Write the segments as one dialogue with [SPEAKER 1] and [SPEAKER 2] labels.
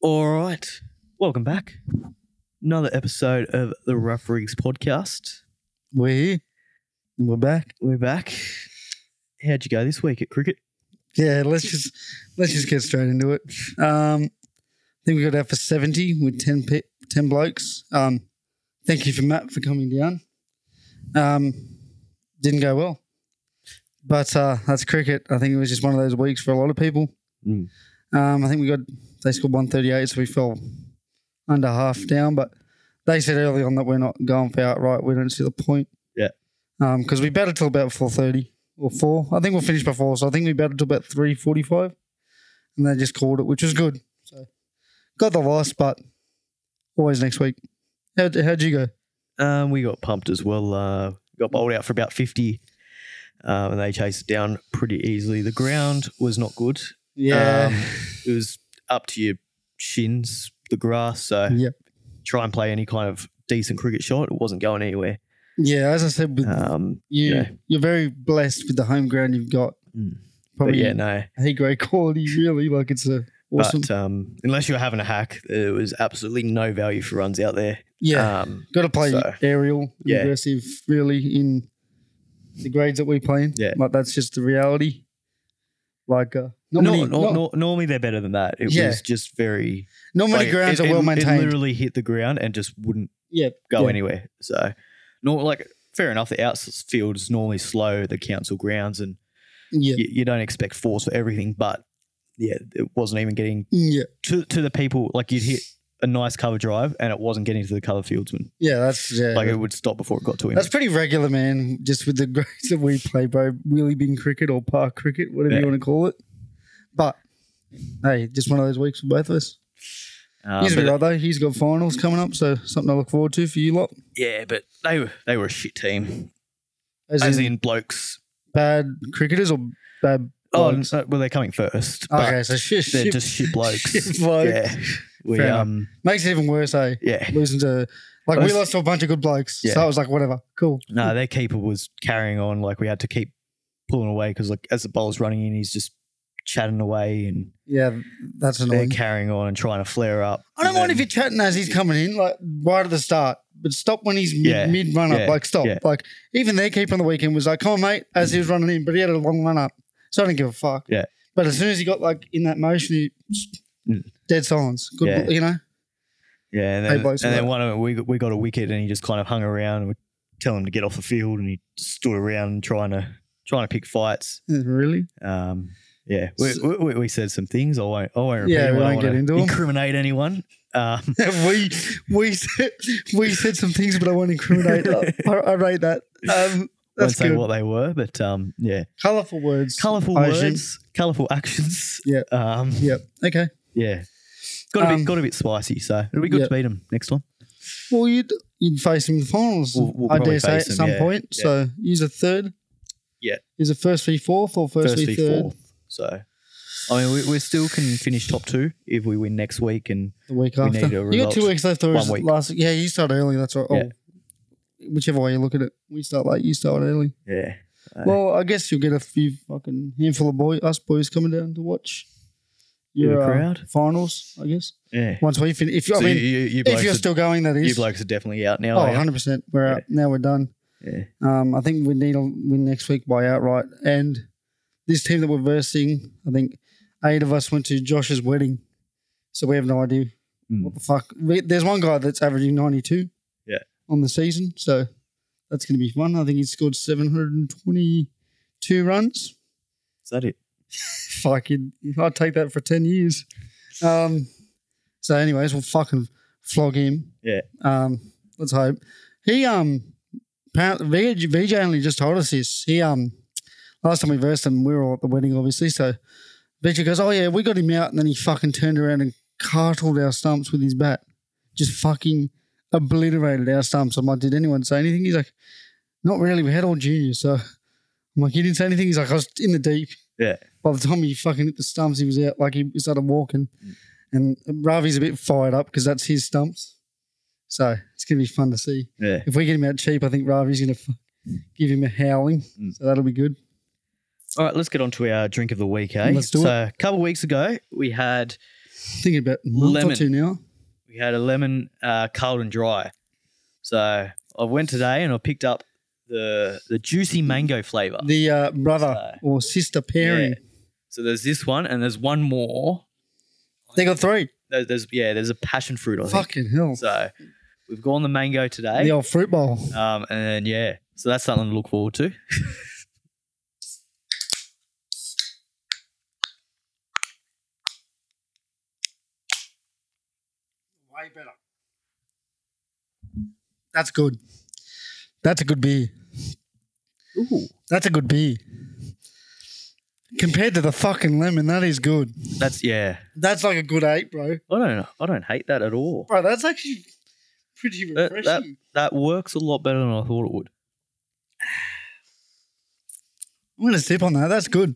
[SPEAKER 1] All right. Welcome back. Another episode of the Rough Rigs podcast.
[SPEAKER 2] We're here. We're back.
[SPEAKER 1] We're back. How'd you go this week at cricket?
[SPEAKER 2] Yeah, let's just let's just get straight into it. Um, I think we got out for seventy with 10, pe- 10 blokes. Um, thank you for Matt for coming down. Um, didn't go well, but uh, that's cricket. I think it was just one of those weeks for a lot of people.
[SPEAKER 1] Mm.
[SPEAKER 2] Um, I think we got they scored one thirty eight, so we fell under half down. But they said early on that we're not going for outright. We don't see the point.
[SPEAKER 1] Yeah.
[SPEAKER 2] because we batted till about four thirty or four. I think we'll finish by four, so I think we batted till about three forty-five, and they just called it, which was good. So got the loss, but always next week. How how'd you go?
[SPEAKER 1] Um, we got pumped as well. Uh, got bowled out for about 50, um, and they chased it down pretty easily. The ground was not good. Um, it was up to your shins, the grass. So
[SPEAKER 2] Yep.
[SPEAKER 1] try and play any kind of decent cricket shot. It wasn't going anywhere.
[SPEAKER 2] yeah. As I said, with
[SPEAKER 1] Um,
[SPEAKER 2] you,
[SPEAKER 1] yeah.
[SPEAKER 2] you're very blessed with the home ground you've got.
[SPEAKER 1] Mm. but
[SPEAKER 2] Probably
[SPEAKER 1] yeah, no.
[SPEAKER 2] a great quality, really. Like it's a awesome.
[SPEAKER 1] But um, unless you were having a hack, there was absolutely no value for runs out there.
[SPEAKER 2] yeah,
[SPEAKER 1] Um,
[SPEAKER 2] got to play
[SPEAKER 1] so,
[SPEAKER 2] aerial,
[SPEAKER 1] yeah.
[SPEAKER 2] aggressive, really in the grades that we play in.
[SPEAKER 1] Yeah.
[SPEAKER 2] like that's just the reality. Like uh, not,
[SPEAKER 1] nor-
[SPEAKER 2] many,
[SPEAKER 1] nor-
[SPEAKER 2] not,
[SPEAKER 1] nor- normally they're better than that. It
[SPEAKER 2] Yeah.
[SPEAKER 1] was just very.
[SPEAKER 2] not many
[SPEAKER 1] like,
[SPEAKER 2] grounds
[SPEAKER 1] it-
[SPEAKER 2] are
[SPEAKER 1] it-
[SPEAKER 2] well
[SPEAKER 1] It
[SPEAKER 2] maintained.
[SPEAKER 1] literally hit the ground and just wouldn't
[SPEAKER 2] Yeah,
[SPEAKER 1] go
[SPEAKER 2] yeah.
[SPEAKER 1] anywhere. So, nor, like, fair enough. The outfield is normally slow, the council grounds, and
[SPEAKER 2] Yeah,
[SPEAKER 1] you, you don't expect force for everything. But yeah, it wasn't even getting
[SPEAKER 2] yeah,
[SPEAKER 1] to, to the people. Like, you'd hit a nice cover drive and it wasn't getting to the cover fieldsman.
[SPEAKER 2] yeah. That's yeah.
[SPEAKER 1] Like, it would stop before it got to him.
[SPEAKER 2] that's pretty regular, man. Just with the grades that we play, bro. Wheelie bin cricket or park cricket, whatever
[SPEAKER 1] Yeah.
[SPEAKER 2] you want to call it. But hey, just one of those weeks for both of us.
[SPEAKER 1] Um,
[SPEAKER 2] He's
[SPEAKER 1] but-
[SPEAKER 2] right though. He's got finals coming up, so something to look forward to for you lot.
[SPEAKER 1] Yeah, but they were they were a shit team.
[SPEAKER 2] As,
[SPEAKER 1] As
[SPEAKER 2] in,
[SPEAKER 1] in blokes.
[SPEAKER 2] bad cricketers or bad
[SPEAKER 1] Oh,
[SPEAKER 2] blokes?
[SPEAKER 1] no, well, they're coming first. but
[SPEAKER 2] okay, so shit,
[SPEAKER 1] they're
[SPEAKER 2] shit
[SPEAKER 1] just shit blokes.
[SPEAKER 2] shit blokes.
[SPEAKER 1] Yeah, we
[SPEAKER 2] Fair enough.
[SPEAKER 1] um,
[SPEAKER 2] makes it even worse, eh?
[SPEAKER 1] yeah.
[SPEAKER 2] Losing to
[SPEAKER 1] But
[SPEAKER 2] like we
[SPEAKER 1] it's-
[SPEAKER 2] lost to a bunch of good blokes,
[SPEAKER 1] Yeah.
[SPEAKER 2] so I was like, whatever, cool.
[SPEAKER 1] No, their keeper was carrying on. Like we had to keep pulling away because like as the ball's running in, he's just chatting away and
[SPEAKER 2] Yeah, that's
[SPEAKER 1] they're
[SPEAKER 2] annoying.
[SPEAKER 1] carrying on and trying to flare up.
[SPEAKER 2] I don't
[SPEAKER 1] And
[SPEAKER 2] mind if
[SPEAKER 1] then-
[SPEAKER 2] you're chatting as he's coming in, like right at the start, but stop when he's mid,
[SPEAKER 1] Yeah,
[SPEAKER 2] mid run up.
[SPEAKER 1] yeah,
[SPEAKER 2] Like stop.
[SPEAKER 1] yeah.
[SPEAKER 2] Like even their keeper on the weekend was like, come on, mate, as he was running in, but he had a long run up, so I didn't give a fuck.
[SPEAKER 1] Yeah.
[SPEAKER 2] But as soon as he got like in that motion, he,
[SPEAKER 1] Mm.
[SPEAKER 2] dead silence. Good,
[SPEAKER 1] Yeah.
[SPEAKER 2] you know.
[SPEAKER 1] Yeah, and
[SPEAKER 2] Hey,
[SPEAKER 1] then,
[SPEAKER 2] blokes,
[SPEAKER 1] and then
[SPEAKER 2] mate.
[SPEAKER 1] one of them, we, got- we got a wicket and he just kind of hung around and we tell him to get off the field and he stood around trying to trying to pick fights.
[SPEAKER 2] Really?
[SPEAKER 1] Um, yeah, we,
[SPEAKER 2] So-
[SPEAKER 1] we, we said some things. I won't. I won't repeat.
[SPEAKER 2] Yeah,
[SPEAKER 1] them.
[SPEAKER 2] we
[SPEAKER 1] I
[SPEAKER 2] won't get
[SPEAKER 1] wanna
[SPEAKER 2] into 'em.
[SPEAKER 1] Incriminate anyone? Um,
[SPEAKER 2] we we said we said some things, but I won't incriminate. I, I rate that. Um,
[SPEAKER 1] won't
[SPEAKER 2] that's
[SPEAKER 1] say
[SPEAKER 2] good.
[SPEAKER 1] what they were, but um, yeah,
[SPEAKER 2] Colorful words.
[SPEAKER 1] colorful
[SPEAKER 2] I assume.
[SPEAKER 1] words, colorful actions.
[SPEAKER 2] Yeah.
[SPEAKER 1] Um,
[SPEAKER 2] Yep. Okay.
[SPEAKER 1] yeah. Got a
[SPEAKER 2] Um,
[SPEAKER 1] bit, got a bit spicy. So it'll be good to beat them next time.
[SPEAKER 2] Well, you'd you'd face him in the finals.
[SPEAKER 1] We'll- we'll
[SPEAKER 2] I
[SPEAKER 1] probably
[SPEAKER 2] dare say at
[SPEAKER 1] face him,
[SPEAKER 2] some
[SPEAKER 1] yeah,
[SPEAKER 2] point.
[SPEAKER 1] yeah.
[SPEAKER 2] So use a third.
[SPEAKER 1] Yeah.
[SPEAKER 2] Is it first v fourth or first,
[SPEAKER 1] First
[SPEAKER 2] v
[SPEAKER 1] v
[SPEAKER 2] third?
[SPEAKER 1] fourth. So, I mean, we, we still can finish top two if we win next week. And
[SPEAKER 2] The week
[SPEAKER 1] We
[SPEAKER 2] after.
[SPEAKER 1] need a
[SPEAKER 2] you got
[SPEAKER 1] result.
[SPEAKER 2] two weeks left. Or
[SPEAKER 1] One
[SPEAKER 2] is it
[SPEAKER 1] week.
[SPEAKER 2] Last. Yeah, you start early. That's right.
[SPEAKER 1] Yeah.
[SPEAKER 2] Oh, whichever way you look at it, we start late. You start early.
[SPEAKER 1] yeah, Aye.
[SPEAKER 2] Well, I guess you'll get a few fucking handful of boy us boys coming down to watch
[SPEAKER 1] Bit of
[SPEAKER 2] your
[SPEAKER 1] a
[SPEAKER 2] uh,
[SPEAKER 1] crowd.
[SPEAKER 2] finals. I guess
[SPEAKER 1] yeah.
[SPEAKER 2] once we finish. If you,
[SPEAKER 1] So
[SPEAKER 2] I mean,
[SPEAKER 1] you, you, you
[SPEAKER 2] if
[SPEAKER 1] blokes
[SPEAKER 2] you're
[SPEAKER 1] are,
[SPEAKER 2] still going, that
[SPEAKER 1] you
[SPEAKER 2] is.
[SPEAKER 1] blokes are definitely out now.
[SPEAKER 2] Oh,
[SPEAKER 1] aren't you?
[SPEAKER 2] 100 percent. We're out now. We're done.
[SPEAKER 1] Yeah.
[SPEAKER 2] Um, I think we need a win next week by outright. And this team that we're versing, I think eight of us went to Josh's wedding, so we have no idea
[SPEAKER 1] Mm.
[SPEAKER 2] what the fuck. We, there's one guy that's averaging 92.
[SPEAKER 1] Yeah.
[SPEAKER 2] On the season, so that's going to be fun. I think he scored 722 runs.
[SPEAKER 1] Is that it?
[SPEAKER 2] Fucking, I'd take that for 10 years. Um, so, anyways, we'll fucking flog him.
[SPEAKER 1] Yeah.
[SPEAKER 2] Um, let's hope. He, um, apparently, VJ, VJ only just told us this. He, um, last time we versed him, we were all at the wedding, obviously. So, VJ goes, Oh, yeah, we got him out. And then he fucking turned around and cartled our stumps with his bat. Just fucking obliterated our stumps. I'm like, Did anyone say anything? He's like, Not really. We had all juniors. So, I'm like, He didn't say anything. He's like, I was in the deep
[SPEAKER 1] Yeah.
[SPEAKER 2] by the time he fucking hit the stumps, he was out like he started walking.
[SPEAKER 1] Mm.
[SPEAKER 2] And Ravi's a bit fired up because that's his stumps. So it's gonna be fun to see.
[SPEAKER 1] Yeah.
[SPEAKER 2] If we get him out cheap, I think Ravi's gonna fu- give him a howling.
[SPEAKER 1] Mm.
[SPEAKER 2] So that'll be good.
[SPEAKER 1] All right, let's get on to our drink of the week, eh?
[SPEAKER 2] Let's do
[SPEAKER 1] so, a couple of weeks ago, we had
[SPEAKER 2] Thinking about a month
[SPEAKER 1] Lemon.
[SPEAKER 2] or two now.
[SPEAKER 1] We had a lemon uh, cold and dry. So I went today and I picked up the the juicy mango flavor.
[SPEAKER 2] The uh, brother
[SPEAKER 1] So-
[SPEAKER 2] or sister pairing.
[SPEAKER 1] So there's this one and there's one more.
[SPEAKER 2] They got three.
[SPEAKER 1] There's, there's yeah, there's a passion fruit. I think.
[SPEAKER 2] Fucking hell.
[SPEAKER 1] So eh? we've gone the mango today.
[SPEAKER 2] The old fruit bowl.
[SPEAKER 1] Um, and yeah, so that's something to look forward to.
[SPEAKER 2] Way better. That's good. That's a good beer.
[SPEAKER 1] Ooh,
[SPEAKER 2] That's a good beer. Compared to the fucking lemon, that is good.
[SPEAKER 1] that's yeah.
[SPEAKER 2] That's like a good eight, bro.
[SPEAKER 1] I don't I don't hate that at all.
[SPEAKER 2] Bro, that's actually pretty
[SPEAKER 1] That,
[SPEAKER 2] refreshing.
[SPEAKER 1] that that works a lot better than I thought it would.
[SPEAKER 2] I'm gonna sip on that. That's good.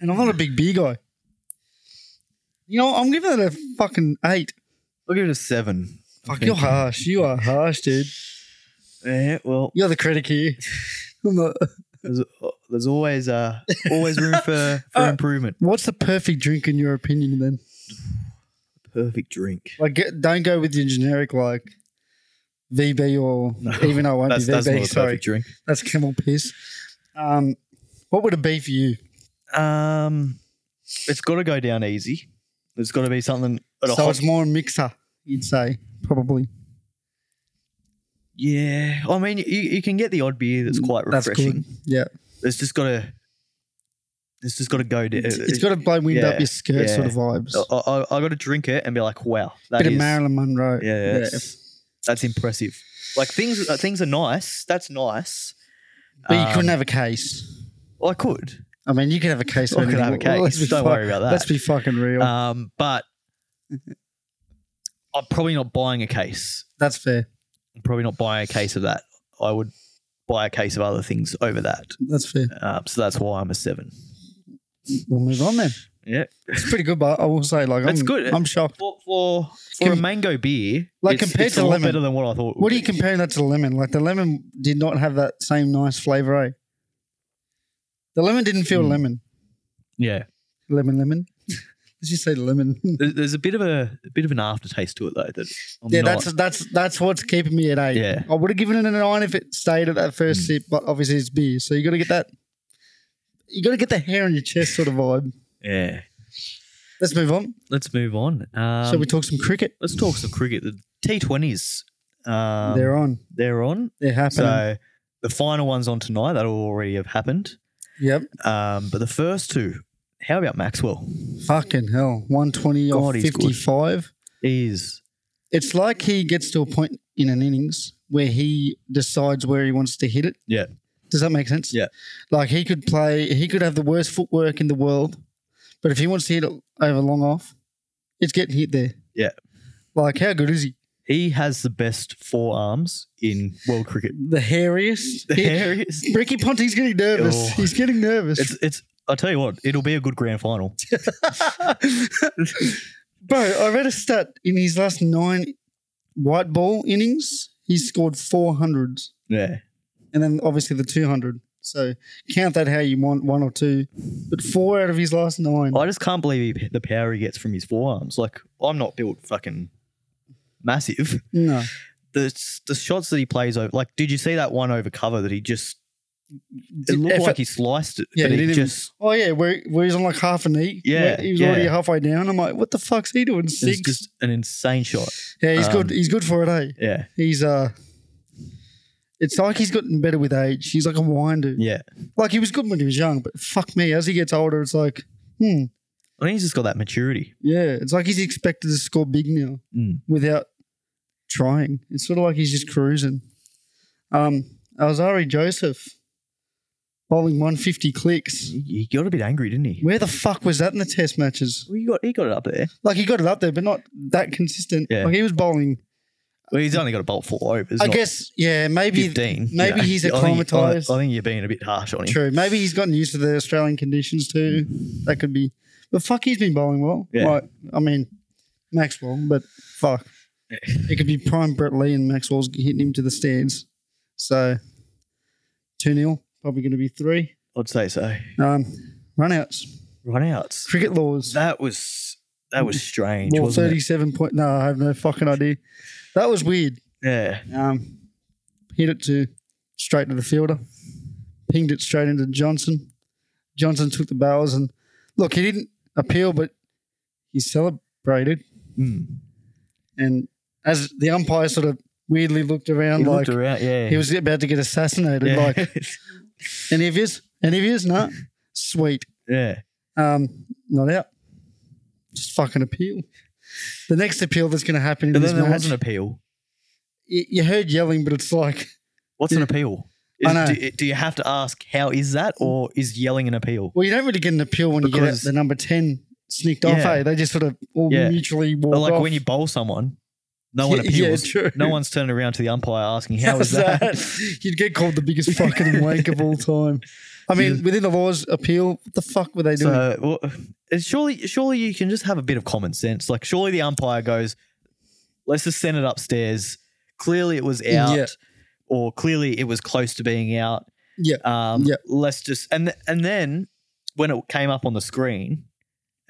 [SPEAKER 2] And I'm not a big beer guy. You know, I'm giving it a fucking eight.
[SPEAKER 1] I'll give it a seven. I
[SPEAKER 2] Fuck,
[SPEAKER 1] think.
[SPEAKER 2] you're harsh. You are harsh, dude.
[SPEAKER 1] Yeah, well,
[SPEAKER 2] You're the critic here. I'm not-
[SPEAKER 1] there's, there's always uh always room for for
[SPEAKER 2] Uh,
[SPEAKER 1] improvement.
[SPEAKER 2] What's the perfect drink in your opinion? Then,
[SPEAKER 1] Perfect drink.
[SPEAKER 2] like, get, don't go with your generic like VB or
[SPEAKER 1] No,
[SPEAKER 2] even I won't
[SPEAKER 1] That's,
[SPEAKER 2] be
[SPEAKER 1] that's not a
[SPEAKER 2] VB.
[SPEAKER 1] perfect
[SPEAKER 2] Sorry,
[SPEAKER 1] drink.
[SPEAKER 2] that's camel piss. Um, what would it be for you?
[SPEAKER 1] Um, it's got to go down easy. There's got to be something at a
[SPEAKER 2] so
[SPEAKER 1] hot
[SPEAKER 2] it's more a mixer, you'd say probably.
[SPEAKER 1] Yeah, I mean, you, you can get the odd beer that's quite
[SPEAKER 2] Mm, That's
[SPEAKER 1] refreshing.
[SPEAKER 2] good. Yeah,
[SPEAKER 1] It's just got to, it's just got to go down.
[SPEAKER 2] it's, it's got to blow wind up
[SPEAKER 1] yeah,
[SPEAKER 2] your skirt
[SPEAKER 1] yeah.
[SPEAKER 2] sort of vibes.
[SPEAKER 1] I, I, I got to drink it and be like, wow, that
[SPEAKER 2] Bit
[SPEAKER 1] is,
[SPEAKER 2] of Marilyn Monroe.
[SPEAKER 1] yeah, that's, that's impressive. Like things, uh, things are nice. That's nice.
[SPEAKER 2] But you couldn't
[SPEAKER 1] Um,
[SPEAKER 2] have a case.
[SPEAKER 1] I could.
[SPEAKER 2] I mean, you could have a case. of
[SPEAKER 1] I could
[SPEAKER 2] anything.
[SPEAKER 1] have a
[SPEAKER 2] Well, let's
[SPEAKER 1] case.
[SPEAKER 2] be
[SPEAKER 1] Don't
[SPEAKER 2] fu-
[SPEAKER 1] worry about that.
[SPEAKER 2] Let's be fucking real.
[SPEAKER 1] Um, but I'm probably not buying a case.
[SPEAKER 2] That's fair.
[SPEAKER 1] I'm probably not buying a case of that. I would buy a case of other things over that.
[SPEAKER 2] That's fair.
[SPEAKER 1] Um, so that's why I'm a seven.
[SPEAKER 2] We'll move on then.
[SPEAKER 1] Yeah.
[SPEAKER 2] It's pretty good, but I will say, like,
[SPEAKER 1] That's
[SPEAKER 2] I'm,
[SPEAKER 1] good.
[SPEAKER 2] I'm shocked.
[SPEAKER 1] for for, for a
[SPEAKER 2] Com-
[SPEAKER 1] mango beer,
[SPEAKER 2] Like,
[SPEAKER 1] it's-
[SPEAKER 2] compared
[SPEAKER 1] it's a
[SPEAKER 2] to
[SPEAKER 1] lot
[SPEAKER 2] lemon,
[SPEAKER 1] better than what I thought. it
[SPEAKER 2] What
[SPEAKER 1] would
[SPEAKER 2] are you
[SPEAKER 1] be.
[SPEAKER 2] comparing that to the lemon? Like, the lemon did not have that same nice flavor, eh? The lemon didn't feel
[SPEAKER 1] Mm.
[SPEAKER 2] lemon.
[SPEAKER 1] Yeah,
[SPEAKER 2] Lemon, lemon. Let's just say lemon.
[SPEAKER 1] there's, there's a bit of a, a bit of an aftertaste to it though. That I'm
[SPEAKER 2] yeah,
[SPEAKER 1] not-
[SPEAKER 2] that's that's that's what's keeping me at eight.
[SPEAKER 1] Yeah.
[SPEAKER 2] I would have given it a nine if it stayed at that first
[SPEAKER 1] Mm.
[SPEAKER 2] sip, but obviously it's beer, so you got to get that. You got to get the hair on your chest sort of vibe.
[SPEAKER 1] yeah.
[SPEAKER 2] Let's move on.
[SPEAKER 1] Let's move on. Um,
[SPEAKER 2] Shall we talk some cricket?
[SPEAKER 1] let's talk some cricket. The T20s, um,
[SPEAKER 2] they're on.
[SPEAKER 1] they're on.
[SPEAKER 2] They're happening.
[SPEAKER 1] So the final one's on tonight. That'll already have happened.
[SPEAKER 2] yep.
[SPEAKER 1] Um, but the first two, how about Maxwell?
[SPEAKER 2] Fucking hell. 120 or
[SPEAKER 1] God, he's good.
[SPEAKER 2] 55.
[SPEAKER 1] Is
[SPEAKER 2] It's like he gets to a point in an innings where he decides where he wants to hit it.
[SPEAKER 1] Yeah.
[SPEAKER 2] Does that make sense?
[SPEAKER 1] Yeah.
[SPEAKER 2] Like he could play, he could have the worst footwork in the world, but if he wants to hit it over long off, it's getting hit there.
[SPEAKER 1] Yeah.
[SPEAKER 2] Like how good is he?
[SPEAKER 1] he has the best forearms in world cricket?
[SPEAKER 2] The hairiest.
[SPEAKER 1] The
[SPEAKER 2] He-
[SPEAKER 1] hair is.
[SPEAKER 2] Ricky Ponting's getting nervous.
[SPEAKER 1] Oh.
[SPEAKER 2] He's getting nervous.
[SPEAKER 1] It's it's. I tell you what, it'll be a good grand final.
[SPEAKER 2] Bro, I read a stat in his last nine white ball innings, he scored four hundreds.
[SPEAKER 1] Yeah.
[SPEAKER 2] and then obviously the 200. So count that how you want, one or two, but four out of his last nine.
[SPEAKER 1] I just can't believe he, the power he gets from his forearms. Like I'm not built fucking massive.
[SPEAKER 2] no,
[SPEAKER 1] The the shots that he plays over, like, did you see that one over cover that he just? It
[SPEAKER 2] Did
[SPEAKER 1] looked
[SPEAKER 2] effort-
[SPEAKER 1] like he sliced it,
[SPEAKER 2] Yeah,
[SPEAKER 1] but
[SPEAKER 2] he
[SPEAKER 1] he
[SPEAKER 2] didn't even-
[SPEAKER 1] just
[SPEAKER 2] oh yeah, where, where he's on like half a knee.
[SPEAKER 1] Yeah,
[SPEAKER 2] Where he was
[SPEAKER 1] yeah.
[SPEAKER 2] already halfway down. I'm like, what the fuck's he doing?
[SPEAKER 1] it was
[SPEAKER 2] Six.
[SPEAKER 1] just an insane shot.
[SPEAKER 2] yeah, he's good.
[SPEAKER 1] um,
[SPEAKER 2] He's good for it. Eh?
[SPEAKER 1] Yeah,
[SPEAKER 2] He's uh, it's like he's gotten better with age. He's like a wine dude.
[SPEAKER 1] yeah.
[SPEAKER 2] Like he was good when he was young, but fuck me, as he gets older, it's like, hmm,
[SPEAKER 1] I think he's just got that maturity.
[SPEAKER 2] yeah. It's like he's expected to score big now.
[SPEAKER 1] Mm.
[SPEAKER 2] without trying. It's sort of like he's just cruising. Um, Alzari Joseph bowling 150 clicks.
[SPEAKER 1] He, he got a bit angry, didn't he?
[SPEAKER 2] Where the fuck was that in the test matches?
[SPEAKER 1] Well, he got he got it up there.
[SPEAKER 2] Like he got it up there, but not that consistent.
[SPEAKER 1] Yeah.
[SPEAKER 2] Like he was bowling.
[SPEAKER 1] Well, he's only got a bolt four overs.
[SPEAKER 2] I
[SPEAKER 1] not
[SPEAKER 2] guess, yeah, maybe.
[SPEAKER 1] fifteen. you
[SPEAKER 2] maybe
[SPEAKER 1] know.
[SPEAKER 2] he's
[SPEAKER 1] I think- I I think,
[SPEAKER 2] acclimatised.
[SPEAKER 1] you're being a bit harsh on him.
[SPEAKER 2] True. Maybe he's gotten used to the Australian conditions too. That could be. But fuck, he's been bowling well.
[SPEAKER 1] Yeah.
[SPEAKER 2] Like, I mean, Maxwell, but fuck.
[SPEAKER 1] Yeah.
[SPEAKER 2] It could be prime Brett Lee and Maxwell's hitting him to the stands. So 2 0, probably going to be three.
[SPEAKER 1] I'd say so.
[SPEAKER 2] Um, runouts,
[SPEAKER 1] Runouts.
[SPEAKER 2] cricket laws.
[SPEAKER 1] That was That was strange,
[SPEAKER 2] Well,
[SPEAKER 1] wasn't it?
[SPEAKER 2] thirty-seven point. No, I have no fucking idea. That was weird.
[SPEAKER 1] Yeah.
[SPEAKER 2] Um, hit it to straight to the fielder, pinged it straight into Johnson. Johnson took the bowels and look, he didn't appeal, but he celebrated.
[SPEAKER 1] Mm.
[SPEAKER 2] And as the umpire sort of weirdly looked around,
[SPEAKER 1] He
[SPEAKER 2] like
[SPEAKER 1] looked around. Yeah.
[SPEAKER 2] he was about to get assassinated.
[SPEAKER 1] yeah.
[SPEAKER 2] Like any of his, any of his, nah, sweet,
[SPEAKER 1] yeah.
[SPEAKER 2] um, not out. Just fucking appeal. The next appeal that's going to happen in
[SPEAKER 1] But
[SPEAKER 2] this
[SPEAKER 1] then there
[SPEAKER 2] match,
[SPEAKER 1] was an appeal.
[SPEAKER 2] y- you heard yelling, but it's like
[SPEAKER 1] What's an appeal? Is,
[SPEAKER 2] I know.
[SPEAKER 1] Do, do you have to ask how is that, or is yelling an appeal?
[SPEAKER 2] Well, you don't really get an appeal when you get
[SPEAKER 1] Because-
[SPEAKER 2] out the number 10 sneaked off,
[SPEAKER 1] Yeah.
[SPEAKER 2] eh? They just sort of all
[SPEAKER 1] Yeah.
[SPEAKER 2] mutually walk
[SPEAKER 1] Or like
[SPEAKER 2] off.
[SPEAKER 1] when you bowl someone, no one
[SPEAKER 2] Yeah, yeah,
[SPEAKER 1] appeals.
[SPEAKER 2] true.
[SPEAKER 1] No one's turning around to the umpire asking how is
[SPEAKER 2] How's
[SPEAKER 1] that.
[SPEAKER 2] You'd get called the biggest fucking wank of all time. I mean,
[SPEAKER 1] Yeah.
[SPEAKER 2] within the laws, appeal, what the fuck were they doing?
[SPEAKER 1] So well, it's surely, surely you can just have a bit of common sense. Like surely the umpire goes, "Let's just send it upstairs." Clearly it was out,
[SPEAKER 2] Yeah.
[SPEAKER 1] or clearly it was close to being out.
[SPEAKER 2] Yeah.
[SPEAKER 1] Um,
[SPEAKER 2] Yeah.
[SPEAKER 1] Let's just and th- and then when it came up on the screen,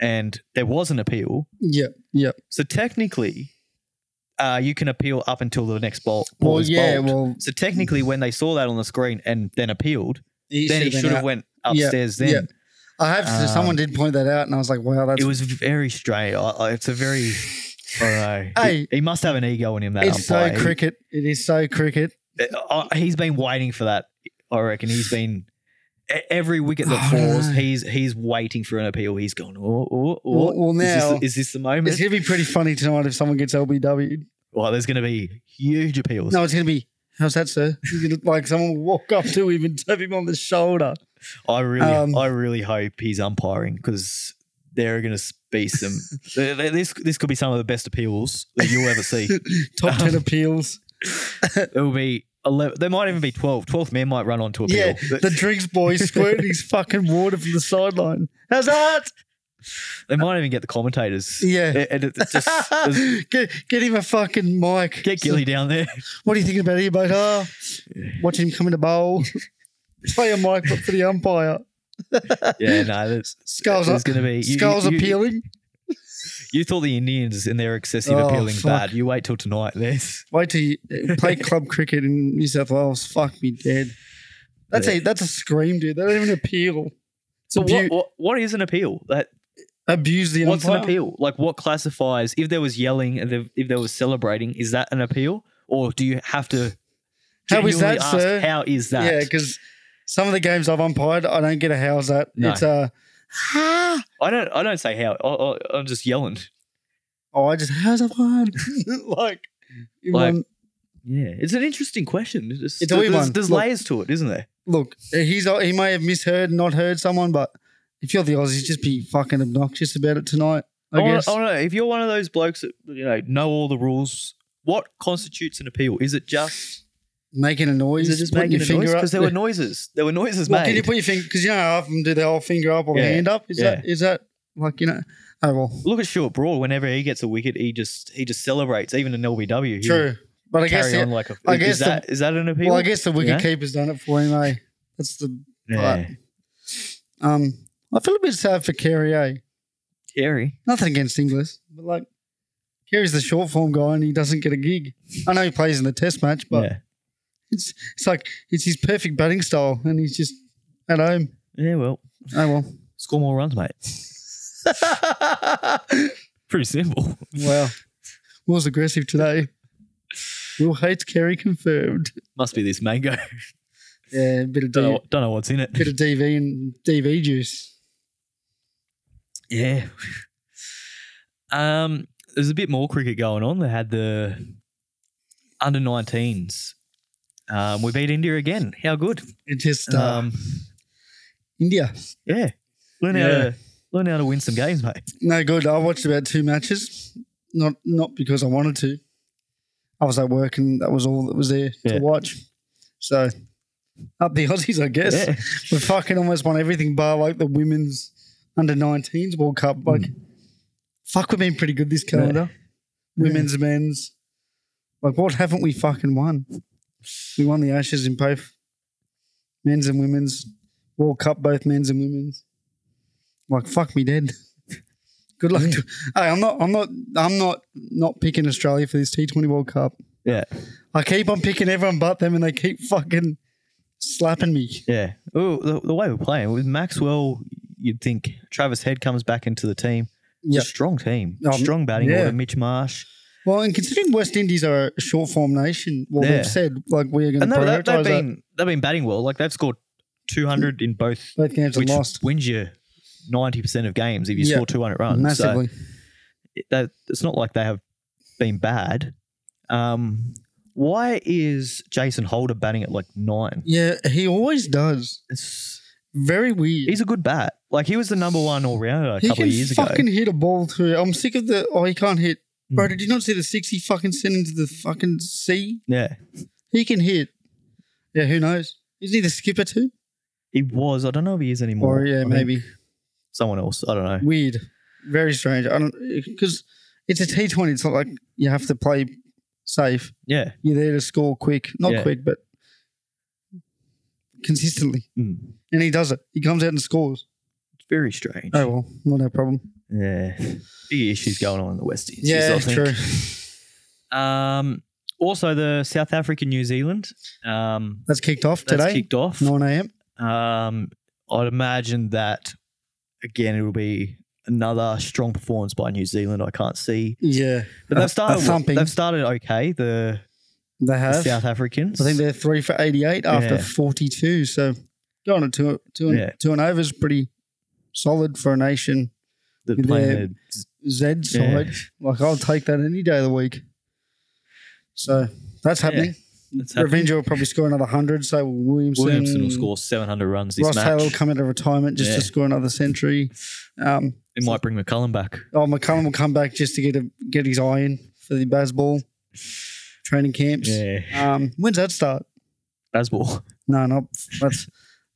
[SPEAKER 1] and there was an appeal.
[SPEAKER 2] yeah, yeah.
[SPEAKER 1] So technically, uh, you can appeal up until the next ball. ball
[SPEAKER 2] Well,
[SPEAKER 1] is
[SPEAKER 2] yeah,
[SPEAKER 1] bowled.
[SPEAKER 2] well,
[SPEAKER 1] so technically, when they saw that on the screen and then appealed,
[SPEAKER 2] he
[SPEAKER 1] then he
[SPEAKER 2] should've been
[SPEAKER 1] should have
[SPEAKER 2] out.
[SPEAKER 1] went
[SPEAKER 2] Yeah,
[SPEAKER 1] upstairs. Then
[SPEAKER 2] yeah. I have, to
[SPEAKER 1] Um,
[SPEAKER 2] someone did point that out, and I was like, wow, that's.
[SPEAKER 1] it was very strange. I, I, it's a very, I don't know.
[SPEAKER 2] Hey.
[SPEAKER 1] he, he must have an ego in him. That
[SPEAKER 2] it's so
[SPEAKER 1] umpire.
[SPEAKER 2] cricket. It is so cricket.
[SPEAKER 1] He, uh, I- he's been waiting for that. I reckon he's been e- every wicket that
[SPEAKER 2] I don't
[SPEAKER 1] falls.
[SPEAKER 2] know.
[SPEAKER 1] He's he's waiting for an appeal. He's gone. Oh, oh, oh.
[SPEAKER 2] Well- well, now-
[SPEAKER 1] is this, is this the moment?
[SPEAKER 2] It's going to be pretty funny tonight if someone gets LBW.
[SPEAKER 1] well, there's going to be huge appeals.
[SPEAKER 2] No, it's going to be, how's that, sir? He's gonna- like someone will walk up to him and tap him on the shoulder.
[SPEAKER 1] I really,
[SPEAKER 2] Um,
[SPEAKER 1] I really hope he's umpiring because there are going to be some. th- th- this this could be some of the best appeals that you'll ever see.
[SPEAKER 2] Top 10 appeals.
[SPEAKER 1] There will be eleven. There might even be twelve. Twelfth man might run onto appeal.
[SPEAKER 2] Yeah, the drinks boy squirting his fucking water from the sideline. How's that?
[SPEAKER 1] They might even get the commentators.
[SPEAKER 2] Yeah.
[SPEAKER 1] And- And it's just it's-
[SPEAKER 2] get, get him a fucking mic.
[SPEAKER 1] get Gilly down there.
[SPEAKER 2] What are you thinking about here, mate? Oh, watch him come in the bowl. Play a mic for the umpire.
[SPEAKER 1] Yeah, no, that's
[SPEAKER 2] Skulls,
[SPEAKER 1] there's
[SPEAKER 2] up,
[SPEAKER 1] going to be you-
[SPEAKER 2] skulls
[SPEAKER 1] you, you,
[SPEAKER 2] appealing.
[SPEAKER 1] You thought the Indians and their excessive
[SPEAKER 2] Oh,
[SPEAKER 1] appealing
[SPEAKER 2] fuck.
[SPEAKER 1] bad. You wait till tonight. There's
[SPEAKER 2] Wait till you play club cricket in New South Wales. Fuck me dead. That's a that's a scream, dude. They don't even appeal.
[SPEAKER 1] so
[SPEAKER 2] Abu-
[SPEAKER 1] what, what? What is an appeal? That
[SPEAKER 2] Abuse the
[SPEAKER 1] What's
[SPEAKER 2] umpire.
[SPEAKER 1] an appeal? Like what classifies if there was yelling and there- if there was celebrating? Is that an appeal, or do you have to?
[SPEAKER 2] How is
[SPEAKER 1] genuinely
[SPEAKER 2] that,
[SPEAKER 1] ask,
[SPEAKER 2] sir?
[SPEAKER 1] How is that?
[SPEAKER 2] Yeah, because some of the games I've umpired, I don't get a how's that.
[SPEAKER 1] No.
[SPEAKER 2] It's a ha.
[SPEAKER 1] I don't. I don't say how. I, I, I'm just yelling.
[SPEAKER 2] Oh, I just how's that one? like, you
[SPEAKER 1] Like-
[SPEAKER 2] want-
[SPEAKER 1] Yeah, it's an interesting question. It's,
[SPEAKER 2] It's a weird
[SPEAKER 1] there's,
[SPEAKER 2] one.
[SPEAKER 1] there's
[SPEAKER 2] Look.
[SPEAKER 1] layers to it, isn't there?
[SPEAKER 2] look, he's he may have misheard, not heard someone, but if you're the Aussies, just be fucking obnoxious about it tonight. I
[SPEAKER 1] wanna-
[SPEAKER 2] guess.
[SPEAKER 1] I don't know. If you're one of those blokes that you know know all the rules, what constitutes an appeal? Is it just
[SPEAKER 2] making a noise.
[SPEAKER 1] is it just
[SPEAKER 2] putting
[SPEAKER 1] making a noise?
[SPEAKER 2] up.
[SPEAKER 1] Because there were noises. There were noises
[SPEAKER 2] Well,
[SPEAKER 1] made.
[SPEAKER 2] Did you put your finger? Because you know, I often do the whole finger up or the
[SPEAKER 1] Yeah,
[SPEAKER 2] hand up. Is
[SPEAKER 1] yeah.
[SPEAKER 2] that is that like you know? Oh well,
[SPEAKER 1] Look at Stuart Broad. Whenever he gets a wicket, he just he just celebrates. Even in LBW, he
[SPEAKER 2] true. But I guess
[SPEAKER 1] carry
[SPEAKER 2] the,
[SPEAKER 1] on like a.
[SPEAKER 2] I
[SPEAKER 1] is
[SPEAKER 2] guess the-
[SPEAKER 1] that is that an appeal?
[SPEAKER 2] well, I guess the
[SPEAKER 1] Yeah.
[SPEAKER 2] wicket keeper's done it for him. Eh? That's the
[SPEAKER 1] yeah.
[SPEAKER 2] um. I feel a bit sad for Kerry. Eh?
[SPEAKER 1] Scary.
[SPEAKER 2] Nothing against Inglis, but like Kerry's the short form guy and he doesn't get a gig. I know he plays in the Test match, but
[SPEAKER 1] yeah.
[SPEAKER 2] it's it's like it's his perfect batting style, and he's just at home.
[SPEAKER 1] Yeah. Well,
[SPEAKER 2] Oh well,
[SPEAKER 1] score more runs, mate. Pretty simple.
[SPEAKER 2] wow. Was aggressive today. Will hates Kerry confirmed.
[SPEAKER 1] Must be this mango.
[SPEAKER 2] Yeah, a bit of
[SPEAKER 1] don't,
[SPEAKER 2] D,
[SPEAKER 1] know, don't know what's in it.
[SPEAKER 2] bit of DV and DV juice.
[SPEAKER 1] Yeah. Um, there's a bit more cricket going on. They had the under 19s. Um, we beat India again. How good?
[SPEAKER 2] It just uh,
[SPEAKER 1] Um,
[SPEAKER 2] India.
[SPEAKER 1] yeah. Learn how
[SPEAKER 2] Yeah.
[SPEAKER 1] to learn how to win some games, mate.
[SPEAKER 2] No good. I watched about two matches. Not not because I wanted to. I was at work and that was all that was there
[SPEAKER 1] Yeah.
[SPEAKER 2] to watch. So up the Aussies, I guess.
[SPEAKER 1] Yeah.
[SPEAKER 2] We fucking almost won everything bar like the women's under 19s World Cup. Like, fuck, we've been pretty good this calendar. Women's, men's. Like, what haven't we fucking won? We won the Ashes in both men's and women's World Cup, both men's and women's. Like, fuck me dead. Good luck. To, hey, I'm not. I'm not. I'm not. Not picking Australia for this T20 World Cup.
[SPEAKER 1] Yeah.
[SPEAKER 2] I keep on picking everyone but them, and they keep fucking slapping me.
[SPEAKER 1] Yeah. Oh, the, the way we're playing with Maxwell, you'd think Travis Head comes back into the team. It's
[SPEAKER 2] Yeah.
[SPEAKER 1] a strong team.
[SPEAKER 2] Um,
[SPEAKER 1] strong batting
[SPEAKER 2] yeah.
[SPEAKER 1] order. Mitch Marsh.
[SPEAKER 2] Well, and considering West Indies are a short form nation, well,
[SPEAKER 1] Yeah.
[SPEAKER 2] they've said like we're going
[SPEAKER 1] And
[SPEAKER 2] to
[SPEAKER 1] they, they, they've
[SPEAKER 2] prioritize that.
[SPEAKER 1] been they've been batting well. Like they've scored 200 in both,
[SPEAKER 2] both games have
[SPEAKER 1] which
[SPEAKER 2] lost
[SPEAKER 1] wins you 90 percent of games if you
[SPEAKER 2] Yeah.
[SPEAKER 1] score 200 runs. So
[SPEAKER 2] massively.
[SPEAKER 1] it- that, it's not like they have been bad. Um, why is Jason Holder batting at like nine?
[SPEAKER 2] yeah, he always does.
[SPEAKER 1] It's,
[SPEAKER 2] Very weird.
[SPEAKER 1] he's a good bat. Like he was the number one all rounder a
[SPEAKER 2] he
[SPEAKER 1] couple
[SPEAKER 2] can
[SPEAKER 1] of years ago.
[SPEAKER 2] fucking hit a ball too. I'm sick of the. Oh, he can't hit. Bro,
[SPEAKER 1] Mm.
[SPEAKER 2] did you not see the six he fucking sent into the fucking sea?
[SPEAKER 1] Yeah,
[SPEAKER 2] He can hit. Yeah, who knows? Isn't he the skipper too?
[SPEAKER 1] he was. I don't know if he is anymore.
[SPEAKER 2] Or
[SPEAKER 1] I
[SPEAKER 2] yeah,
[SPEAKER 1] think
[SPEAKER 2] maybe
[SPEAKER 1] someone else. I don't know.
[SPEAKER 2] weird, very strange. I don't because it's a T20. It's not like you have to play safe.
[SPEAKER 1] Yeah,
[SPEAKER 2] You're there to score quick, not
[SPEAKER 1] Yeah.
[SPEAKER 2] quick, but consistently.
[SPEAKER 1] Mm.
[SPEAKER 2] And he does it. He comes out and scores.
[SPEAKER 1] it's very strange.
[SPEAKER 2] Oh well, not our problem.
[SPEAKER 1] Yeah, big issues going on in the West Indies. I
[SPEAKER 2] yeah,
[SPEAKER 1] think.
[SPEAKER 2] true.
[SPEAKER 1] Um, also, the South African New Zealand um,
[SPEAKER 2] That's kicked off
[SPEAKER 1] that's
[SPEAKER 2] today.
[SPEAKER 1] kicked off.
[SPEAKER 2] 9 a.m.
[SPEAKER 1] Um, I'd imagine that again it'll be another strong performance by New Zealand. I can't see,
[SPEAKER 2] Yeah,
[SPEAKER 1] but
[SPEAKER 2] A-
[SPEAKER 1] they've
[SPEAKER 2] a
[SPEAKER 1] started.
[SPEAKER 2] thumping.
[SPEAKER 1] They've started okay. The,
[SPEAKER 2] they
[SPEAKER 1] the
[SPEAKER 2] have.
[SPEAKER 1] South Africans.
[SPEAKER 2] I think they're three for 88 after
[SPEAKER 1] Yeah.
[SPEAKER 2] 42. So going to two, two, and,
[SPEAKER 1] Yeah.
[SPEAKER 2] two and over is pretty solid for a nation
[SPEAKER 1] they're
[SPEAKER 2] they're-
[SPEAKER 1] playing.
[SPEAKER 2] Z side. Like I'll take that any day of the week. So that's happening.
[SPEAKER 1] Yeah,
[SPEAKER 2] Ravinja will probably score another 100. So will Williamson,
[SPEAKER 1] Williamson will score 700 runs this
[SPEAKER 2] Ross
[SPEAKER 1] match.
[SPEAKER 2] Taylor will come out of retirement just
[SPEAKER 1] Yeah.
[SPEAKER 2] to score another century. Um,
[SPEAKER 1] It might bring McCullum back.
[SPEAKER 2] oh, McCullum will come back just to get a, get his eye in for the baseball training camps.
[SPEAKER 1] Yeah,
[SPEAKER 2] Um, when's that start?
[SPEAKER 1] Basball.
[SPEAKER 2] No, not that's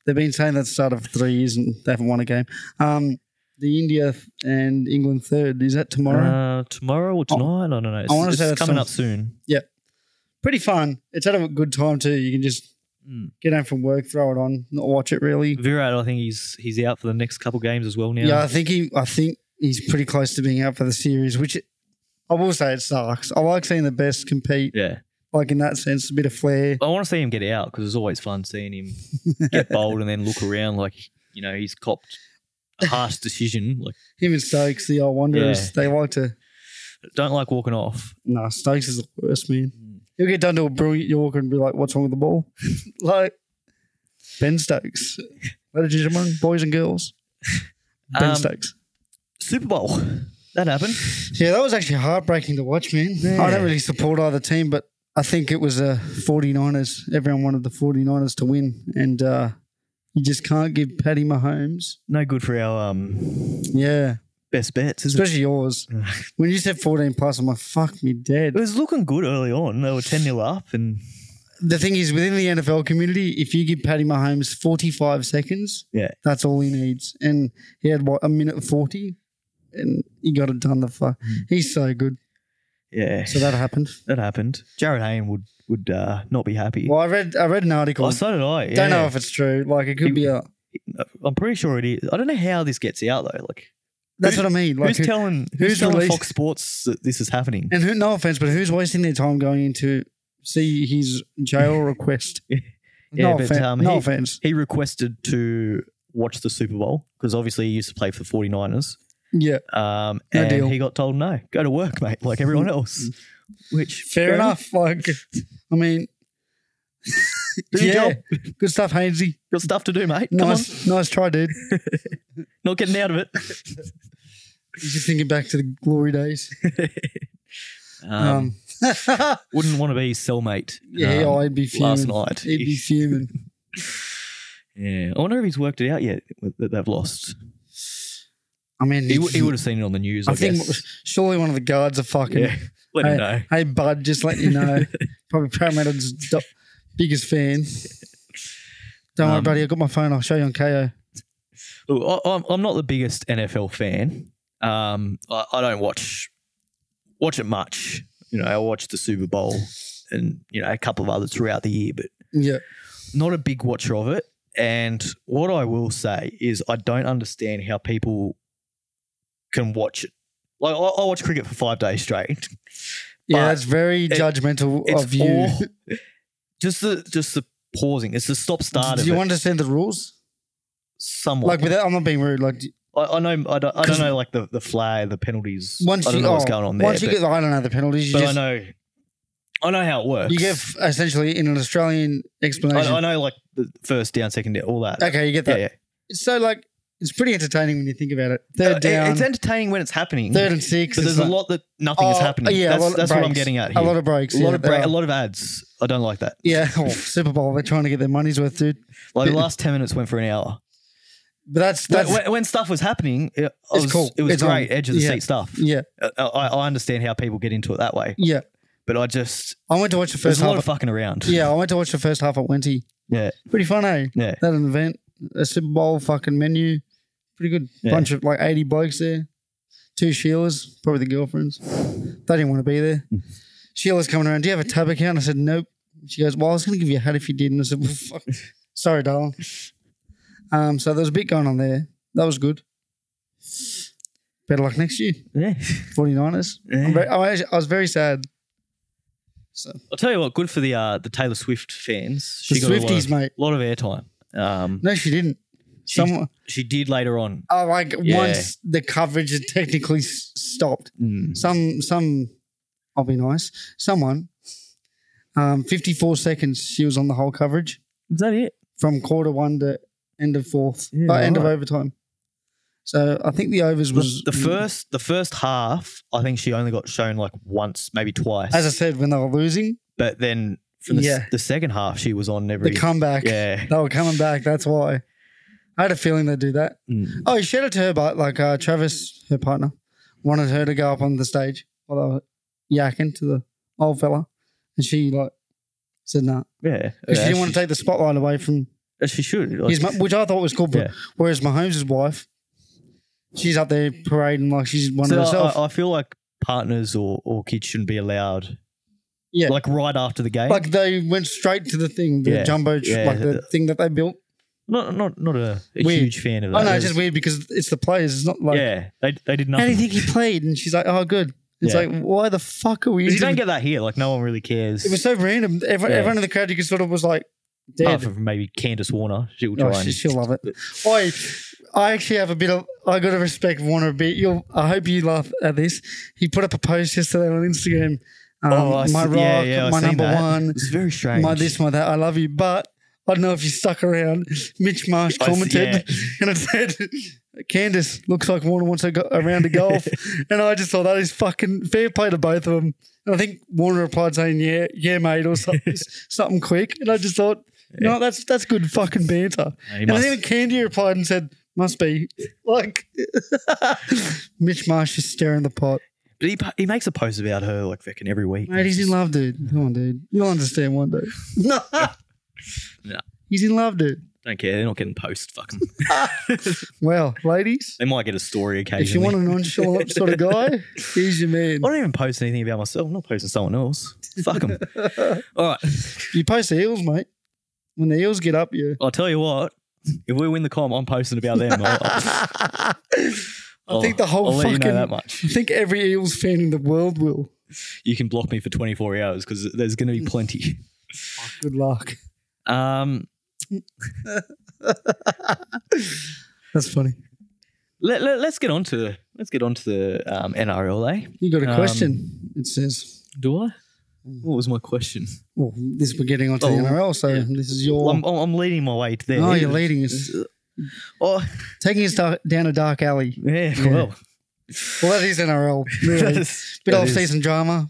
[SPEAKER 2] they've been saying that start of three years and they haven't won a game. Um, the India and England third is that tomorrow? Oh,
[SPEAKER 1] Uh, tomorrow or tonight? I don't know. It's,
[SPEAKER 2] wanna
[SPEAKER 1] it's
[SPEAKER 2] say that's
[SPEAKER 1] coming
[SPEAKER 2] some-
[SPEAKER 1] up soon.
[SPEAKER 2] Pretty fun. It's at a good time too. You can just
[SPEAKER 1] Mm.
[SPEAKER 2] get home from work, throw it on, not watch it really.
[SPEAKER 1] Virat, I think he's he's out for the next couple games as well now.
[SPEAKER 2] Yeah, I think he. I think he's pretty close to being out for the series, which. I will say it sucks. I like seeing the best compete,
[SPEAKER 1] yeah.
[SPEAKER 2] like in that sense, a bit of flair.
[SPEAKER 1] I want to see him get out because it's always fun seeing him get bowled and then look around like you know he's copped a harsh decision. Like
[SPEAKER 2] Him and Stokes, the old Wanderers, they like to.
[SPEAKER 1] don't like walking off.
[SPEAKER 2] Nah, Stokes is the worst man. He'll get done to a brilliant Yorker and be like, "What's wrong with the ball?" like Ben Stokes, ladies and gentlemen, boys and girls. Ben
[SPEAKER 1] Um,
[SPEAKER 2] Stokes.
[SPEAKER 1] Super Bowl that happened.
[SPEAKER 2] Yeah, that was actually heartbreaking to watch, man. I
[SPEAKER 1] Yeah.
[SPEAKER 2] don't really support either team, but I think it was a 49ers. Everyone wanted the 49ers to win, and uh, you just can't give Patty Mahomes.
[SPEAKER 1] No good for our um,
[SPEAKER 2] Yeah,
[SPEAKER 1] best bets. Is it?
[SPEAKER 2] especially yours. When you said 14 plus, I'm like, "Fuck me dead."
[SPEAKER 1] it was looking good early on. They were ten 0 up and
[SPEAKER 2] the thing is, within the NFL community, if you give Patty Mahomes 45 seconds,
[SPEAKER 1] Yeah.
[SPEAKER 2] that's all he needs. And he had what a minute 40, and he got it done. The
[SPEAKER 1] Mm.
[SPEAKER 2] fuck, he's so good.
[SPEAKER 1] yeah,
[SPEAKER 2] So that happened.
[SPEAKER 1] that happened. Jared Hayne would would uh, not be happy.
[SPEAKER 2] Well, I read I read an article.
[SPEAKER 1] Oh, so did I.
[SPEAKER 2] Don't know
[SPEAKER 1] yeah.
[SPEAKER 2] if it's true. Like it could be a.
[SPEAKER 1] I'm pretty sure it is. I don't know how this gets out though. Like
[SPEAKER 2] That's what I mean. Like,
[SPEAKER 1] who's telling who's,
[SPEAKER 2] who's
[SPEAKER 1] telling
[SPEAKER 2] released-
[SPEAKER 1] Fox Sports that this is happening?
[SPEAKER 2] and who? No offense, but who's wasting their time going into see his jail request?
[SPEAKER 1] Yeah,
[SPEAKER 2] no
[SPEAKER 1] but,
[SPEAKER 2] offense.
[SPEAKER 1] um,
[SPEAKER 2] no
[SPEAKER 1] he-
[SPEAKER 2] offense.
[SPEAKER 1] he requested to watch the Super Bowl because obviously he used to play for the 49ers.
[SPEAKER 2] Yeah,
[SPEAKER 1] Um,
[SPEAKER 2] No
[SPEAKER 1] and
[SPEAKER 2] deal. Mm.
[SPEAKER 1] he got told, no, go to work, mate, like everyone else. Which,
[SPEAKER 2] fair enough. Like, I mean,
[SPEAKER 1] Do your
[SPEAKER 2] yeah,
[SPEAKER 1] job.
[SPEAKER 2] good stuff, Hainsey.
[SPEAKER 1] Got stuff to do, mate. Come on.
[SPEAKER 2] Nice, nice try, dude.
[SPEAKER 1] Not getting out of it.
[SPEAKER 2] He's just thinking back to the glory days.
[SPEAKER 1] Um,
[SPEAKER 2] Um, yeah,
[SPEAKER 1] wouldn't want to be his cellmate. um,
[SPEAKER 2] I'd be fuming.
[SPEAKER 1] last night.
[SPEAKER 2] He'd be fuming.
[SPEAKER 1] yeah. I wonder if he's worked it out yet that they've lost.
[SPEAKER 2] I mean,
[SPEAKER 1] He, w- he would have seen it on the news, I,
[SPEAKER 2] I think
[SPEAKER 1] guess.
[SPEAKER 2] surely one of the guards are fucking.
[SPEAKER 1] yeah. Let him know.
[SPEAKER 2] Hey, bud, just let you know. Probably Parramatta's do- biggest fan. Don't worry,
[SPEAKER 1] Um,
[SPEAKER 2] buddy. I got my phone. I'll show you on KO.
[SPEAKER 1] Look, I, I'm, I'm not the biggest NFL fan. Um, I, I don't watch watch it much. You know, I watch the Super Bowl and you know a couple of others throughout the year, but
[SPEAKER 2] Yeah,
[SPEAKER 1] not a big watcher of it. And what I will say is, I don't understand how people can watch it. Like I, I watch cricket for five days straight.
[SPEAKER 2] Yeah,
[SPEAKER 1] But
[SPEAKER 2] it's very judgmental
[SPEAKER 1] It's
[SPEAKER 2] of you.
[SPEAKER 1] all just the just the pausing. It's the stop start.
[SPEAKER 2] Do
[SPEAKER 1] of
[SPEAKER 2] you
[SPEAKER 1] it.
[SPEAKER 2] understand the rules?
[SPEAKER 1] somewhat?
[SPEAKER 2] Like without, I'm not being rude. Like
[SPEAKER 1] I, I know I don't, I
[SPEAKER 2] 'Cause-
[SPEAKER 1] don't know like the the flag, the penalties.
[SPEAKER 2] once
[SPEAKER 1] I don't
[SPEAKER 2] you
[SPEAKER 1] know what's
[SPEAKER 2] oh,
[SPEAKER 1] going on there.
[SPEAKER 2] Once you
[SPEAKER 1] but
[SPEAKER 2] get, I don't know the penalties. You
[SPEAKER 1] but
[SPEAKER 2] just
[SPEAKER 1] I know I know how it works.
[SPEAKER 2] you get essentially in an Australian explanation.
[SPEAKER 1] I, I know like the first down, second down, all that.
[SPEAKER 2] okay, you get
[SPEAKER 1] Yeah,
[SPEAKER 2] that.
[SPEAKER 1] yeah.
[SPEAKER 2] So like, it's pretty entertaining when you think about it.
[SPEAKER 1] Uh,
[SPEAKER 2] Third
[SPEAKER 1] it-
[SPEAKER 2] down,
[SPEAKER 1] It's entertaining when it's happening.
[SPEAKER 2] third and six.
[SPEAKER 1] but
[SPEAKER 2] it's
[SPEAKER 1] there's a
[SPEAKER 2] like-
[SPEAKER 1] lot that nothing is
[SPEAKER 2] Oh,
[SPEAKER 1] happening.
[SPEAKER 2] yeah, a
[SPEAKER 1] that's
[SPEAKER 2] lot of
[SPEAKER 1] that's what I'm
[SPEAKER 2] breaks.
[SPEAKER 1] getting at here.
[SPEAKER 2] a lot of breaks.
[SPEAKER 1] a lot of
[SPEAKER 2] yeah,
[SPEAKER 1] bra-
[SPEAKER 2] Uh, there
[SPEAKER 1] a
[SPEAKER 2] are.
[SPEAKER 1] lot of ads. I don't like that.
[SPEAKER 2] Yeah, oh, Super Bowl. They're trying to get their money's worth, dude.
[SPEAKER 1] Like the last ten minutes went for an hour.
[SPEAKER 2] But that's
[SPEAKER 1] When,
[SPEAKER 2] that's
[SPEAKER 1] when- when stuff was happening, it, I
[SPEAKER 2] It's
[SPEAKER 1] was,
[SPEAKER 2] cool.
[SPEAKER 1] It was
[SPEAKER 2] It's
[SPEAKER 1] great,
[SPEAKER 2] on.
[SPEAKER 1] edge of the
[SPEAKER 2] Yeah.
[SPEAKER 1] seat stuff.
[SPEAKER 2] yeah,
[SPEAKER 1] I, I I understand how people get into it that way,
[SPEAKER 2] yeah.
[SPEAKER 1] but I just
[SPEAKER 2] I went to watch the
[SPEAKER 1] there's
[SPEAKER 2] first
[SPEAKER 1] a lot
[SPEAKER 2] half.
[SPEAKER 1] of fucking around.
[SPEAKER 2] yeah, I went to watch the first half at Wenty.
[SPEAKER 1] yeah,
[SPEAKER 2] Pretty fun, eh?
[SPEAKER 1] yeah.
[SPEAKER 2] They had an event, a Super Bowl fucking menu. Pretty good
[SPEAKER 1] Yeah.
[SPEAKER 2] bunch of like 80 blokes there. Two Sheilas, probably the girlfriends. They didn't want to be there.
[SPEAKER 1] Hmm.
[SPEAKER 2] Sheila's coming around. Do you have a tab account? I said, nope. She goes, well, I was going to give you a hat if you didn't. I said, well, fuck. Sorry, darling. Um, so there was a bit going on there. That was good. Better luck next year,
[SPEAKER 1] yeah.
[SPEAKER 2] 49ers. I'm very, I, was, I was very sad. So,
[SPEAKER 1] I'll tell you what, good for the uh, the Taylor Swift fans.
[SPEAKER 2] the
[SPEAKER 1] She got
[SPEAKER 2] Swifties,
[SPEAKER 1] a lot
[SPEAKER 2] mate.
[SPEAKER 1] of, lot of airtime. Um,
[SPEAKER 2] No, she didn't.
[SPEAKER 1] she,
[SPEAKER 2] Someone,
[SPEAKER 1] she did later on.
[SPEAKER 2] oh, like
[SPEAKER 1] Yeah.
[SPEAKER 2] once the coverage had technically s- stopped,
[SPEAKER 1] Mm.
[SPEAKER 2] some some I'll be nice. Someone um 54 seconds she was on the whole coverage
[SPEAKER 1] Is that it?
[SPEAKER 2] from quarter one to end of fourth.
[SPEAKER 1] Yeah,
[SPEAKER 2] uh, end of
[SPEAKER 1] right.
[SPEAKER 2] overtime. So I think the overs was
[SPEAKER 1] the, the first the first half, I think she only got shown like once, maybe twice.
[SPEAKER 2] as I said when they were losing,
[SPEAKER 1] but then from the, s-
[SPEAKER 2] Yeah.
[SPEAKER 1] the second half, she was on every
[SPEAKER 2] the comeback.
[SPEAKER 1] yeah.
[SPEAKER 2] They were coming back, that's why. I had a feeling they'd do that.
[SPEAKER 1] Mm.
[SPEAKER 2] Oh, shout out to her, but like uh, Travis, her partner, wanted her to go up on the stage while they were yakking to the old fella. And she like said no. Nah.
[SPEAKER 1] Yeah,
[SPEAKER 2] 'Cause she
[SPEAKER 1] Yeah,
[SPEAKER 2] didn't want to take the spotlight away from
[SPEAKER 1] as she should. Like,
[SPEAKER 2] his, mu- which I thought was cool. But
[SPEAKER 1] Yeah.
[SPEAKER 2] whereas Mahomes' wife, she's up there parading like she's one
[SPEAKER 1] so
[SPEAKER 2] of herself.
[SPEAKER 1] I, I feel like partners or, or kids shouldn't be allowed.
[SPEAKER 2] Yeah.
[SPEAKER 1] like right after the game.
[SPEAKER 2] like they went straight to the thing, the
[SPEAKER 1] Yeah,
[SPEAKER 2] jumbo, tr-
[SPEAKER 1] yeah.
[SPEAKER 2] like the thing that they built.
[SPEAKER 1] not not not a, a
[SPEAKER 2] Weird.
[SPEAKER 1] huge fan of that.
[SPEAKER 2] Oh no,
[SPEAKER 1] It
[SPEAKER 2] it's just
[SPEAKER 1] was-
[SPEAKER 2] weird because it's the players. It's not like
[SPEAKER 1] yeah, they they did
[SPEAKER 2] how do
[SPEAKER 1] nothing.
[SPEAKER 2] you think he played? And she's like, oh, good. It's
[SPEAKER 1] Yeah.
[SPEAKER 2] like, why the fuck are we?
[SPEAKER 1] 'Cause you
[SPEAKER 2] into
[SPEAKER 1] don't
[SPEAKER 2] the-
[SPEAKER 1] get that here. Like no one really cares.
[SPEAKER 2] it was so random. Everyone,
[SPEAKER 1] Yeah.
[SPEAKER 2] everyone in the crowd, you could sort of was like,
[SPEAKER 1] apart
[SPEAKER 2] dead.
[SPEAKER 1] from maybe Candace Warner. She'll try
[SPEAKER 2] Oh,
[SPEAKER 1] and
[SPEAKER 2] she, she'll love it. Oi, I actually have a bit of. I got to respect Warner a bit. You'll. I hope you laugh at this. He put up a post yesterday on Instagram. Um,
[SPEAKER 1] Oh, I
[SPEAKER 2] my
[SPEAKER 1] see-
[SPEAKER 2] rock,
[SPEAKER 1] yeah, yeah, I've
[SPEAKER 2] my
[SPEAKER 1] seen
[SPEAKER 2] number
[SPEAKER 1] that.
[SPEAKER 2] one,
[SPEAKER 1] It's very strange.
[SPEAKER 2] my this, my that. I love you, but I don't know if you stuck around. Mitch Marsh
[SPEAKER 1] I see-
[SPEAKER 2] commented
[SPEAKER 1] yeah.
[SPEAKER 2] and it said, "Candace looks like Warner wants a, go- a round of golf," and I just thought that is fucking fair play to both of them. And I think Warner replied saying, "Yeah, yeah, mate," or something, something quick. And I just thought, you know, that's that's good fucking banter.
[SPEAKER 1] He
[SPEAKER 2] And I
[SPEAKER 1] must-
[SPEAKER 2] think Candy replied and said, must be. Like, Mitch Marsh is stirring the pot.
[SPEAKER 1] but he, he makes a post about her like fucking every week.
[SPEAKER 2] Mate, he's in love, dude. Come on, dude. You'll understand one day. no.
[SPEAKER 1] No.
[SPEAKER 2] He's in love, dude.
[SPEAKER 1] Don't care. They're not getting post. Fucking.
[SPEAKER 2] Well, ladies,
[SPEAKER 1] they might get a story occasionally.
[SPEAKER 2] if you want a nonchalant sort of guy, he's your man.
[SPEAKER 1] I don't even post anything about myself. I'm not posting someone else. Fuck them. All right.
[SPEAKER 2] You post the eels, mate. When the eels get up, you.
[SPEAKER 1] I'll tell you what. If we win the com, I'm posting about them. I'll,
[SPEAKER 2] I
[SPEAKER 1] I'll-
[SPEAKER 2] think the whole
[SPEAKER 1] I'll let you know
[SPEAKER 2] fucking-
[SPEAKER 1] that much.
[SPEAKER 2] think every eels fan in the world will.
[SPEAKER 1] You can block me for 24 hours because there's going to be plenty.
[SPEAKER 2] Good luck.
[SPEAKER 1] Um,
[SPEAKER 2] That's funny.
[SPEAKER 1] let, let, us get on to the let's get on to the um, NRL. Eh?
[SPEAKER 2] You got a
[SPEAKER 1] Um,
[SPEAKER 2] question? It says.
[SPEAKER 1] Do I? What was my question?
[SPEAKER 2] Well, this we're getting onto
[SPEAKER 1] Oh,
[SPEAKER 2] the NRL, so
[SPEAKER 1] yeah.
[SPEAKER 2] this is your.
[SPEAKER 1] Well, I'm, I'm leading my way to there.
[SPEAKER 2] oh, you're leading us,
[SPEAKER 1] Oh,
[SPEAKER 2] taking us da- down a dark alley.
[SPEAKER 1] yeah.
[SPEAKER 2] Yeah.
[SPEAKER 1] Well,
[SPEAKER 2] Well, that is NRL, really.
[SPEAKER 1] that's-
[SPEAKER 2] Bit
[SPEAKER 1] that
[SPEAKER 2] off
[SPEAKER 1] is-
[SPEAKER 2] season drama,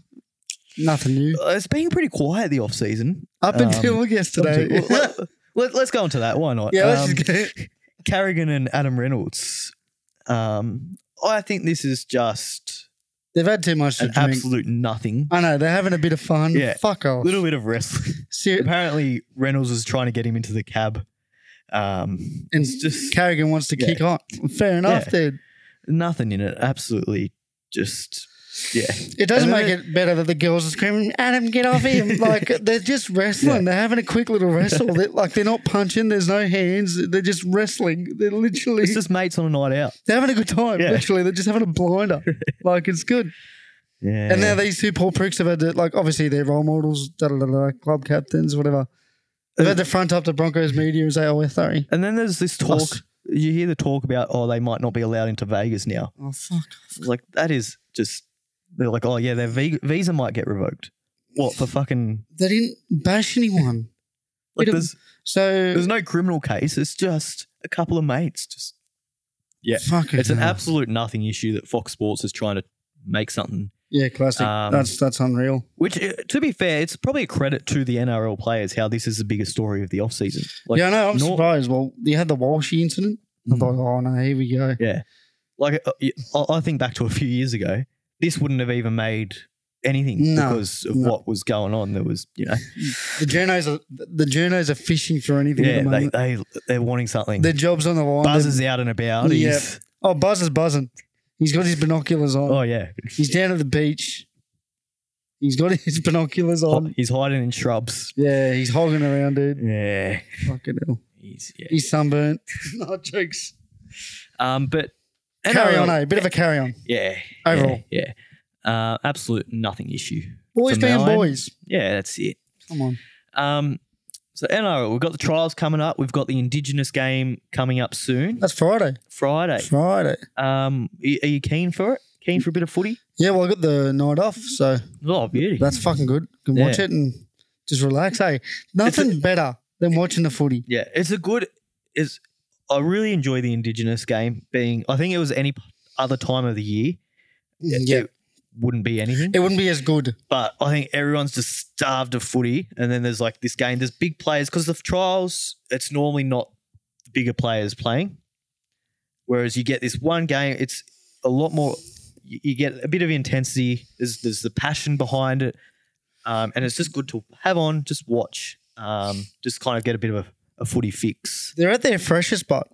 [SPEAKER 2] nothing new.
[SPEAKER 1] Uh, It's been pretty quiet the off season.
[SPEAKER 2] Up
[SPEAKER 1] Um,
[SPEAKER 2] until yesterday.
[SPEAKER 1] Well, Let, us go on to that. Why not?
[SPEAKER 2] yeah, let's
[SPEAKER 1] Um,
[SPEAKER 2] just get
[SPEAKER 1] Carrigan and Adam Reynolds. Um, I think this is just
[SPEAKER 2] They've had too much to
[SPEAKER 1] an
[SPEAKER 2] drink.
[SPEAKER 1] absolute nothing.
[SPEAKER 2] I know they're having a bit of fun.
[SPEAKER 1] Yeah.
[SPEAKER 2] Fuck off.
[SPEAKER 1] little bit of wrestling.
[SPEAKER 2] Ser-
[SPEAKER 1] Apparently, Reynolds was trying to get him into the cab. Um,
[SPEAKER 2] and
[SPEAKER 1] it's just
[SPEAKER 2] Carrigan wants to
[SPEAKER 1] Yeah.
[SPEAKER 2] kick on. Fair enough,
[SPEAKER 1] Yeah.
[SPEAKER 2] dude.
[SPEAKER 1] nothing in it. Absolutely, just Yeah.
[SPEAKER 2] It doesn't
[SPEAKER 1] And then
[SPEAKER 2] make it better that the girls are screaming, Adam, get off him. Like, they're just wrestling. They're having a quick little wrestle. They're, like, they're not punching. There's no hands. They're just wrestling. They're literally,
[SPEAKER 1] It's just mates on a night out.
[SPEAKER 2] they're having a good time.
[SPEAKER 1] Yeah.
[SPEAKER 2] Literally, they're just having a blinder. like, it's good.
[SPEAKER 1] Yeah.
[SPEAKER 2] And now these two poor pricks have had to, like, obviously they're role models, da da da, da club captains, whatever. They've had to front up to Broncos media and say, oh, we're sorry.
[SPEAKER 1] And then there's this talk.
[SPEAKER 2] Us.
[SPEAKER 1] You hear the talk about, oh, they might not be allowed into Vegas now.
[SPEAKER 2] Oh, fuck.
[SPEAKER 1] It's Like, that is just, they're like, oh, yeah, their vi- visa might get revoked. What, for fucking,
[SPEAKER 2] They didn't bash anyone.
[SPEAKER 1] like,
[SPEAKER 2] It'll-
[SPEAKER 1] there's,
[SPEAKER 2] So,
[SPEAKER 1] there's no criminal case. It's just a couple of mates. Just yeah.
[SPEAKER 2] fuck
[SPEAKER 1] It's an
[SPEAKER 2] hell.
[SPEAKER 1] absolute nothing issue that Fox Sports is trying to make something.
[SPEAKER 2] Yeah, classic.
[SPEAKER 1] Um,
[SPEAKER 2] that's that's unreal.
[SPEAKER 1] Which, uh, to be fair, it's probably a credit to the NRL players how this is the biggest story of the offseason. Like,
[SPEAKER 2] yeah, I know. I'm
[SPEAKER 1] nor-
[SPEAKER 2] surprised. Well, you had the Walshy incident. I
[SPEAKER 1] Mm.
[SPEAKER 2] thought, oh no, here we go.
[SPEAKER 1] Yeah. Like, uh, y- I- I think back to a few years ago, this wouldn't have even made anything
[SPEAKER 2] No,
[SPEAKER 1] because of
[SPEAKER 2] no.
[SPEAKER 1] what was going on. There was, you know,
[SPEAKER 2] The journos are the journos are fishing for anything at
[SPEAKER 1] yeah,
[SPEAKER 2] the
[SPEAKER 1] they,
[SPEAKER 2] moment.
[SPEAKER 1] they, they're wanting something.
[SPEAKER 2] Their job's on the line.
[SPEAKER 1] Buzz is out and about.
[SPEAKER 2] Yeah.
[SPEAKER 1] He's,
[SPEAKER 2] They're- oh, Buzz is buzzing. He's got his binoculars on.
[SPEAKER 1] oh, yeah.
[SPEAKER 2] He's down at the beach. He's got his binoculars
[SPEAKER 1] Ho-
[SPEAKER 2] on.
[SPEAKER 1] He's hiding in shrubs.
[SPEAKER 2] Yeah, he's hogging around, dude.
[SPEAKER 1] Yeah.
[SPEAKER 2] Fucking hell.
[SPEAKER 1] He's, yeah.
[SPEAKER 2] He's sunburnt. no jokes.
[SPEAKER 1] Um, but
[SPEAKER 2] Carry
[SPEAKER 1] NRL
[SPEAKER 2] on, eh? Bit of a carry on.
[SPEAKER 1] Yeah.
[SPEAKER 2] Overall.
[SPEAKER 1] Yeah. yeah. Uh, absolute nothing issue.
[SPEAKER 2] Boys
[SPEAKER 1] For
[SPEAKER 2] being
[SPEAKER 1] Melbourne.
[SPEAKER 2] boys.
[SPEAKER 1] Yeah, that's it.
[SPEAKER 2] Come on.
[SPEAKER 1] Um, so NRL, we've got the trials coming up. We've got the Indigenous game coming up soon,
[SPEAKER 2] That's Friday.
[SPEAKER 1] Friday.
[SPEAKER 2] Friday.
[SPEAKER 1] Um, y- are you keen for it? Keen for a bit of footy?
[SPEAKER 2] Yeah, well, I got the night off, so
[SPEAKER 1] Oh, beauty.
[SPEAKER 2] That's fucking good. You can watch
[SPEAKER 1] Yeah.
[SPEAKER 2] it and just relax. Hey, nothing better than watching the footy.
[SPEAKER 1] Yeah, it's a good. Is I really enjoy the Indigenous game being. I think it was any p- other time of the year.
[SPEAKER 2] Yeah.
[SPEAKER 1] it wouldn't be anything.
[SPEAKER 2] It wouldn't be as good.
[SPEAKER 1] but I think everyone's just starved of footy. And then there's like this game, there's big players because the trials, it's normally not the bigger players playing. Whereas you get this one game, it's a lot more, you you get a bit of intensity, there's, there's the passion behind it. Um, and it's just good to have on, just watch, um, just kind of get a bit of a, a footy fix.
[SPEAKER 2] They're at their freshest spot.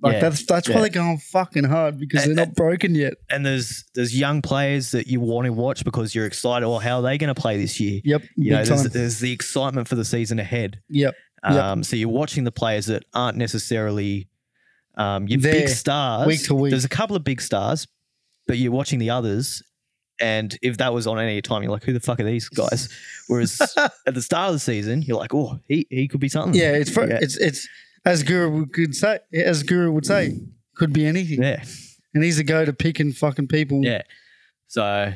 [SPEAKER 2] Like
[SPEAKER 1] Yeah.
[SPEAKER 2] that's that's why
[SPEAKER 1] Yeah.
[SPEAKER 2] they're going fucking hard because they're not broken yet.
[SPEAKER 1] And there's there's young players that you want to watch because you're excited. Or how are they going to play this year?
[SPEAKER 2] Yep.
[SPEAKER 1] You
[SPEAKER 2] big
[SPEAKER 1] know, there's,
[SPEAKER 2] time.
[SPEAKER 1] there's the excitement for the season ahead.
[SPEAKER 2] Yep. Yep.
[SPEAKER 1] Um, So you're watching the players that aren't necessarily um, your
[SPEAKER 2] There,
[SPEAKER 1] big stars.
[SPEAKER 2] week to week.
[SPEAKER 1] There's a couple of big stars, but you're watching the others. And if that was on any time, you're like, who the fuck are these guys? Whereas at the start of the season, you're like, oh, he, he could be something.
[SPEAKER 2] Yeah, it's fr-
[SPEAKER 1] Yeah.
[SPEAKER 2] it's it's as Guru would say as Guru would say, could be anything.
[SPEAKER 1] Yeah.
[SPEAKER 2] And he's a go to picking fucking people.
[SPEAKER 1] Yeah. So, and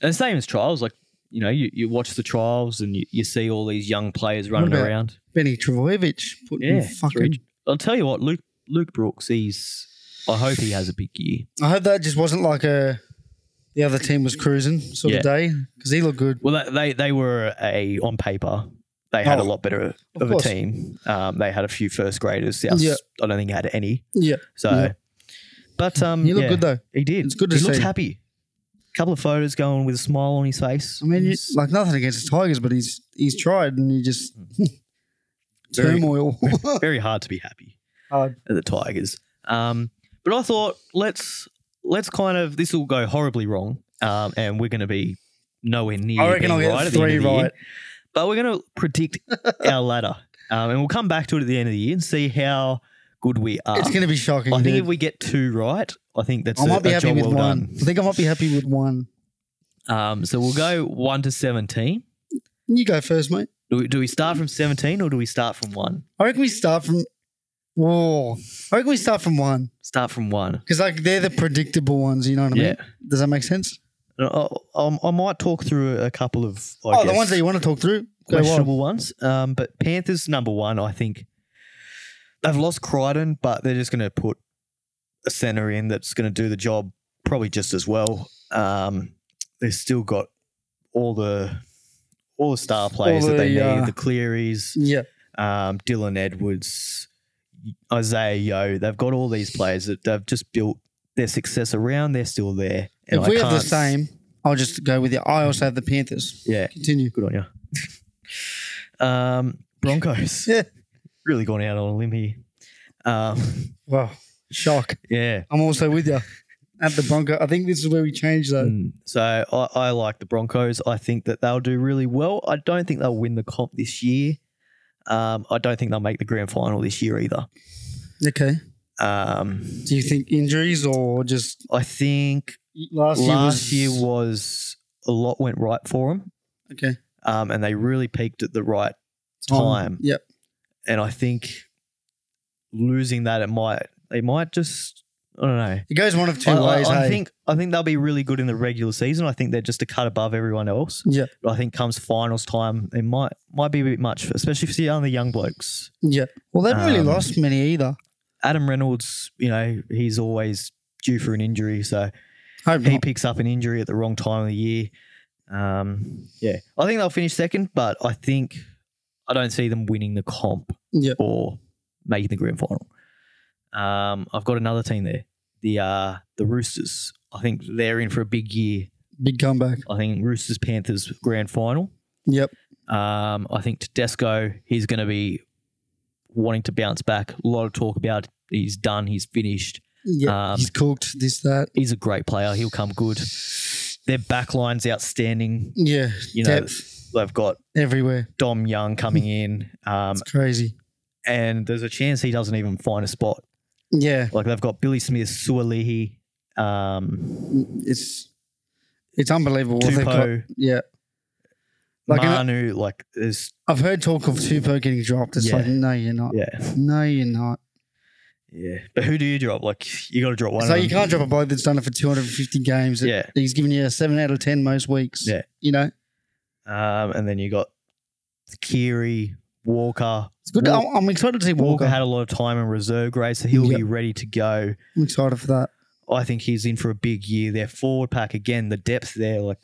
[SPEAKER 1] the same as trials. Like, you know, you, you watch the trials and you, you see all these young players running
[SPEAKER 2] about-
[SPEAKER 1] around.
[SPEAKER 2] Benny Travojevic putting
[SPEAKER 1] Yeah.
[SPEAKER 2] fucking
[SPEAKER 1] three- I'll tell you what, Luke, Luke Brooks, he's, I hope he has a big year.
[SPEAKER 2] I hope that just wasn't like a the other team was cruising sort of day because he looked good.
[SPEAKER 1] Well, that- they they were a on paper. They had
[SPEAKER 2] Oh,
[SPEAKER 1] a lot better
[SPEAKER 2] of
[SPEAKER 1] of,
[SPEAKER 2] course.
[SPEAKER 1] a team. Um, they had a few first graders. South,
[SPEAKER 2] Yeah.
[SPEAKER 1] I don't think had any.
[SPEAKER 2] Yeah,
[SPEAKER 1] So,
[SPEAKER 2] Yeah.
[SPEAKER 1] but um,
[SPEAKER 2] he looked
[SPEAKER 1] yeah,
[SPEAKER 2] good though.
[SPEAKER 1] He did.
[SPEAKER 2] It's good to
[SPEAKER 1] he looked
[SPEAKER 2] see.
[SPEAKER 1] happy. couple of photos going with a smile on his face.
[SPEAKER 2] I mean, you,
[SPEAKER 1] He's
[SPEAKER 2] like nothing against the Tigers, but he's he's tried and he just
[SPEAKER 1] Very-
[SPEAKER 2] turmoil.
[SPEAKER 1] very hard to be happy
[SPEAKER 2] Hard.
[SPEAKER 1] at the Tigers. Um, but I thought let's let's kind of this will go horribly wrong, um, and we're going to be nowhere near.
[SPEAKER 2] I reckon I'll
[SPEAKER 1] being
[SPEAKER 2] get
[SPEAKER 1] right at the end
[SPEAKER 2] three
[SPEAKER 1] of the year.
[SPEAKER 2] right.
[SPEAKER 1] but we're going to predict our ladder, um, and we'll come back to it at the end of the year and see how good we are.
[SPEAKER 2] It's going to be shocking.
[SPEAKER 1] Ah. I think
[SPEAKER 2] dude.
[SPEAKER 1] if we get two right, I think that's
[SPEAKER 2] I
[SPEAKER 1] a,
[SPEAKER 2] might be
[SPEAKER 1] a
[SPEAKER 2] happy
[SPEAKER 1] job
[SPEAKER 2] with
[SPEAKER 1] well
[SPEAKER 2] one.
[SPEAKER 1] done.
[SPEAKER 2] I think I might be happy with one.
[SPEAKER 1] Um, so we'll go one to seventeen.
[SPEAKER 2] You go first, mate.
[SPEAKER 1] Do we, do we start from seventeen or do we start from one?
[SPEAKER 2] I reckon we start from. Whoa! I reckon we start from one
[SPEAKER 1] Start from one.
[SPEAKER 2] because like they're the predictable ones. You know what I mean?
[SPEAKER 1] Yeah,
[SPEAKER 2] Does that make sense?
[SPEAKER 1] And I, I, I might talk through a couple of I
[SPEAKER 2] oh, the
[SPEAKER 1] guess,
[SPEAKER 2] ones that you want to talk through. Go on.
[SPEAKER 1] questionable ones. Um, but Panthers number one, I think they've lost Crichton, but they're just going to put a centre in that's going to do the job probably just as well. Um, they've still got all the all the star players that they need:
[SPEAKER 2] the, uh,
[SPEAKER 1] the Clearys,
[SPEAKER 2] Yeah,
[SPEAKER 1] um, Dylan Edwards, Isaiah Yo. They've got all these players that they've just built their success around. They're still there.
[SPEAKER 2] if we have the
[SPEAKER 1] can't-
[SPEAKER 2] same, I'll just go with you. I also have the Panthers.
[SPEAKER 1] yeah,
[SPEAKER 2] Continue.
[SPEAKER 1] Good on you. um, Broncos.
[SPEAKER 2] Yeah.
[SPEAKER 1] Really gone out on a limb here. Um,
[SPEAKER 2] Wow, shock.
[SPEAKER 1] yeah.
[SPEAKER 2] I'm also with you. at the Bronco. I think this is where we change though.
[SPEAKER 1] Mm. So I, I like the Broncos. I think that they'll do really well. I don't think they'll win the comp this year. Um, I don't think they'll make the grand final this year either.
[SPEAKER 2] Okay.
[SPEAKER 1] Um,
[SPEAKER 2] Do you think injuries or just
[SPEAKER 1] I think
[SPEAKER 2] last, year?
[SPEAKER 1] last
[SPEAKER 2] Was,
[SPEAKER 1] year was a lot went right for them,
[SPEAKER 2] okay
[SPEAKER 1] um, and they really peaked at the right Time.
[SPEAKER 2] Yep.
[SPEAKER 1] and I think losing that it might they might just I don't know.
[SPEAKER 2] It goes one of two
[SPEAKER 1] I, I-
[SPEAKER 2] ways.
[SPEAKER 1] I
[SPEAKER 2] hey?
[SPEAKER 1] think I think they'll be really good in the regular season. I think they're just a cut above everyone else.
[SPEAKER 2] Yeah.
[SPEAKER 1] But I think comes finals time, it might might be a bit much, especially for the other young blokes.
[SPEAKER 2] Yeah. Well, they've really
[SPEAKER 1] Um,
[SPEAKER 2] lost many either.
[SPEAKER 1] Adam Reynolds, you know, he's always due for an injury, so
[SPEAKER 2] Hope
[SPEAKER 1] he
[SPEAKER 2] not.
[SPEAKER 1] picks up an injury at the wrong time of the year. Um, yeah, I think they'll finish second, but I think I don't see them winning the comp
[SPEAKER 2] Yeah.
[SPEAKER 1] or making the grand final. Um, I've got another team there, the uh, the Roosters. I think they're in for a big year.
[SPEAKER 2] Big comeback.
[SPEAKER 1] I think Roosters Panthers grand final.
[SPEAKER 2] Yep.
[SPEAKER 1] Um, I think Tedesco he's going to be wanting to bounce back. A lot of talk about he's done, he's finished.
[SPEAKER 2] Yeah.
[SPEAKER 1] Um,
[SPEAKER 2] He's cooked this that.
[SPEAKER 1] He's a great player. He'll come good. Their back line's outstanding.
[SPEAKER 2] Yeah.
[SPEAKER 1] You know,
[SPEAKER 2] depth
[SPEAKER 1] they've got
[SPEAKER 2] everywhere.
[SPEAKER 1] Dom Young coming in, um,
[SPEAKER 2] It's crazy.
[SPEAKER 1] and there's a chance he doesn't even find a spot.
[SPEAKER 2] Yeah.
[SPEAKER 1] Like they've got Billy Smith, Suolihi, um,
[SPEAKER 2] It's it's unbelievable what they've got.
[SPEAKER 1] Tupou,
[SPEAKER 2] Yeah. Like, and I-
[SPEAKER 1] Manu. Like there's
[SPEAKER 2] I've heard talk of Tupou getting dropped. It's
[SPEAKER 1] Yeah.
[SPEAKER 2] like, no, you're not.
[SPEAKER 1] yeah,
[SPEAKER 2] No, you're not.
[SPEAKER 1] yeah. But who do you drop? Like you got to drop one.
[SPEAKER 2] so
[SPEAKER 1] of
[SPEAKER 2] you
[SPEAKER 1] them.
[SPEAKER 2] can't drop a bloke that's done it for 250 games.
[SPEAKER 1] Yeah.
[SPEAKER 2] He's giving you a seven out of ten most weeks.
[SPEAKER 1] Yeah.
[SPEAKER 2] You know,
[SPEAKER 1] Um, and then you got Keary, Walker.
[SPEAKER 2] it's good. To,
[SPEAKER 1] Walker,
[SPEAKER 2] I'm I'm excited to see
[SPEAKER 1] Walker
[SPEAKER 2] Walker.
[SPEAKER 1] had a lot of time in reserve grade, so he'll be
[SPEAKER 2] Yep.
[SPEAKER 1] ready to go.
[SPEAKER 2] I'm excited for that.
[SPEAKER 1] I think he's in for a big year. Their forward pack again, the depth there, like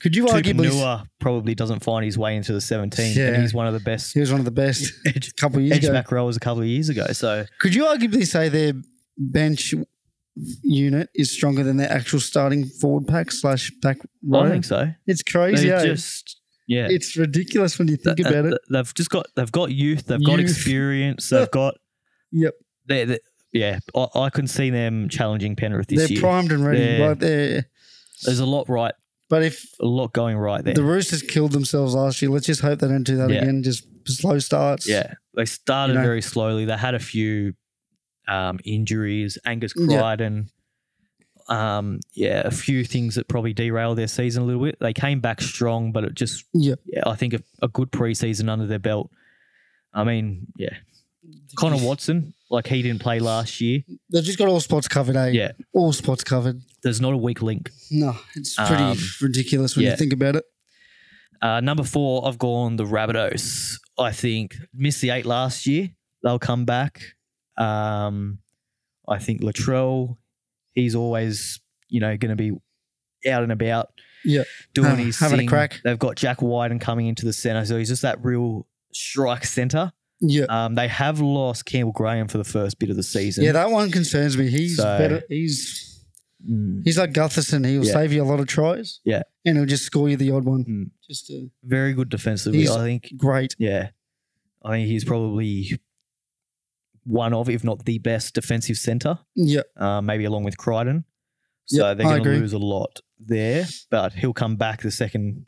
[SPEAKER 2] Could you arguably?
[SPEAKER 1] Tupanua probably doesn't find his way into the 17,
[SPEAKER 2] Yeah.
[SPEAKER 1] and he's one of the best
[SPEAKER 2] He was one of the best
[SPEAKER 1] edge,
[SPEAKER 2] a couple of years
[SPEAKER 1] edge
[SPEAKER 2] ago.
[SPEAKER 1] back rowers a couple of years ago. So
[SPEAKER 2] Could you arguably say their bench unit is stronger than their actual starting forward pack slash back
[SPEAKER 1] I
[SPEAKER 2] row?
[SPEAKER 1] think so.
[SPEAKER 2] It's
[SPEAKER 1] They
[SPEAKER 2] crazy. eh?
[SPEAKER 1] just yeah.
[SPEAKER 2] It's ridiculous when you think
[SPEAKER 1] Th-
[SPEAKER 2] about
[SPEAKER 1] th-
[SPEAKER 2] it.
[SPEAKER 1] They've just got they've got youth, they've got
[SPEAKER 2] Youth.
[SPEAKER 1] experience, they've got
[SPEAKER 2] Yep.
[SPEAKER 1] they they- yeah. I, I can see them challenging Penrith this
[SPEAKER 2] They're
[SPEAKER 1] year.
[SPEAKER 2] primed and ready
[SPEAKER 1] They're-
[SPEAKER 2] right there.
[SPEAKER 1] There's a lot right,
[SPEAKER 2] But if
[SPEAKER 1] a lot going right there.
[SPEAKER 2] the Roosters killed themselves last year, let's just hope they don't do that
[SPEAKER 1] Yeah.
[SPEAKER 2] again. Just slow starts.
[SPEAKER 1] yeah, they started
[SPEAKER 2] You know.
[SPEAKER 1] very slowly. They had a few um, injuries. Angus
[SPEAKER 2] Yeah.
[SPEAKER 1] Crichton, um, yeah, a few things that probably derailed their season a little bit. They came back strong, but it just
[SPEAKER 2] Yeah.
[SPEAKER 1] yeah, I think a, a good preseason under their belt. I mean, yeah, Connor Watson, like he didn't play last year.
[SPEAKER 2] They've just got all spots covered, eh?
[SPEAKER 1] Yeah,
[SPEAKER 2] All spots covered.
[SPEAKER 1] there's not a weak link.
[SPEAKER 2] No, it's pretty
[SPEAKER 1] Um,
[SPEAKER 2] ridiculous when
[SPEAKER 1] yeah.
[SPEAKER 2] you think about it.
[SPEAKER 1] Uh, number four, I've gone the Rabbitohs. I think missed the eight last year. They'll come back. Um, I think Latrell, he's always you know going to be out and about.
[SPEAKER 2] Yeah.
[SPEAKER 1] doing
[SPEAKER 2] Having-
[SPEAKER 1] his
[SPEAKER 2] having a
[SPEAKER 1] thing.
[SPEAKER 2] crack.
[SPEAKER 1] They've got Jack Wyden coming into the center, so he's just that real strike center.
[SPEAKER 2] Yeah.
[SPEAKER 1] Um, they have lost Campbell Graham for the first bit of the season.
[SPEAKER 2] Yeah, that one concerns me. He's
[SPEAKER 1] So-
[SPEAKER 2] better. He's
[SPEAKER 1] Mm.
[SPEAKER 2] He's like Gutherson. He'll
[SPEAKER 1] Yeah.
[SPEAKER 2] save you a lot of tries.
[SPEAKER 1] Yeah.
[SPEAKER 2] And he'll just score you the odd one.
[SPEAKER 1] Mm.
[SPEAKER 2] Just uh,
[SPEAKER 1] very good defensively.
[SPEAKER 2] He's-
[SPEAKER 1] I think
[SPEAKER 2] great.
[SPEAKER 1] Yeah. I think he's probably one of, if not the best defensive centre,
[SPEAKER 2] Yeah.
[SPEAKER 1] uh, maybe along with Crichton. So
[SPEAKER 2] Yep,
[SPEAKER 1] they're
[SPEAKER 2] I
[SPEAKER 1] going to
[SPEAKER 2] agree.
[SPEAKER 1] lose a lot there, but he'll come back the second,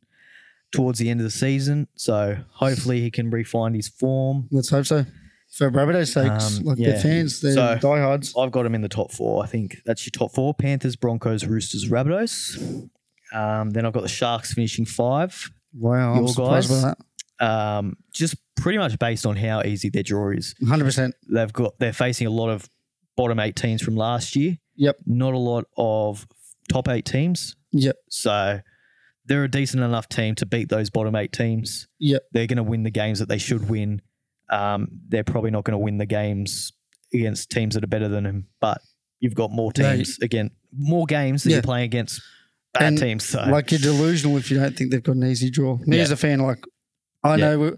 [SPEAKER 1] towards the end of the season. So hopefully he can refind his form.
[SPEAKER 2] Let's hope so. For Rabbitoh's sakes,
[SPEAKER 1] Um,
[SPEAKER 2] like
[SPEAKER 1] yeah.
[SPEAKER 2] their fans, they're
[SPEAKER 1] So-
[SPEAKER 2] diehards.
[SPEAKER 1] I've got him in the top four. I think that's your top four Panthers, Broncos, Roosters, Rabbitohs. Um, then I've got the Sharks finishing five,
[SPEAKER 2] Wow.
[SPEAKER 1] your
[SPEAKER 2] I'm surprised
[SPEAKER 1] guys?
[SPEAKER 2] by that.
[SPEAKER 1] um, just pretty much based on how easy their draw is.
[SPEAKER 2] 100%.
[SPEAKER 1] they've got they're facing a lot of bottom eight teams from last year.
[SPEAKER 2] Yep.
[SPEAKER 1] Not a lot of top eight teams.
[SPEAKER 2] Yep.
[SPEAKER 1] So they're a decent enough team to beat those bottom eight teams.
[SPEAKER 2] Yep.
[SPEAKER 1] They're going to win the games that they should win. Um, they're probably not going to win the games against teams that are better than them, but you've got more
[SPEAKER 2] No, you-
[SPEAKER 1] teams again, more games that
[SPEAKER 2] Yeah.
[SPEAKER 1] you're playing against bad
[SPEAKER 2] And,
[SPEAKER 1] teams. So
[SPEAKER 2] Like you're delusional if you don't think they've got an easy draw. Me
[SPEAKER 1] Yeah.
[SPEAKER 2] as a fan, like, I
[SPEAKER 1] Yeah.
[SPEAKER 2] know we,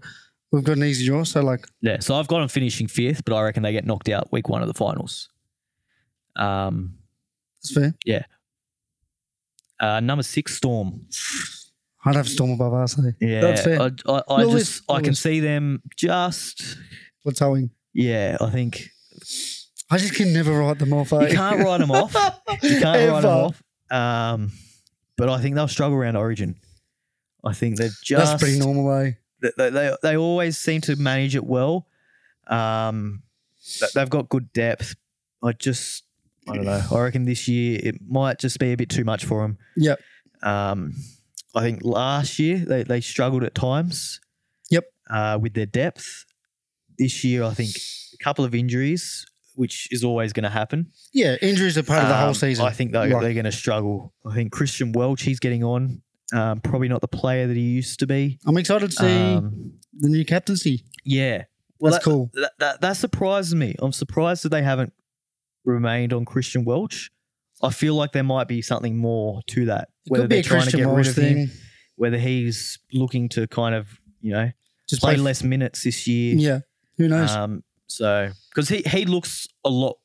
[SPEAKER 2] we've got an easy draw. So, like,
[SPEAKER 1] yeah, so I've got them finishing fifth, but I reckon they get knocked out week one of the finals. Um,
[SPEAKER 2] it's fair.
[SPEAKER 1] uh, number six, Storm.
[SPEAKER 2] I'd have Storm above us. Hey.
[SPEAKER 1] Yeah,
[SPEAKER 2] That's fair.
[SPEAKER 1] I, I, I
[SPEAKER 2] You'll
[SPEAKER 1] just
[SPEAKER 2] list-
[SPEAKER 1] I
[SPEAKER 2] you'll
[SPEAKER 1] can
[SPEAKER 2] list.
[SPEAKER 1] see them just
[SPEAKER 2] What's Owen?
[SPEAKER 1] yeah. I think
[SPEAKER 2] I just can never write them off. Eh?
[SPEAKER 1] You can't write them off. You can't write them
[SPEAKER 2] Ever.
[SPEAKER 1] off. Um, but I think they'll struggle around Origin. I think they're just
[SPEAKER 2] That's pretty normal, eh?
[SPEAKER 1] they, they- they, they always seem to manage it well. Um, th- they've got good depth. I just, I don't know. I reckon this year it might just be a bit too much for them.
[SPEAKER 2] Yep.
[SPEAKER 1] Um, I think last year they, they struggled at times.
[SPEAKER 2] Yep.
[SPEAKER 1] Uh, with their depth. This year, I think a couple of injuries, which is always going to happen.
[SPEAKER 2] Yeah, injuries are part of the
[SPEAKER 1] Um,
[SPEAKER 2] whole season.
[SPEAKER 1] I think they,
[SPEAKER 2] Right.
[SPEAKER 1] they're going to struggle. I think Christian Welch, he's getting on. Um, probably not the player that he used to be.
[SPEAKER 2] I'm excited to see
[SPEAKER 1] Um,
[SPEAKER 2] the new captaincy.
[SPEAKER 1] yeah. Well,
[SPEAKER 2] That's
[SPEAKER 1] that,
[SPEAKER 2] cool.
[SPEAKER 1] that, that that surprises me. I'm surprised that they haven't remained on Christian Welch. I feel like there might be something more to that.
[SPEAKER 2] It could be a Christian
[SPEAKER 1] rid
[SPEAKER 2] Walsh
[SPEAKER 1] of
[SPEAKER 2] thing.
[SPEAKER 1] him, whether he's looking to kind of you know
[SPEAKER 2] Just
[SPEAKER 1] play
[SPEAKER 2] play,
[SPEAKER 1] less minutes this year.
[SPEAKER 2] Yeah, who knows?
[SPEAKER 1] Um, so because he he looks a lot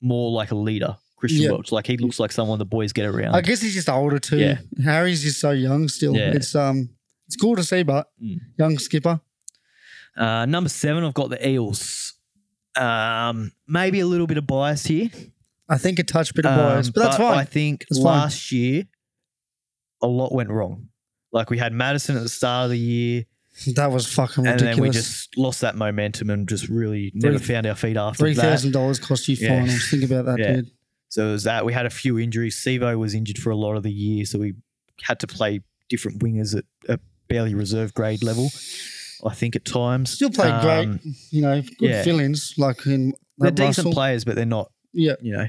[SPEAKER 1] more like a leader, Christian
[SPEAKER 2] Yeah.
[SPEAKER 1] Welch. Like he looks like someone the boys get around.
[SPEAKER 2] I guess he's just older too.
[SPEAKER 1] yeah.
[SPEAKER 2] Harry's just so young still.
[SPEAKER 1] Yeah.
[SPEAKER 2] It's um, it's cool to see, but
[SPEAKER 1] Mm.
[SPEAKER 2] young skipper.
[SPEAKER 1] Uh, number seven, I've got the Eels. Um, maybe a little bit of bias here.
[SPEAKER 2] I think a touch bit of bias,
[SPEAKER 1] Um,
[SPEAKER 2] but that's
[SPEAKER 1] I
[SPEAKER 2] fine.
[SPEAKER 1] think
[SPEAKER 2] That's fine.
[SPEAKER 1] last year, a lot went wrong. Like we had Madison at the start of the year,
[SPEAKER 2] that was fucking
[SPEAKER 1] and
[SPEAKER 2] ridiculous.
[SPEAKER 1] then we just lost that momentum and just really never
[SPEAKER 2] Three-
[SPEAKER 1] found our feet after
[SPEAKER 2] Three
[SPEAKER 1] that.
[SPEAKER 2] thousand dollars cost you
[SPEAKER 1] Yeah.
[SPEAKER 2] finals. Think about that,
[SPEAKER 1] Yeah.
[SPEAKER 2] dude.
[SPEAKER 1] So it was that we had a few injuries. Sevo was injured for a lot of the year, so we had to play different wingers at, at barely reserve grade level. I think at times
[SPEAKER 2] Still played
[SPEAKER 1] Um,
[SPEAKER 2] great, you know, good
[SPEAKER 1] yeah.
[SPEAKER 2] feelings like in
[SPEAKER 1] They're
[SPEAKER 2] like
[SPEAKER 1] decent
[SPEAKER 2] Russell.
[SPEAKER 1] players, but they're not.
[SPEAKER 2] Yeah.
[SPEAKER 1] you know.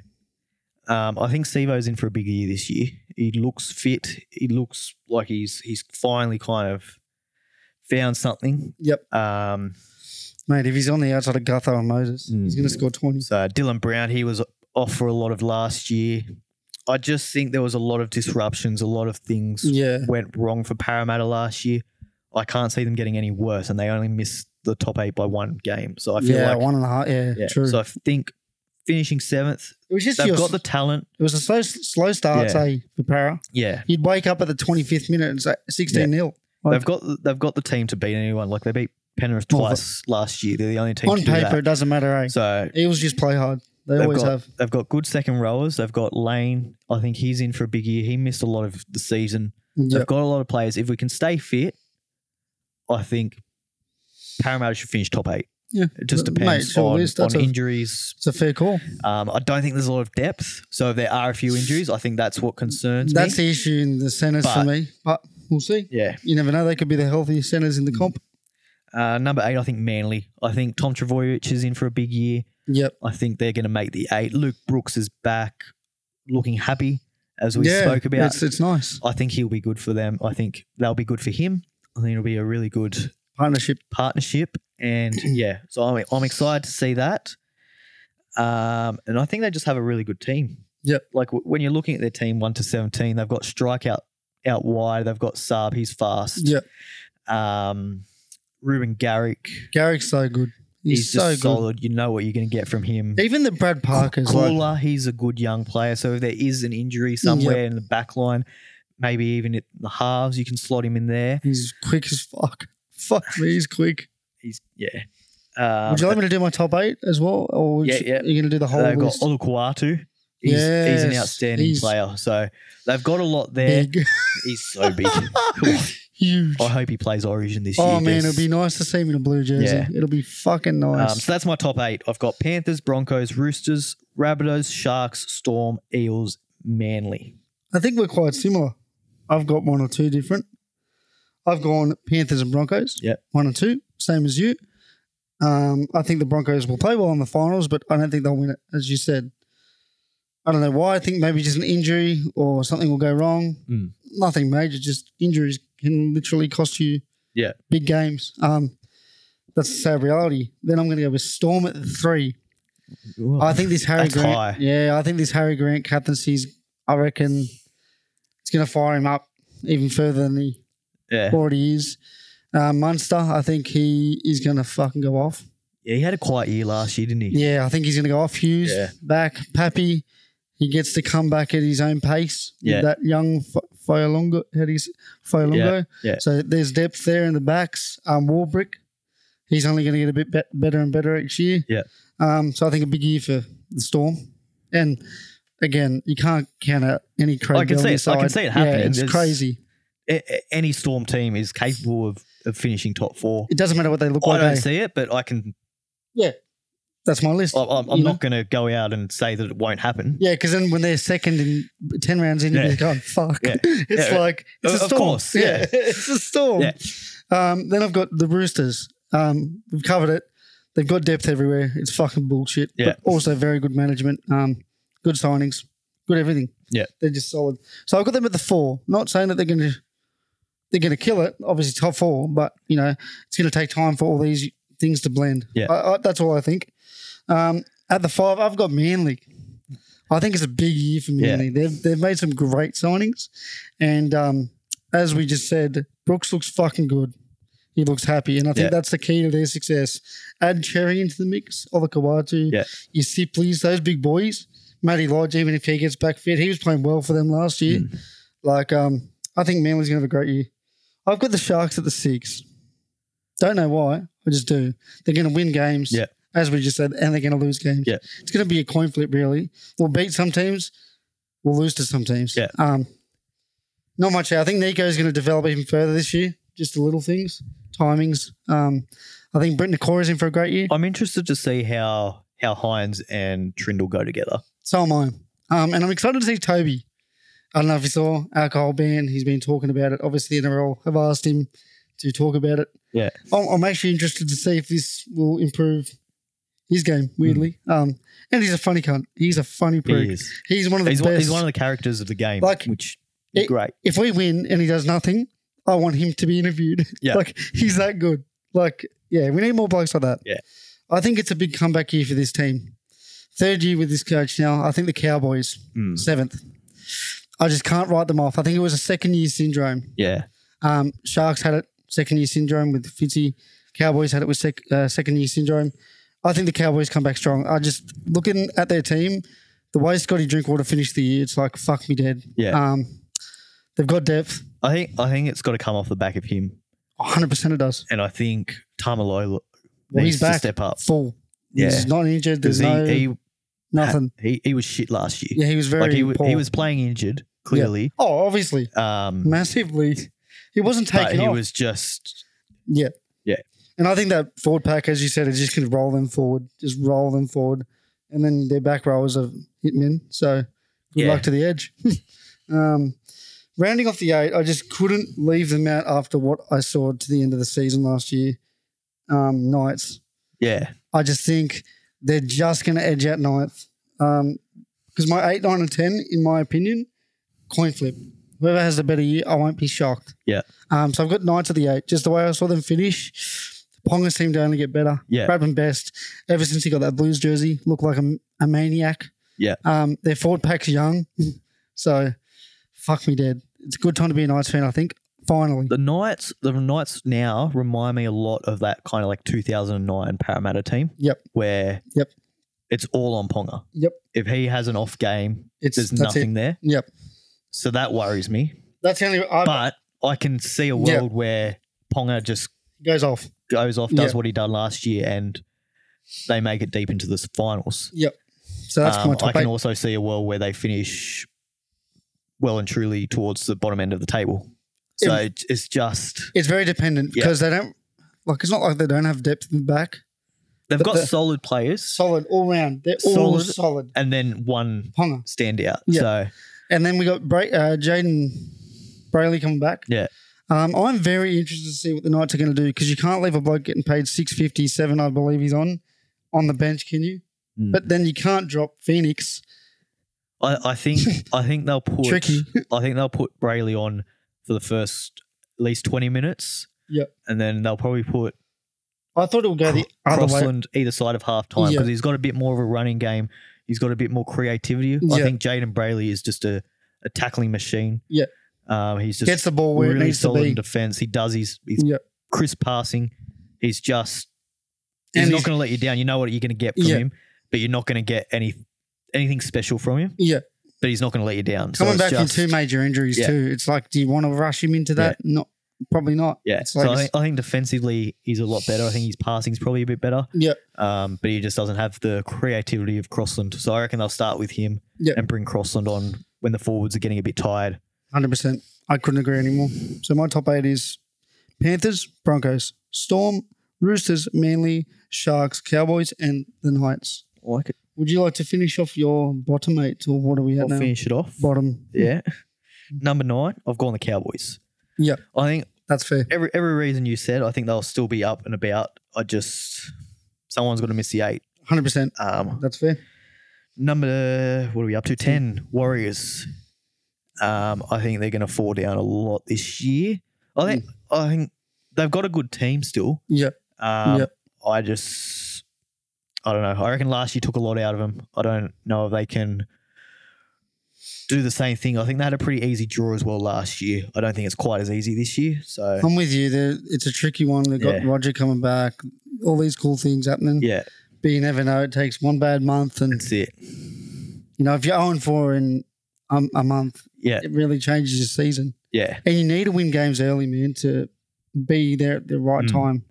[SPEAKER 1] Um, I think Sevo's in for a big year this year. He looks fit. He looks like he's he's finally kind of found something.
[SPEAKER 2] Yep,
[SPEAKER 1] Um,
[SPEAKER 2] mate. If he's on the outside of Gutho and Moses, he's
[SPEAKER 1] Mm.
[SPEAKER 2] going to score twenty.
[SPEAKER 1] so Dylan Brown, he was off for a lot of last year. I just think there was a lot of disruptions. A lot of things
[SPEAKER 2] Yeah,
[SPEAKER 1] went wrong for Parramatta last year. I can't see them getting any worse, and they only missed the top eight by one game. So I feel
[SPEAKER 2] yeah,
[SPEAKER 1] like
[SPEAKER 2] one and a half. Yeah,
[SPEAKER 1] yeah.
[SPEAKER 2] true.
[SPEAKER 1] So I think finishing seventh,
[SPEAKER 2] it was just
[SPEAKER 1] they've
[SPEAKER 2] your,
[SPEAKER 1] got the talent.
[SPEAKER 2] it was a slow, slow start,
[SPEAKER 1] Yeah.
[SPEAKER 2] say for Para.
[SPEAKER 1] Yeah,
[SPEAKER 2] You'd wake up at the twenty fifth minute and say sixteen 0
[SPEAKER 1] They've got they've got the team to beat anyone. Like they beat Penrith
[SPEAKER 2] Well, the-
[SPEAKER 1] twice last year. They're the only team
[SPEAKER 2] On
[SPEAKER 1] to do
[SPEAKER 2] paper, it doesn't matter. Eh?
[SPEAKER 1] that. So
[SPEAKER 2] Eels just play hard. They
[SPEAKER 1] They've
[SPEAKER 2] always
[SPEAKER 1] got-
[SPEAKER 2] have.
[SPEAKER 1] they've got good second rowers. They've got Lane. I think he's in for a big year. He missed a lot of the season.
[SPEAKER 2] Yeah,
[SPEAKER 1] They've got a lot of players. If we can stay fit, I think Parramatta should finish top eight.
[SPEAKER 2] Yeah.
[SPEAKER 1] It just
[SPEAKER 2] Mate,
[SPEAKER 1] depends
[SPEAKER 2] sure,
[SPEAKER 1] on,
[SPEAKER 2] Liz, that's
[SPEAKER 1] on
[SPEAKER 2] a-
[SPEAKER 1] injuries.
[SPEAKER 2] it's a fair call.
[SPEAKER 1] Um, I don't think there's a lot of depth. So if there are a few injuries, I think that's what concerns
[SPEAKER 2] That's
[SPEAKER 1] me.
[SPEAKER 2] the issue in the centres for
[SPEAKER 1] But-
[SPEAKER 2] me, but we'll see.
[SPEAKER 1] Yeah.
[SPEAKER 2] You never know; they could be the healthiest centres in the comp.
[SPEAKER 1] Uh, number eight, I think Manly. I think Tom Travojevic is in for a big year.
[SPEAKER 2] Yep.
[SPEAKER 1] I think they're going to make the eight. Luke Brooks is back, looking happy, as we
[SPEAKER 2] yeah,
[SPEAKER 1] spoke about.
[SPEAKER 2] It's, it's nice
[SPEAKER 1] I think he'll be good for them. I think they'll be good for him. I think it'll be a really good
[SPEAKER 2] partnership.
[SPEAKER 1] partnership. And yeah, so I'm, I'm excited to see that. Um, and I think they just have a really good team.
[SPEAKER 2] Yep.
[SPEAKER 1] Like w- when you're looking at their team, one to seventeen, they've got strikeout out wide. They've got Saab, he's fast.
[SPEAKER 2] Yeah,
[SPEAKER 1] Um, Ruben Garrick,
[SPEAKER 2] Garrick's so good. He's,
[SPEAKER 1] he's,
[SPEAKER 2] so
[SPEAKER 1] just
[SPEAKER 2] good.
[SPEAKER 1] solid. You know what you're going to get from him.
[SPEAKER 2] Even the Brad Parkers,
[SPEAKER 1] Cooler,
[SPEAKER 2] like,
[SPEAKER 1] he's a good young player. So if there is an injury somewhere in the back line, maybe even at the halves, you can slot him in there.
[SPEAKER 2] he's quick as fuck. Fuck me, he's quick.
[SPEAKER 1] He's yeah. Um,
[SPEAKER 2] Would you like me to do my top eight as well, or would
[SPEAKER 1] Yeah,
[SPEAKER 2] you,
[SPEAKER 1] yeah.
[SPEAKER 2] are you going to do the whole
[SPEAKER 1] they've got
[SPEAKER 2] list?
[SPEAKER 1] Oluquatu. He's, he's an
[SPEAKER 2] Yes,
[SPEAKER 1] outstanding
[SPEAKER 2] he's-
[SPEAKER 1] player. So they've got a lot there.
[SPEAKER 2] Big,
[SPEAKER 1] He's so big. I
[SPEAKER 2] huge.
[SPEAKER 1] hope he plays Origin this year.
[SPEAKER 2] Oh man,
[SPEAKER 1] There's-
[SPEAKER 2] it'll be nice to see him in a blue jersey.
[SPEAKER 1] Yeah.
[SPEAKER 2] It'll be fucking nice.
[SPEAKER 1] Um, so that's my top eight. I've got Panthers, Broncos, Roosters, Rabbitohs, Sharks, Storm, Eels, Manly.
[SPEAKER 2] I think we're quite similar. I've got one or two different. I've gone Panthers and Broncos.
[SPEAKER 1] Yep.
[SPEAKER 2] One or two, same as you. Um, I think the Broncos will play well in the finals, but I don't think they'll win it, as you said. I don't know why. I think maybe just an injury or something will go wrong.
[SPEAKER 1] Mm.
[SPEAKER 2] Nothing major, just injuries can literally cost you
[SPEAKER 1] Yeah.
[SPEAKER 2] big games. Um, that's the sad reality. Then I'm going to go with Storm at three. I think this Harry
[SPEAKER 1] That's
[SPEAKER 2] Grant.
[SPEAKER 1] high.
[SPEAKER 2] Yeah, I think this Harry Grant captaincy's. I reckon it's going to fire him up even further than he
[SPEAKER 1] yeah.
[SPEAKER 2] already is. Uh, Munster, I think he is going to fucking go off.
[SPEAKER 1] yeah, he had a quiet year last year, didn't he?
[SPEAKER 2] Yeah, I think he's going to go off. Hughes
[SPEAKER 1] Yeah.
[SPEAKER 2] back, Pappy. He gets to come back at his own pace. with
[SPEAKER 1] Yeah.
[SPEAKER 2] that young Fa- Faolongo, how do you s- Faolongo.
[SPEAKER 1] yeah.
[SPEAKER 2] So there's depth there in the backs. Um, Warbrick, he's only going to get a bit bet better and better each year.
[SPEAKER 1] Yeah.
[SPEAKER 2] Um, so I think a big year for the Storm. And again, you can't count out any Craig
[SPEAKER 1] I can
[SPEAKER 2] Bellamy
[SPEAKER 1] see it- I
[SPEAKER 2] side.
[SPEAKER 1] can see it happening.
[SPEAKER 2] Yeah, it's
[SPEAKER 1] There's-
[SPEAKER 2] crazy.
[SPEAKER 1] A- a- any Storm team is capable of, of finishing top four.
[SPEAKER 2] It doesn't matter what they look
[SPEAKER 1] I
[SPEAKER 2] like.
[SPEAKER 1] don't
[SPEAKER 2] eh?
[SPEAKER 1] see it, but I can.
[SPEAKER 2] That's my list.
[SPEAKER 1] I- I'm, I'm
[SPEAKER 2] You know?
[SPEAKER 1] not going to go out and say that it won't happen.
[SPEAKER 2] Yeah, because then when they're second in ten rounds in,
[SPEAKER 1] Yeah.
[SPEAKER 2] you're going "Oh, fuck.
[SPEAKER 1] Yeah.
[SPEAKER 2] It's
[SPEAKER 1] Yeah.
[SPEAKER 2] like it's
[SPEAKER 1] Of-
[SPEAKER 2] a
[SPEAKER 1] of
[SPEAKER 2] storm.
[SPEAKER 1] course, yeah.
[SPEAKER 2] it's a storm.
[SPEAKER 1] Yeah.
[SPEAKER 2] Um, then I've got the Roosters. Um, we've covered it. They've got depth everywhere. It's fucking bullshit.
[SPEAKER 1] Yeah.
[SPEAKER 2] But also very good management. Um, good signings. Good everything.
[SPEAKER 1] Yeah.
[SPEAKER 2] They're just solid. So I've got them at the four. Not saying that they're going to they're going to kill it. Obviously top four, but you know it's going to take time for all these things to blend.
[SPEAKER 1] Yeah.
[SPEAKER 2] I, I, that's all I think. Um, at the five, I've got Manly. I think it's a big year for Manly. They've they've made some great signings, and um, as we just said, Brooks looks fucking good. He looks happy, and I think
[SPEAKER 1] Yeah.
[SPEAKER 2] that's the key to their success. Add Cherry into the mix, Olakawatu,
[SPEAKER 1] Yeah.
[SPEAKER 2] your Sipleys, those big boys. Matty Lodge, even if he gets back fit, he was playing well for them last year.
[SPEAKER 1] Mm.
[SPEAKER 2] Like, um, I think Manly's gonna have a great year. I've got the Sharks at the six. Don't know why. I just do. They're gonna win games.
[SPEAKER 1] Yeah.
[SPEAKER 2] As we just said, and they're gonna lose games.
[SPEAKER 1] Yeah.
[SPEAKER 2] It's gonna be a coin flip, really. We'll beat some teams, we'll lose to some teams.
[SPEAKER 1] Yeah.
[SPEAKER 2] Um not much. I think Nico's gonna develop even further this year. Just the little things, timings. Um, I think Brent Nakora's in for a great year.
[SPEAKER 1] I'm interested to see how how Hines and Trindle go together.
[SPEAKER 2] So am I. Um, and I'm excited to see Toby. I don't know if you saw alcohol ban. He's been talking about it. Obviously, the NRL have asked him to talk about it.
[SPEAKER 1] Yeah.
[SPEAKER 2] I'm, I'm actually interested to see if this will improve his game. Weirdly, um, and he's a funny cunt. He's a funny
[SPEAKER 1] Hmm. He
[SPEAKER 2] prick.
[SPEAKER 1] is.
[SPEAKER 2] He's one of the
[SPEAKER 1] He's
[SPEAKER 2] best.
[SPEAKER 1] one, he's one of the characters of the game,
[SPEAKER 2] Like,
[SPEAKER 1] which is
[SPEAKER 2] it-
[SPEAKER 1] great.
[SPEAKER 2] if we win and he does nothing, I want him to be interviewed.
[SPEAKER 1] Yeah.
[SPEAKER 2] like he's that good. Like, yeah, we need more blokes like that.
[SPEAKER 1] Yeah.
[SPEAKER 2] I think it's a big comeback year for this team. Third year with this coach now. I think the Cowboys
[SPEAKER 1] Mm.
[SPEAKER 2] seventh. I just can't write them off. I think it was a second year syndrome.
[SPEAKER 1] Yeah,
[SPEAKER 2] Um, Sharks had it second year syndrome with Fitzy. Cowboys had it with sec- uh, second year syndrome. I think the Cowboys come back strong. I just looking at their team, the way Scotty Drinkwater finished the year, it's like fuck me dead.
[SPEAKER 1] yeah.
[SPEAKER 2] Um, they've got depth.
[SPEAKER 1] I think I think it's got to come off the back of him,
[SPEAKER 2] 100 percent it does.
[SPEAKER 1] and I think Tamalolo
[SPEAKER 2] Well,
[SPEAKER 1] needs
[SPEAKER 2] he's
[SPEAKER 1] to
[SPEAKER 2] back.
[SPEAKER 1] step up
[SPEAKER 2] Full.
[SPEAKER 1] Yeah.
[SPEAKER 2] He's not injured.
[SPEAKER 1] because
[SPEAKER 2] There's
[SPEAKER 1] he,
[SPEAKER 2] no
[SPEAKER 1] he,
[SPEAKER 2] nothing.
[SPEAKER 1] he he was shit last year.
[SPEAKER 2] Yeah, he was very
[SPEAKER 1] like he wa-
[SPEAKER 2] poor.
[SPEAKER 1] he was playing injured clearly.
[SPEAKER 2] Oh, obviously,
[SPEAKER 1] Um,
[SPEAKER 2] massively. He wasn't
[SPEAKER 1] but
[SPEAKER 2] taken
[SPEAKER 1] he
[SPEAKER 2] off.
[SPEAKER 1] was just
[SPEAKER 2] Yeah.
[SPEAKER 1] Yeah.
[SPEAKER 2] And I think that forward pack, as you said, is just going to roll them forward, just roll them forward. And then their back rowers are hitmen. So good
[SPEAKER 1] Yeah.
[SPEAKER 2] luck to the edge. um, rounding off the eight, I just couldn't leave them out after what I saw to the end of the season last year. Um, Knights.
[SPEAKER 1] yeah
[SPEAKER 2] I just think they're just going to edge out ninth. Because my eight, nine, and ten, in my opinion, coin flip. Whoever has a better year, I won't be shocked.
[SPEAKER 1] Yeah.
[SPEAKER 2] Um, so I've got nine to the eight. Just the way I saw them finish, Ponga seemed to only get better.
[SPEAKER 1] Yeah.
[SPEAKER 2] Bradman best. Ever since he got that Blues jersey, looked like a, a maniac.
[SPEAKER 1] Yeah.
[SPEAKER 2] Um, their forward pack's young, so fuck me dead. It's a good time to be a Knights fan, I think. Finally,
[SPEAKER 1] the Knights. The Knights now remind me a lot of that kind of like 2009 Parramatta team.
[SPEAKER 2] Yep.
[SPEAKER 1] Where
[SPEAKER 2] Yep.
[SPEAKER 1] it's all on Ponga.
[SPEAKER 2] Yep.
[SPEAKER 1] If he has an off game,
[SPEAKER 2] it's
[SPEAKER 1] there's
[SPEAKER 2] that's
[SPEAKER 1] nothing
[SPEAKER 2] It.
[SPEAKER 1] there.
[SPEAKER 2] Yep.
[SPEAKER 1] So that worries me.
[SPEAKER 2] That's the only. I,
[SPEAKER 1] But I can see a world
[SPEAKER 2] Yeah.
[SPEAKER 1] where Ponga just
[SPEAKER 2] goes off.
[SPEAKER 1] goes off, does
[SPEAKER 2] Yeah.
[SPEAKER 1] what he done last year, and they make it deep into the s- finals.
[SPEAKER 2] So that's
[SPEAKER 1] Um,
[SPEAKER 2] my top
[SPEAKER 1] I can
[SPEAKER 2] eight.
[SPEAKER 1] also see a world where they finish well and truly towards the bottom end of the table. So
[SPEAKER 2] Im-
[SPEAKER 1] it's- it's just
[SPEAKER 2] It's very dependent
[SPEAKER 1] Yeah.
[SPEAKER 2] because they don't like. It's not like they don't have depth in the back.
[SPEAKER 1] they've
[SPEAKER 2] But
[SPEAKER 1] got
[SPEAKER 2] the-
[SPEAKER 1] solid players,
[SPEAKER 2] Solid all round. They're all
[SPEAKER 1] Solid.
[SPEAKER 2] solid.
[SPEAKER 1] and then one
[SPEAKER 2] Ponga.
[SPEAKER 1] standout.
[SPEAKER 2] Yeah.
[SPEAKER 1] So
[SPEAKER 2] And then we got Bra- uh, Jaden Brayley coming back.
[SPEAKER 1] Yeah.
[SPEAKER 2] Um, I'm very interested to see what the Knights are going to do because you can't leave a bloke getting paid six fifty seven, I believe he's on, on the bench. Can you?
[SPEAKER 1] Mm.
[SPEAKER 2] But then you can't drop Phoenix.
[SPEAKER 1] I, I think I think they'll put
[SPEAKER 2] Tricky.
[SPEAKER 1] I think they'll put Brayley on for the first at least twenty minutes.
[SPEAKER 2] Yep.
[SPEAKER 1] And then they'll probably put
[SPEAKER 2] I thought it would go the other way.
[SPEAKER 1] Crossland either side of half time
[SPEAKER 2] Yeah.
[SPEAKER 1] because he's got a bit more of a running game. He's got a bit more creativity. I
[SPEAKER 2] Yeah.
[SPEAKER 1] think Jaden Brayley is just a, a tackling machine.
[SPEAKER 2] Yeah.
[SPEAKER 1] Um, he's just
[SPEAKER 2] Gets the ball where
[SPEAKER 1] really
[SPEAKER 2] it needs to
[SPEAKER 1] solid
[SPEAKER 2] be.
[SPEAKER 1] in defense. He does his, his
[SPEAKER 2] Yeah.
[SPEAKER 1] crisp passing. He's just he's
[SPEAKER 2] And
[SPEAKER 1] not
[SPEAKER 2] he's-
[SPEAKER 1] going to let you down. You know what you're going to get from
[SPEAKER 2] Yeah.
[SPEAKER 1] him, but you're not going to get any anything special from him.
[SPEAKER 2] Yeah.
[SPEAKER 1] But he's not going to let you down. So
[SPEAKER 2] Coming
[SPEAKER 1] it's
[SPEAKER 2] back
[SPEAKER 1] just,
[SPEAKER 2] from two major injuries
[SPEAKER 1] Yeah.
[SPEAKER 2] too. It's like, do you want to rush him into that? Not probably not.
[SPEAKER 1] Yeah.
[SPEAKER 2] It's
[SPEAKER 1] So
[SPEAKER 2] like
[SPEAKER 1] I,
[SPEAKER 2] it's-
[SPEAKER 1] think, I think defensively he's a lot better. I think his passing's probably a bit better.
[SPEAKER 2] Yep.
[SPEAKER 1] Um, but he just doesn't have the creativity of Crossland. So I reckon they'll start with him
[SPEAKER 2] Yep.
[SPEAKER 1] and bring Crossland on when the forwards are getting a bit tired.
[SPEAKER 2] Hundred percent. I couldn't agree anymore. So my top eight is Panthers, Broncos, Storm, Roosters, Manly, Sharks, Cowboys, and the Knights.
[SPEAKER 1] I like it.
[SPEAKER 2] Would you like to finish off your bottom eight, or what are we at
[SPEAKER 1] I'll
[SPEAKER 2] now?
[SPEAKER 1] finish it off.
[SPEAKER 2] Bottom.
[SPEAKER 1] Yeah. Number nine, I've gone the Cowboys.
[SPEAKER 2] Yeah,
[SPEAKER 1] I think
[SPEAKER 2] that's fair.
[SPEAKER 1] every every reason you said, I think they'll still be up and about. I just someone's going to miss the eight.
[SPEAKER 2] Hundred percent.
[SPEAKER 1] Um,
[SPEAKER 2] That's fair.
[SPEAKER 1] number what are we up to? Ten Warriors. Um, I think they're going to fall down a lot this year. I think I think they've got a good team still.
[SPEAKER 2] Yeah.
[SPEAKER 1] Um,
[SPEAKER 2] Yep.
[SPEAKER 1] I just I don't know. I reckon last year took a lot out of them. I don't know if they can do the same thing. I think they had a pretty easy draw as well last year. I don't think it's quite as easy this year. So
[SPEAKER 2] I'm with you. There, it's a tricky one. They've got
[SPEAKER 1] Yeah.
[SPEAKER 2] Roger coming back. All these cool things happening.
[SPEAKER 1] yeah,
[SPEAKER 2] But you never know. It takes one bad month, and
[SPEAKER 1] that's it.
[SPEAKER 2] you know if you're 0 4 in um, a month,
[SPEAKER 1] Yeah,
[SPEAKER 2] it really changes your season.
[SPEAKER 1] yeah.
[SPEAKER 2] And you need to win games early, man, to be there at the right
[SPEAKER 1] Mm.
[SPEAKER 2] time.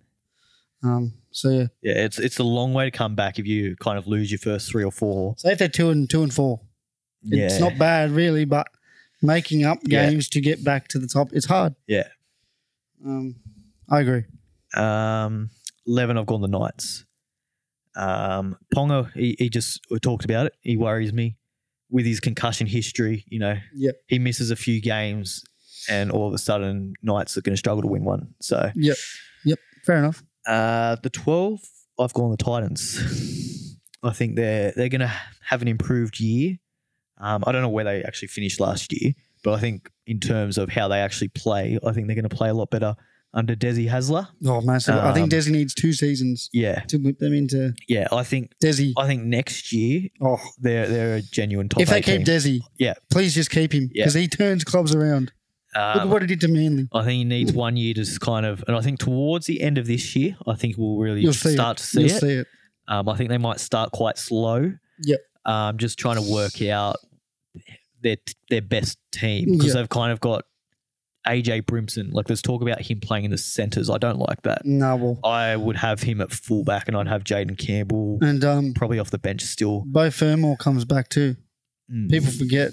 [SPEAKER 2] Um, so yeah.
[SPEAKER 1] Yeah, it's it's a long way to come back if you kind of lose your first three or four.
[SPEAKER 2] So if they're two and two and four, it's
[SPEAKER 1] yeah,
[SPEAKER 2] not bad really, but making up
[SPEAKER 1] Yeah.
[SPEAKER 2] games to get back to the top, it's hard.
[SPEAKER 1] Yeah.
[SPEAKER 2] Um, I agree.
[SPEAKER 1] um, eleven. I've gone the Knights. Um, Ponga, he, he just we talked about it. He worries me with his concussion history. You know,
[SPEAKER 2] Yep.
[SPEAKER 1] he misses a few games, and all of a sudden, Knights are going to struggle to win one. So,
[SPEAKER 2] Fair enough.
[SPEAKER 1] uh, the twelve, I've gone the Titans. I think they're they're going to have an improved year. Um, I don't know where they actually finished last year, but I think in terms of how they actually play, I think they're going to play a lot better under Desi Hasler.
[SPEAKER 2] Oh, massive. I think
[SPEAKER 1] Um,
[SPEAKER 2] Desi needs two seasons
[SPEAKER 1] Yeah,
[SPEAKER 2] to whip them into
[SPEAKER 1] yeah. I think
[SPEAKER 2] Desi.
[SPEAKER 1] I think next year
[SPEAKER 2] Oh,
[SPEAKER 1] they're they're a genuine top.
[SPEAKER 2] if they
[SPEAKER 1] eight team.
[SPEAKER 2] keep Desi,
[SPEAKER 1] Yeah.
[SPEAKER 2] please just keep him
[SPEAKER 1] Yeah.
[SPEAKER 2] because he turns clubs around. Look at
[SPEAKER 1] Um,
[SPEAKER 2] what he did to Manly.
[SPEAKER 1] I think he needs one year to just kind of, and I think towards the end of this year, I think we'll really
[SPEAKER 2] You'll see
[SPEAKER 1] start to see
[SPEAKER 2] You'll
[SPEAKER 1] it.
[SPEAKER 2] see it.
[SPEAKER 1] Um, I think they might start quite slow.
[SPEAKER 2] Yep.
[SPEAKER 1] Um, just trying to work out their their best team because
[SPEAKER 2] Yeah.
[SPEAKER 1] they've kind of got AJ Brimson. Like there's talk about him playing in the centres. I don't like that.
[SPEAKER 2] No, well,
[SPEAKER 1] I would have him at fullback, and I'd have Jaden Campbell
[SPEAKER 2] and um,
[SPEAKER 1] probably off the bench still.
[SPEAKER 2] Bo Fermor comes back too.
[SPEAKER 1] Mm.
[SPEAKER 2] People forget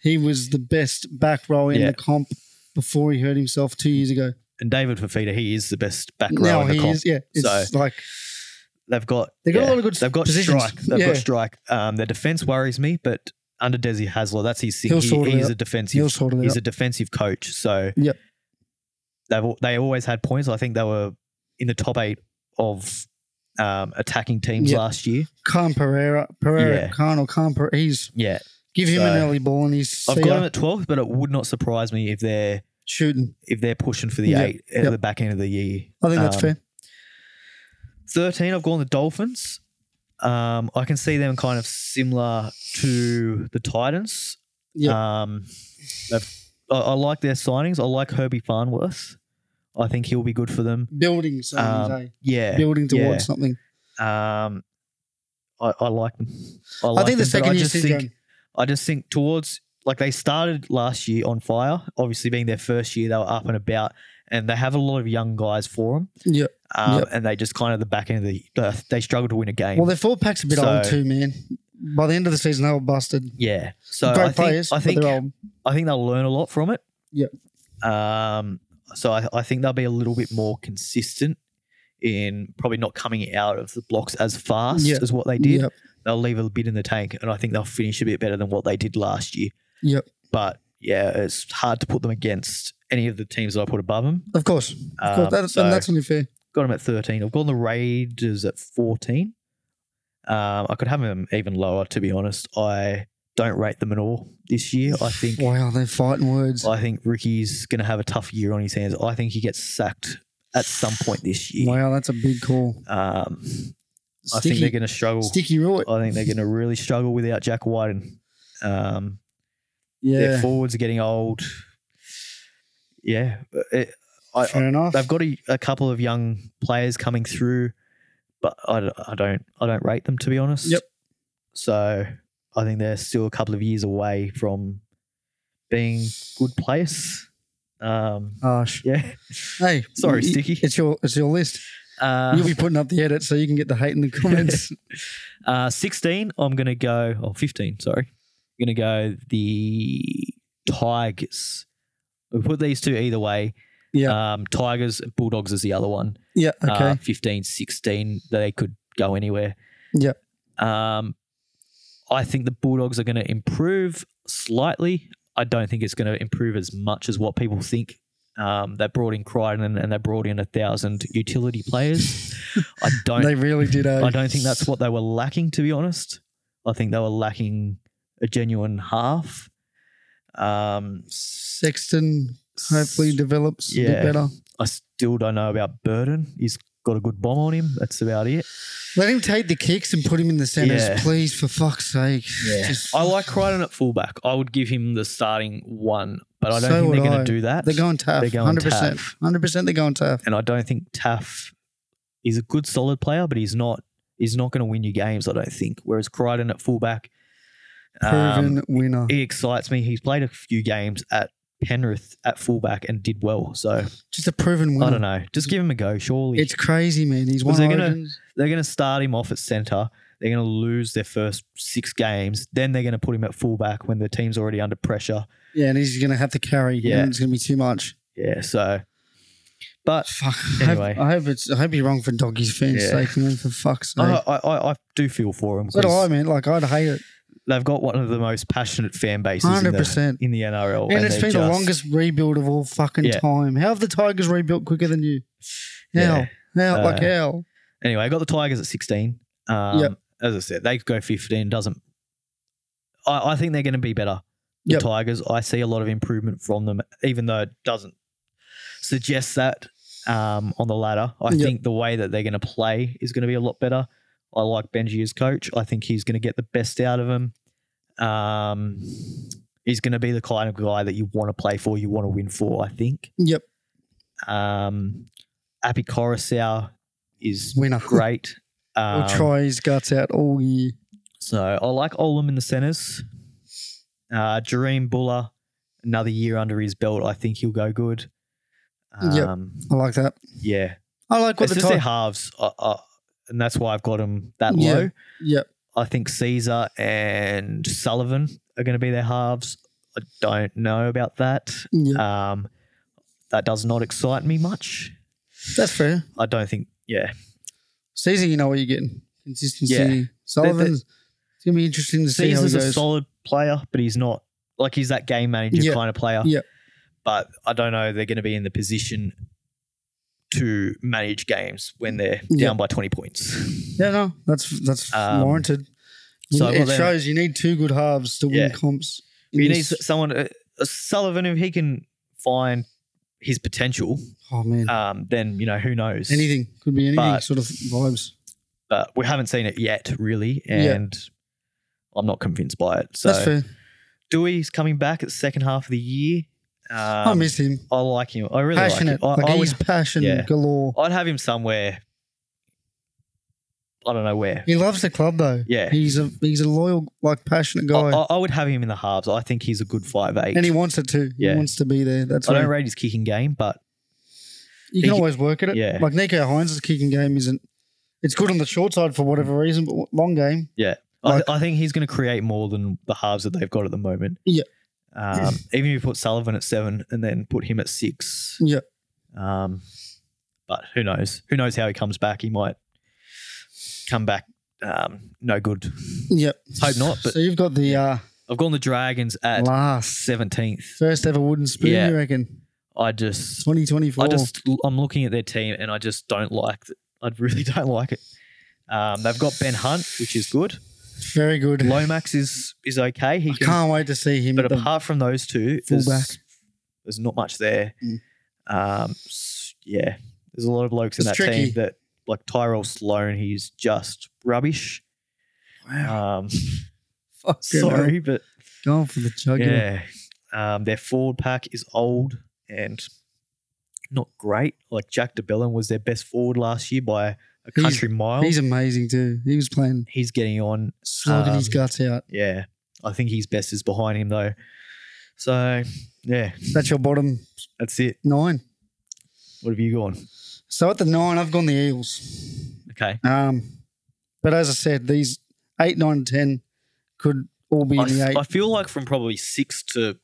[SPEAKER 2] he was the best back row in
[SPEAKER 1] Yeah.
[SPEAKER 2] the comp before he hurt himself two years ago.
[SPEAKER 1] And David Fafita, he is the best back row
[SPEAKER 2] now
[SPEAKER 1] in the
[SPEAKER 2] he
[SPEAKER 1] comp.
[SPEAKER 2] is, yeah. It's like
[SPEAKER 1] They've got
[SPEAKER 2] They've got a
[SPEAKER 1] yeah,
[SPEAKER 2] lot of good
[SPEAKER 1] They've got
[SPEAKER 2] positions.
[SPEAKER 1] strike. They've
[SPEAKER 2] Yeah.
[SPEAKER 1] got strike. Um, their defence worries me, but under Desi Hasler, that's his thing.
[SPEAKER 2] He'll
[SPEAKER 1] He-
[SPEAKER 2] sort it
[SPEAKER 1] he's
[SPEAKER 2] out.
[SPEAKER 1] a defensive
[SPEAKER 2] he'll sort it
[SPEAKER 1] He's
[SPEAKER 2] out.
[SPEAKER 1] a defensive coach, so
[SPEAKER 2] Yep.
[SPEAKER 1] they've al- they always had points. I think they were in the top eight of um, attacking teams
[SPEAKER 2] Yep.
[SPEAKER 1] last year.
[SPEAKER 2] Khan Pereira, Pereira,
[SPEAKER 1] Yeah.
[SPEAKER 2] Khan or Khan Pereira. He's
[SPEAKER 1] Yeah,
[SPEAKER 2] give him an
[SPEAKER 1] So-
[SPEAKER 2] early ball and he's
[SPEAKER 1] I've
[SPEAKER 2] see
[SPEAKER 1] got
[SPEAKER 2] ya
[SPEAKER 1] them at twelfth, but it would not surprise me if they're
[SPEAKER 2] shooting.
[SPEAKER 1] if they're pushing for the
[SPEAKER 2] Yep.
[SPEAKER 1] eight at
[SPEAKER 2] Yep.
[SPEAKER 1] the back end of the year.
[SPEAKER 2] I think that's
[SPEAKER 1] Um,
[SPEAKER 2] fair.
[SPEAKER 1] Thirteen, I've gone the Dolphins. Um, I can see them kind of similar to the Titans.
[SPEAKER 2] Yep.
[SPEAKER 1] Um, they've- I, I like their signings. I like Herbie Farnworth. I think he'll be good for them.
[SPEAKER 2] Building something,
[SPEAKER 1] um,
[SPEAKER 2] eh?
[SPEAKER 1] Yeah.
[SPEAKER 2] building towards
[SPEAKER 1] yeah.
[SPEAKER 2] something.
[SPEAKER 1] Um, I, I like them. I,
[SPEAKER 2] I
[SPEAKER 1] like
[SPEAKER 2] think
[SPEAKER 1] them,
[SPEAKER 2] the
[SPEAKER 1] but
[SPEAKER 2] second
[SPEAKER 1] I
[SPEAKER 2] year
[SPEAKER 1] just
[SPEAKER 2] syndrome.
[SPEAKER 1] think I just think towards like they started last year on fire. Obviously, being their first year, they were up and about, and they have a lot of young guys for them.
[SPEAKER 2] yeah.
[SPEAKER 1] Um,
[SPEAKER 2] Yep.
[SPEAKER 1] and they just kind of the back end of the uh, they struggle to win a game.
[SPEAKER 2] Well, their four pack's a bit
[SPEAKER 1] So-
[SPEAKER 2] old too, man. By the end of the season, they were busted.
[SPEAKER 1] yeah, so
[SPEAKER 2] Great
[SPEAKER 1] I think
[SPEAKER 2] players,
[SPEAKER 1] I think
[SPEAKER 2] but they're old.
[SPEAKER 1] I think they'll learn a lot from it.
[SPEAKER 2] Yep.
[SPEAKER 1] Um, so I, I think they'll be a little bit more consistent in probably not coming out of the blocks as fast
[SPEAKER 2] Yeah.
[SPEAKER 1] as what they did.
[SPEAKER 2] Yep.
[SPEAKER 1] they'll leave a bit in the tank, and I think they'll finish a bit better than what they did last year.
[SPEAKER 2] Yep.
[SPEAKER 1] But yeah, it's hard to put them against any of the teams that I put above them.
[SPEAKER 2] Of course. Of course.
[SPEAKER 1] Um,
[SPEAKER 2] That's,
[SPEAKER 1] so
[SPEAKER 2] and that's only fair.
[SPEAKER 1] got them at thirteen. I've gone the Raiders at fourteen. Um, I could have them even lower, to be honest. I don't rate them at all this year. I think
[SPEAKER 2] Wow, they're fighting words.
[SPEAKER 1] I think Ricky's going to have a tough year on his hands. I think he gets sacked at some point this year.
[SPEAKER 2] Wow, that's a big call.
[SPEAKER 1] Um, I think they're
[SPEAKER 2] Sticky,
[SPEAKER 1] going to struggle.
[SPEAKER 2] sticky root.
[SPEAKER 1] I think they're going to really struggle without Jack Wyden. Um, their
[SPEAKER 2] Yeah,
[SPEAKER 1] forwards are getting old. Yeah, it, I, I,
[SPEAKER 2] fair enough.
[SPEAKER 1] they've got a, a couple of young players coming through, but I, d- I don't I don't rate them to be honest.
[SPEAKER 2] Yep.
[SPEAKER 1] So I think they're still a couple of years away from being good players. Um,
[SPEAKER 2] Harsh.
[SPEAKER 1] yeah.
[SPEAKER 2] Hey,
[SPEAKER 1] Sorry,
[SPEAKER 2] y-
[SPEAKER 1] Sticky.
[SPEAKER 2] It's your it's your list.
[SPEAKER 1] Uh,
[SPEAKER 2] You'll be putting up the edit so you can get the hate in the comments.
[SPEAKER 1] uh, 16, I'm going to go, oh, 15, sorry. I'm going to go the Tigers. We put these two either way.
[SPEAKER 2] yeah.
[SPEAKER 1] Um, Tigers, Bulldogs is the other one.
[SPEAKER 2] yeah. Okay.
[SPEAKER 1] Uh, 15, 16, they could go anywhere.
[SPEAKER 2] Yeah.
[SPEAKER 1] Um, I think the Bulldogs are going to improve slightly. I don't think it's going to improve as much as what people think. Um, they brought in Crichton and they brought in a thousand utility players. I don't
[SPEAKER 2] they really did. eh?
[SPEAKER 1] I don't think that's what they were lacking, to be honest. I think they were lacking a genuine half. Um,
[SPEAKER 2] Sexton hopefully
[SPEAKER 1] s-
[SPEAKER 2] develops a
[SPEAKER 1] Yeah.
[SPEAKER 2] bit better.
[SPEAKER 1] I still don't know about Burden. He's got a good bomb on him. That's about it.
[SPEAKER 2] Let him take the kicks and put him in the centres,
[SPEAKER 1] Yeah.
[SPEAKER 2] please, for fuck's sake. Just-
[SPEAKER 1] I like Crichton at fullback. I would give him the starting one, but I don't
[SPEAKER 2] So
[SPEAKER 1] think
[SPEAKER 2] would
[SPEAKER 1] they're going to
[SPEAKER 2] I.
[SPEAKER 1] do that.
[SPEAKER 2] they're going tough.
[SPEAKER 1] They're going
[SPEAKER 2] 100%.
[SPEAKER 1] tough.
[SPEAKER 2] 100% they're going tough.
[SPEAKER 1] and I don't think Taff is a good solid player, but he's not. He's not going to win you games, I don't think. Whereas Crichton at fullback, um,
[SPEAKER 2] Proven winner.
[SPEAKER 1] he excites me. He's played a few games at Penrith at fullback and did well. So
[SPEAKER 2] Just a proven winner.
[SPEAKER 1] I don't know. Just give him a go. Surely
[SPEAKER 2] It's crazy, man. He's
[SPEAKER 1] Was
[SPEAKER 2] one of
[SPEAKER 1] they're gonna-
[SPEAKER 2] Origins.
[SPEAKER 1] they're going to start him off at centre. They're going to lose their first six games. Then they're going to put him at fullback when the team's already under pressure.
[SPEAKER 2] Yeah, and he's going to have to carry. Yeah.
[SPEAKER 1] Yeah.
[SPEAKER 2] it's going to be too much.
[SPEAKER 1] Yeah. So, but
[SPEAKER 2] Uh, Fuck. I
[SPEAKER 1] Anyway.
[SPEAKER 2] hope, I hope it's. I hope you're wrong for doggies fans'
[SPEAKER 1] Yeah. Oh,
[SPEAKER 2] sake, man. For fuck's sake.
[SPEAKER 1] I, I, I, I do feel for him
[SPEAKER 2] so do I,
[SPEAKER 1] because
[SPEAKER 2] man. Like I'd hate it.
[SPEAKER 1] they've got one of the most passionate fan bases in the,
[SPEAKER 2] 100%.
[SPEAKER 1] in the NRL,
[SPEAKER 2] And, it's
[SPEAKER 1] Oh, they
[SPEAKER 2] been the
[SPEAKER 1] just-
[SPEAKER 2] longest rebuild of all fucking
[SPEAKER 1] Yeah.
[SPEAKER 2] time. How have the Tigers rebuilt quicker than you? How?
[SPEAKER 1] Yeah.
[SPEAKER 2] How? like
[SPEAKER 1] Uh,
[SPEAKER 2] how?
[SPEAKER 1] Anyway, I got the Tigers at 16. Um,
[SPEAKER 2] Yep.
[SPEAKER 1] As I said, they could go 15. Doesn't. I, I think they're going to be better. The
[SPEAKER 2] Yep.
[SPEAKER 1] Tigers, I see a lot of improvement from them, even though it doesn't suggest that um, on the ladder. I
[SPEAKER 2] Yep.
[SPEAKER 1] think the way that they're going to play is going to be a lot better. I like Benji as coach. I think he's going to get the best out of him. Um, he's going to be the kind of guy that you want to play for, you want to win for, I think.
[SPEAKER 2] Yep.
[SPEAKER 1] Um, Appy Coruscant is
[SPEAKER 2] Winner.
[SPEAKER 1] great. Um,
[SPEAKER 2] He'll try his guts out all year.
[SPEAKER 1] So I like Olam in the centres. Uh, Jareem Buller, another year under his belt. I think he'll go good.
[SPEAKER 2] Yep.
[SPEAKER 1] Um,
[SPEAKER 2] I like that.
[SPEAKER 1] Yeah.
[SPEAKER 2] I like what
[SPEAKER 1] it's
[SPEAKER 2] the
[SPEAKER 1] just their
[SPEAKER 2] Tigers.
[SPEAKER 1] halves. Uh, uh, and that's why I've got him that
[SPEAKER 2] Yeah.
[SPEAKER 1] low.
[SPEAKER 2] Yep.
[SPEAKER 1] I think Caesar and Sullivan are going to be their halves. I don't know about that.
[SPEAKER 2] Yeah.
[SPEAKER 1] Um, that does not excite me much.
[SPEAKER 2] That's fair.
[SPEAKER 1] I don't think, yeah.
[SPEAKER 2] Caesar, you know what you're getting. Consistency.
[SPEAKER 1] Yeah. They-
[SPEAKER 2] Sullivan's. It's gonna be interesting to see
[SPEAKER 1] Caesar's
[SPEAKER 2] how he
[SPEAKER 1] a
[SPEAKER 2] goes.
[SPEAKER 1] solid player, but he's not like he's that game manager
[SPEAKER 2] Yeah.
[SPEAKER 1] kind of player.
[SPEAKER 2] Yeah.
[SPEAKER 1] But I don't know they're going to be in the position to manage games when they're
[SPEAKER 2] Yeah.
[SPEAKER 1] down by 20 points.
[SPEAKER 2] yeah, no, that's that's
[SPEAKER 1] Um,
[SPEAKER 2] warranted. You-
[SPEAKER 1] so, well,
[SPEAKER 2] it
[SPEAKER 1] then-
[SPEAKER 2] shows you need two good halves to win
[SPEAKER 1] Yeah.
[SPEAKER 2] comps. in
[SPEAKER 1] you need
[SPEAKER 2] this-
[SPEAKER 1] someone uh, Sullivan if he can find his potential,
[SPEAKER 2] oh man,
[SPEAKER 1] um, then you know who knows.
[SPEAKER 2] anything could be anything
[SPEAKER 1] but-
[SPEAKER 2] sort of vibes.
[SPEAKER 1] But we haven't seen it yet, really,
[SPEAKER 2] Yeah.
[SPEAKER 1] and I'm not convinced by it.
[SPEAKER 2] That's
[SPEAKER 1] So
[SPEAKER 2] fair.
[SPEAKER 1] Dewey's coming back at the second half of the year. Um,
[SPEAKER 2] I miss him.
[SPEAKER 1] I like him. I really
[SPEAKER 2] passionate,
[SPEAKER 1] like
[SPEAKER 2] like,
[SPEAKER 1] him. I, I would
[SPEAKER 2] he's passion
[SPEAKER 1] yeah.
[SPEAKER 2] galore.
[SPEAKER 1] I'd have him somewhere. I don't know where.
[SPEAKER 2] He loves the club though.
[SPEAKER 1] Yeah.
[SPEAKER 2] he's a he's a loyal, like passionate
[SPEAKER 1] I,
[SPEAKER 2] guy,
[SPEAKER 1] I- I would have him in the halves. I think he's a good five eight.
[SPEAKER 2] and he wants it too.
[SPEAKER 1] Yeah.
[SPEAKER 2] He wants to be there. That's
[SPEAKER 1] I
[SPEAKER 2] why
[SPEAKER 1] don't rate his kicking game, but
[SPEAKER 2] you can
[SPEAKER 1] he-
[SPEAKER 2] always work at it.
[SPEAKER 1] yeah.
[SPEAKER 2] like Nico Hines' kicking game isn't. It's good on the short side for whatever reason, but long game.
[SPEAKER 1] I,
[SPEAKER 2] Like-
[SPEAKER 1] I think he's going to create more than the halves that they've got at the moment.
[SPEAKER 2] Yeah.
[SPEAKER 1] Um, even if you put Sullivan at seven and then put him at six.
[SPEAKER 2] Yeah.
[SPEAKER 1] Um, but who knows? Who knows how he comes back? He might come back um, no good.
[SPEAKER 2] Yep.
[SPEAKER 1] Hope not, but-
[SPEAKER 2] so you've got the uh,
[SPEAKER 1] I've gone the Dragons at
[SPEAKER 2] last
[SPEAKER 1] seventeenth.
[SPEAKER 2] first ever wooden spoon.
[SPEAKER 1] Yeah.
[SPEAKER 2] You reckon?
[SPEAKER 1] I just
[SPEAKER 2] 2024.
[SPEAKER 1] I just I'm looking at their team and I just don't like. th- I really don't like it. Um, they've got Ben Hunt, which is good.
[SPEAKER 2] Very good.
[SPEAKER 1] Lomax is is okay. He
[SPEAKER 2] I
[SPEAKER 1] can,
[SPEAKER 2] can't wait to see him.
[SPEAKER 1] but
[SPEAKER 2] at the-
[SPEAKER 1] apart from those two, there's,
[SPEAKER 2] Fullback.
[SPEAKER 1] there's not much there.
[SPEAKER 2] Mm.
[SPEAKER 1] Um, s- yeah, there's a lot of blokes in
[SPEAKER 2] It's
[SPEAKER 1] that
[SPEAKER 2] tricky.
[SPEAKER 1] team that like Tyrell Sloan. He's just rubbish. Um,
[SPEAKER 2] Fucking hell.
[SPEAKER 1] sorry, but
[SPEAKER 2] Going for the jugular.
[SPEAKER 1] yeah, um, their forward pack is old and not great. Like Jack DeBellin was their best forward last year by a
[SPEAKER 2] He's-
[SPEAKER 1] country mile.
[SPEAKER 2] He's
[SPEAKER 1] He's,
[SPEAKER 2] amazing too. He was playing,
[SPEAKER 1] getting on.
[SPEAKER 2] slogging his
[SPEAKER 1] Um,
[SPEAKER 2] guts out.
[SPEAKER 1] Yeah, I think his best is behind him though. So yeah,
[SPEAKER 2] That's your bottom
[SPEAKER 1] that's it.
[SPEAKER 2] nine.
[SPEAKER 1] What have you gone?
[SPEAKER 2] So at the nine, I've gone the Eels.
[SPEAKER 1] Okay.
[SPEAKER 2] Um, but as I said, these eight, nine, and ten could all be
[SPEAKER 1] I,
[SPEAKER 2] in the
[SPEAKER 1] f-
[SPEAKER 2] eight.
[SPEAKER 1] I feel like from probably six to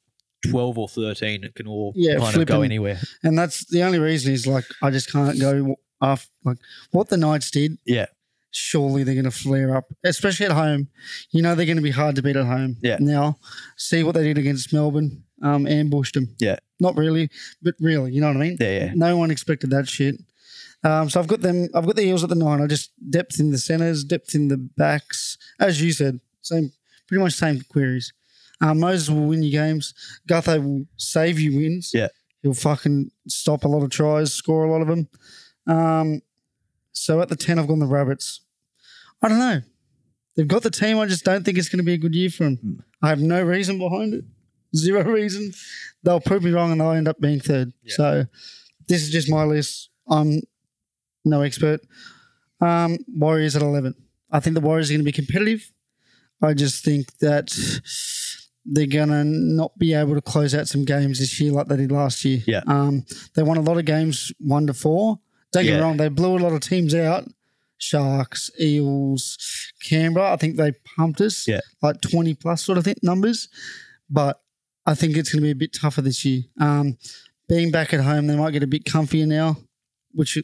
[SPEAKER 1] twelve or thirteen, it can all
[SPEAKER 2] Yeah,
[SPEAKER 1] kind of go
[SPEAKER 2] flipping-
[SPEAKER 1] anywhere.
[SPEAKER 2] and that's the only reason is like I just can't go off like what the Knights did.
[SPEAKER 1] Yeah.
[SPEAKER 2] surely they're going to flare up, especially at home. You know they're going to be hard to beat at home.
[SPEAKER 1] Yeah.
[SPEAKER 2] Now, see what they did against Melbourne. Um, ambushed them.
[SPEAKER 1] Yeah.
[SPEAKER 2] Not really, but really, you know what I mean.
[SPEAKER 1] Yeah, yeah.
[SPEAKER 2] No one expected that shit. Um, so I've got them. I've got the Eels at the nine. I just depth in the centers, depth in the backs, as you said. Same, pretty much same queries. Um, Moses will win you games. Gutho will save you wins.
[SPEAKER 1] Yeah.
[SPEAKER 2] He'll fucking stop a lot of tries, score a lot of them. Um, so at the ten, I've gone the Rabbits. I don't know. They've got the team. I just don't think it's going to be a good year for
[SPEAKER 1] Hmm.
[SPEAKER 2] them. I have no reason behind it. Zero reason. They'll prove me wrong and they'll end up being third.
[SPEAKER 1] Yeah.
[SPEAKER 2] So this is just my list. I'm no expert. Um, Warriors at 11. I think the Warriors are going to be competitive. I just think that they're going to not be able to close out some games this year like they did last year.
[SPEAKER 1] Yeah.
[SPEAKER 2] Um, they won a lot of games one to four. Don't get me
[SPEAKER 1] Yeah.
[SPEAKER 2] wrong, they blew a lot of teams out. Sharks, Eels, Canberra. I think they pumped us
[SPEAKER 1] Yeah.
[SPEAKER 2] like 20 plus sort of thing, numbers. But I think it's going to be a bit tougher this year. Um, being back at home, they might get a bit comfier now, which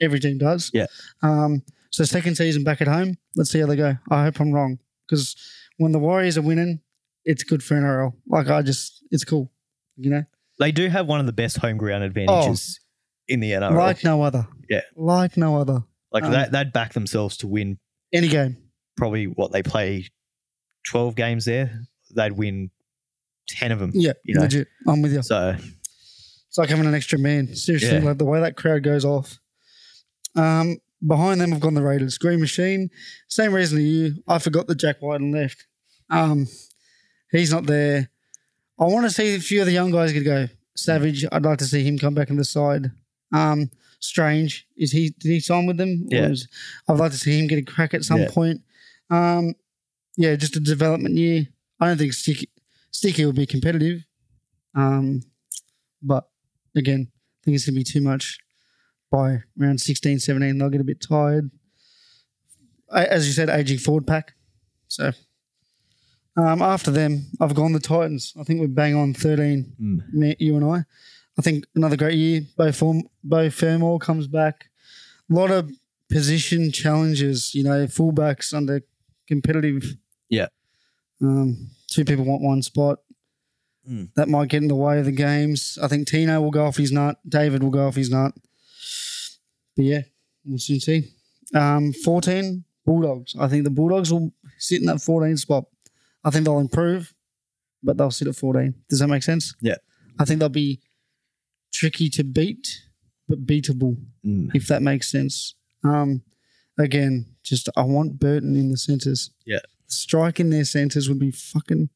[SPEAKER 2] every team does.
[SPEAKER 1] Yeah.
[SPEAKER 2] Um, so second season back at home. Let's see how they go. I hope I'm wrong because when the Warriors are winning, it's good for NRL. Like I just, it's cool. You know,
[SPEAKER 1] They do have one of the best home ground advantages
[SPEAKER 2] Oh.
[SPEAKER 1] in the NRL.
[SPEAKER 2] like no other.
[SPEAKER 1] Yeah.
[SPEAKER 2] Like no other.
[SPEAKER 1] like
[SPEAKER 2] um,
[SPEAKER 1] that, they'd back themselves to win
[SPEAKER 2] Any game.
[SPEAKER 1] probably what they play 12 games there, they'd win 10 of them.
[SPEAKER 2] Yeah.
[SPEAKER 1] You know.
[SPEAKER 2] Legit. I'm with you.
[SPEAKER 1] So,
[SPEAKER 2] It's like having an extra man. Seriously,
[SPEAKER 1] Yeah.
[SPEAKER 2] like the way that crowd goes off. Um, behind them, I've gone the Raiders. Green Machine. Same reason to you. I forgot that Jack Wyden left. Um, he's not there. I want to see a few of the young guys could go. Savage. I'd like to see him come back on the side. Um, Strange. Is he? Did he sign with them? Or
[SPEAKER 1] Yeah.
[SPEAKER 2] is- I'd like to see him get a crack at some
[SPEAKER 1] Yeah.
[SPEAKER 2] point. Um, yeah, just a development year. I don't think Sticky, Sticky will be competitive. Um, but again, I think it's going to be too much by round 16, 17. They'll get a bit tired. A- As you said, aging forward pack. So um, after them, I've gone the Titans. I think we're bang on 13,
[SPEAKER 1] mm,
[SPEAKER 2] me- you and I. I think another great year. Bo, Form, Bo Fermor comes back. A lot of position challenges, you know, fullbacks under competitive.
[SPEAKER 1] Yeah.
[SPEAKER 2] Um, two people want one spot.
[SPEAKER 1] Mm.
[SPEAKER 2] That might get in the way of the games. I think Tino will go off his nut. David will go off his nut. But yeah, we'll soon see. Um, 14, Bulldogs. I think the Bulldogs will sit in that 14 spot. I think they'll improve, but they'll sit at 14. Does that make sense?
[SPEAKER 1] Yeah.
[SPEAKER 2] I think they'll be tricky to beat, but beatable
[SPEAKER 1] mm.
[SPEAKER 2] if that makes sense. Um, again, just I want Burton in the centres.
[SPEAKER 1] Yeah.
[SPEAKER 2] striking their centres would be fucking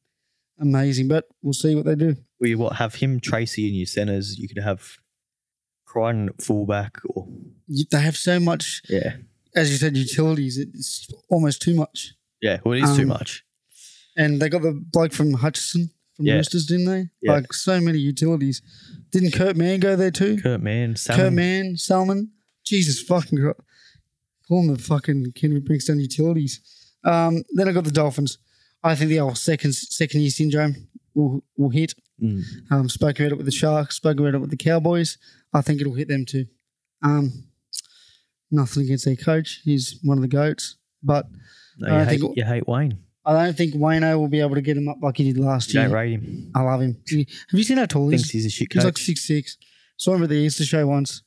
[SPEAKER 2] amazing. But we'll see what they do.
[SPEAKER 1] we what have him, Tracy, in your centers. You could have Crichton at fullback or,
[SPEAKER 2] You- They have so much,
[SPEAKER 1] yeah,
[SPEAKER 2] as you said, utilities. It's almost too much.
[SPEAKER 1] yeah. Well, it is too
[SPEAKER 2] Um,
[SPEAKER 1] much.
[SPEAKER 2] And they got the bloke from Hutchison from
[SPEAKER 1] Yeah.
[SPEAKER 2] Roosters, didn't they?
[SPEAKER 1] Yeah.
[SPEAKER 2] Like so many utilities. Didn't Kurt Mann go there too?
[SPEAKER 1] Kurt Mann, Sam,
[SPEAKER 2] Kurt Mann, Salmon. Jesus fucking Christ. Call them the fucking Kenry Brinkstone utilities. Um, then I got the Dolphins. I think the old second second year syndrome will will hit.
[SPEAKER 1] Mm,
[SPEAKER 2] Um, spoke about it with the Sharks. Spoke about it with the Cowboys. I think it'll hit them too. Um, nothing against their coach. He's one of the goats, but
[SPEAKER 1] no,
[SPEAKER 2] I
[SPEAKER 1] you, hate,
[SPEAKER 2] think-
[SPEAKER 1] you hate Wayne.
[SPEAKER 2] I don't think Wayno will be able to get him up like he did last
[SPEAKER 1] You don't
[SPEAKER 2] year.
[SPEAKER 1] rate him.
[SPEAKER 2] I love him. He- Have you seen how tall he
[SPEAKER 1] Thinks
[SPEAKER 2] is?
[SPEAKER 1] he's a shit
[SPEAKER 2] He's
[SPEAKER 1] coach.
[SPEAKER 2] like six six. Saw him at the Easter show once.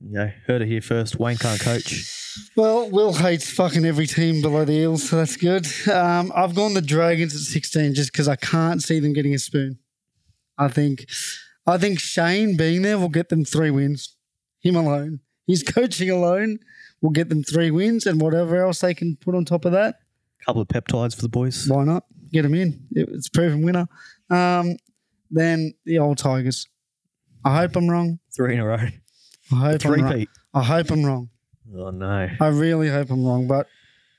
[SPEAKER 1] you know, heard it here first. Wayne can't coach.
[SPEAKER 2] Well, Will hates fucking every team below the Eels, so that's good. Um, I've gone the Dragons at 16 just because I can't see them getting a spoon. I think, I think Shane being there will get them three wins. Him alone, his coaching alone will get them three wins, and whatever else they can put on top of that,
[SPEAKER 1] couple of peptides for the boys.
[SPEAKER 2] why not get him in? It- It's proven winner. Um, then the old Tigers. I hope I'm wrong.
[SPEAKER 1] Three in a row.
[SPEAKER 2] I hope
[SPEAKER 1] Three
[SPEAKER 2] I'm wrong.
[SPEAKER 1] peat.
[SPEAKER 2] I hope I'm wrong.
[SPEAKER 1] Oh, no.
[SPEAKER 2] Uh, I really hope I'm wrong, but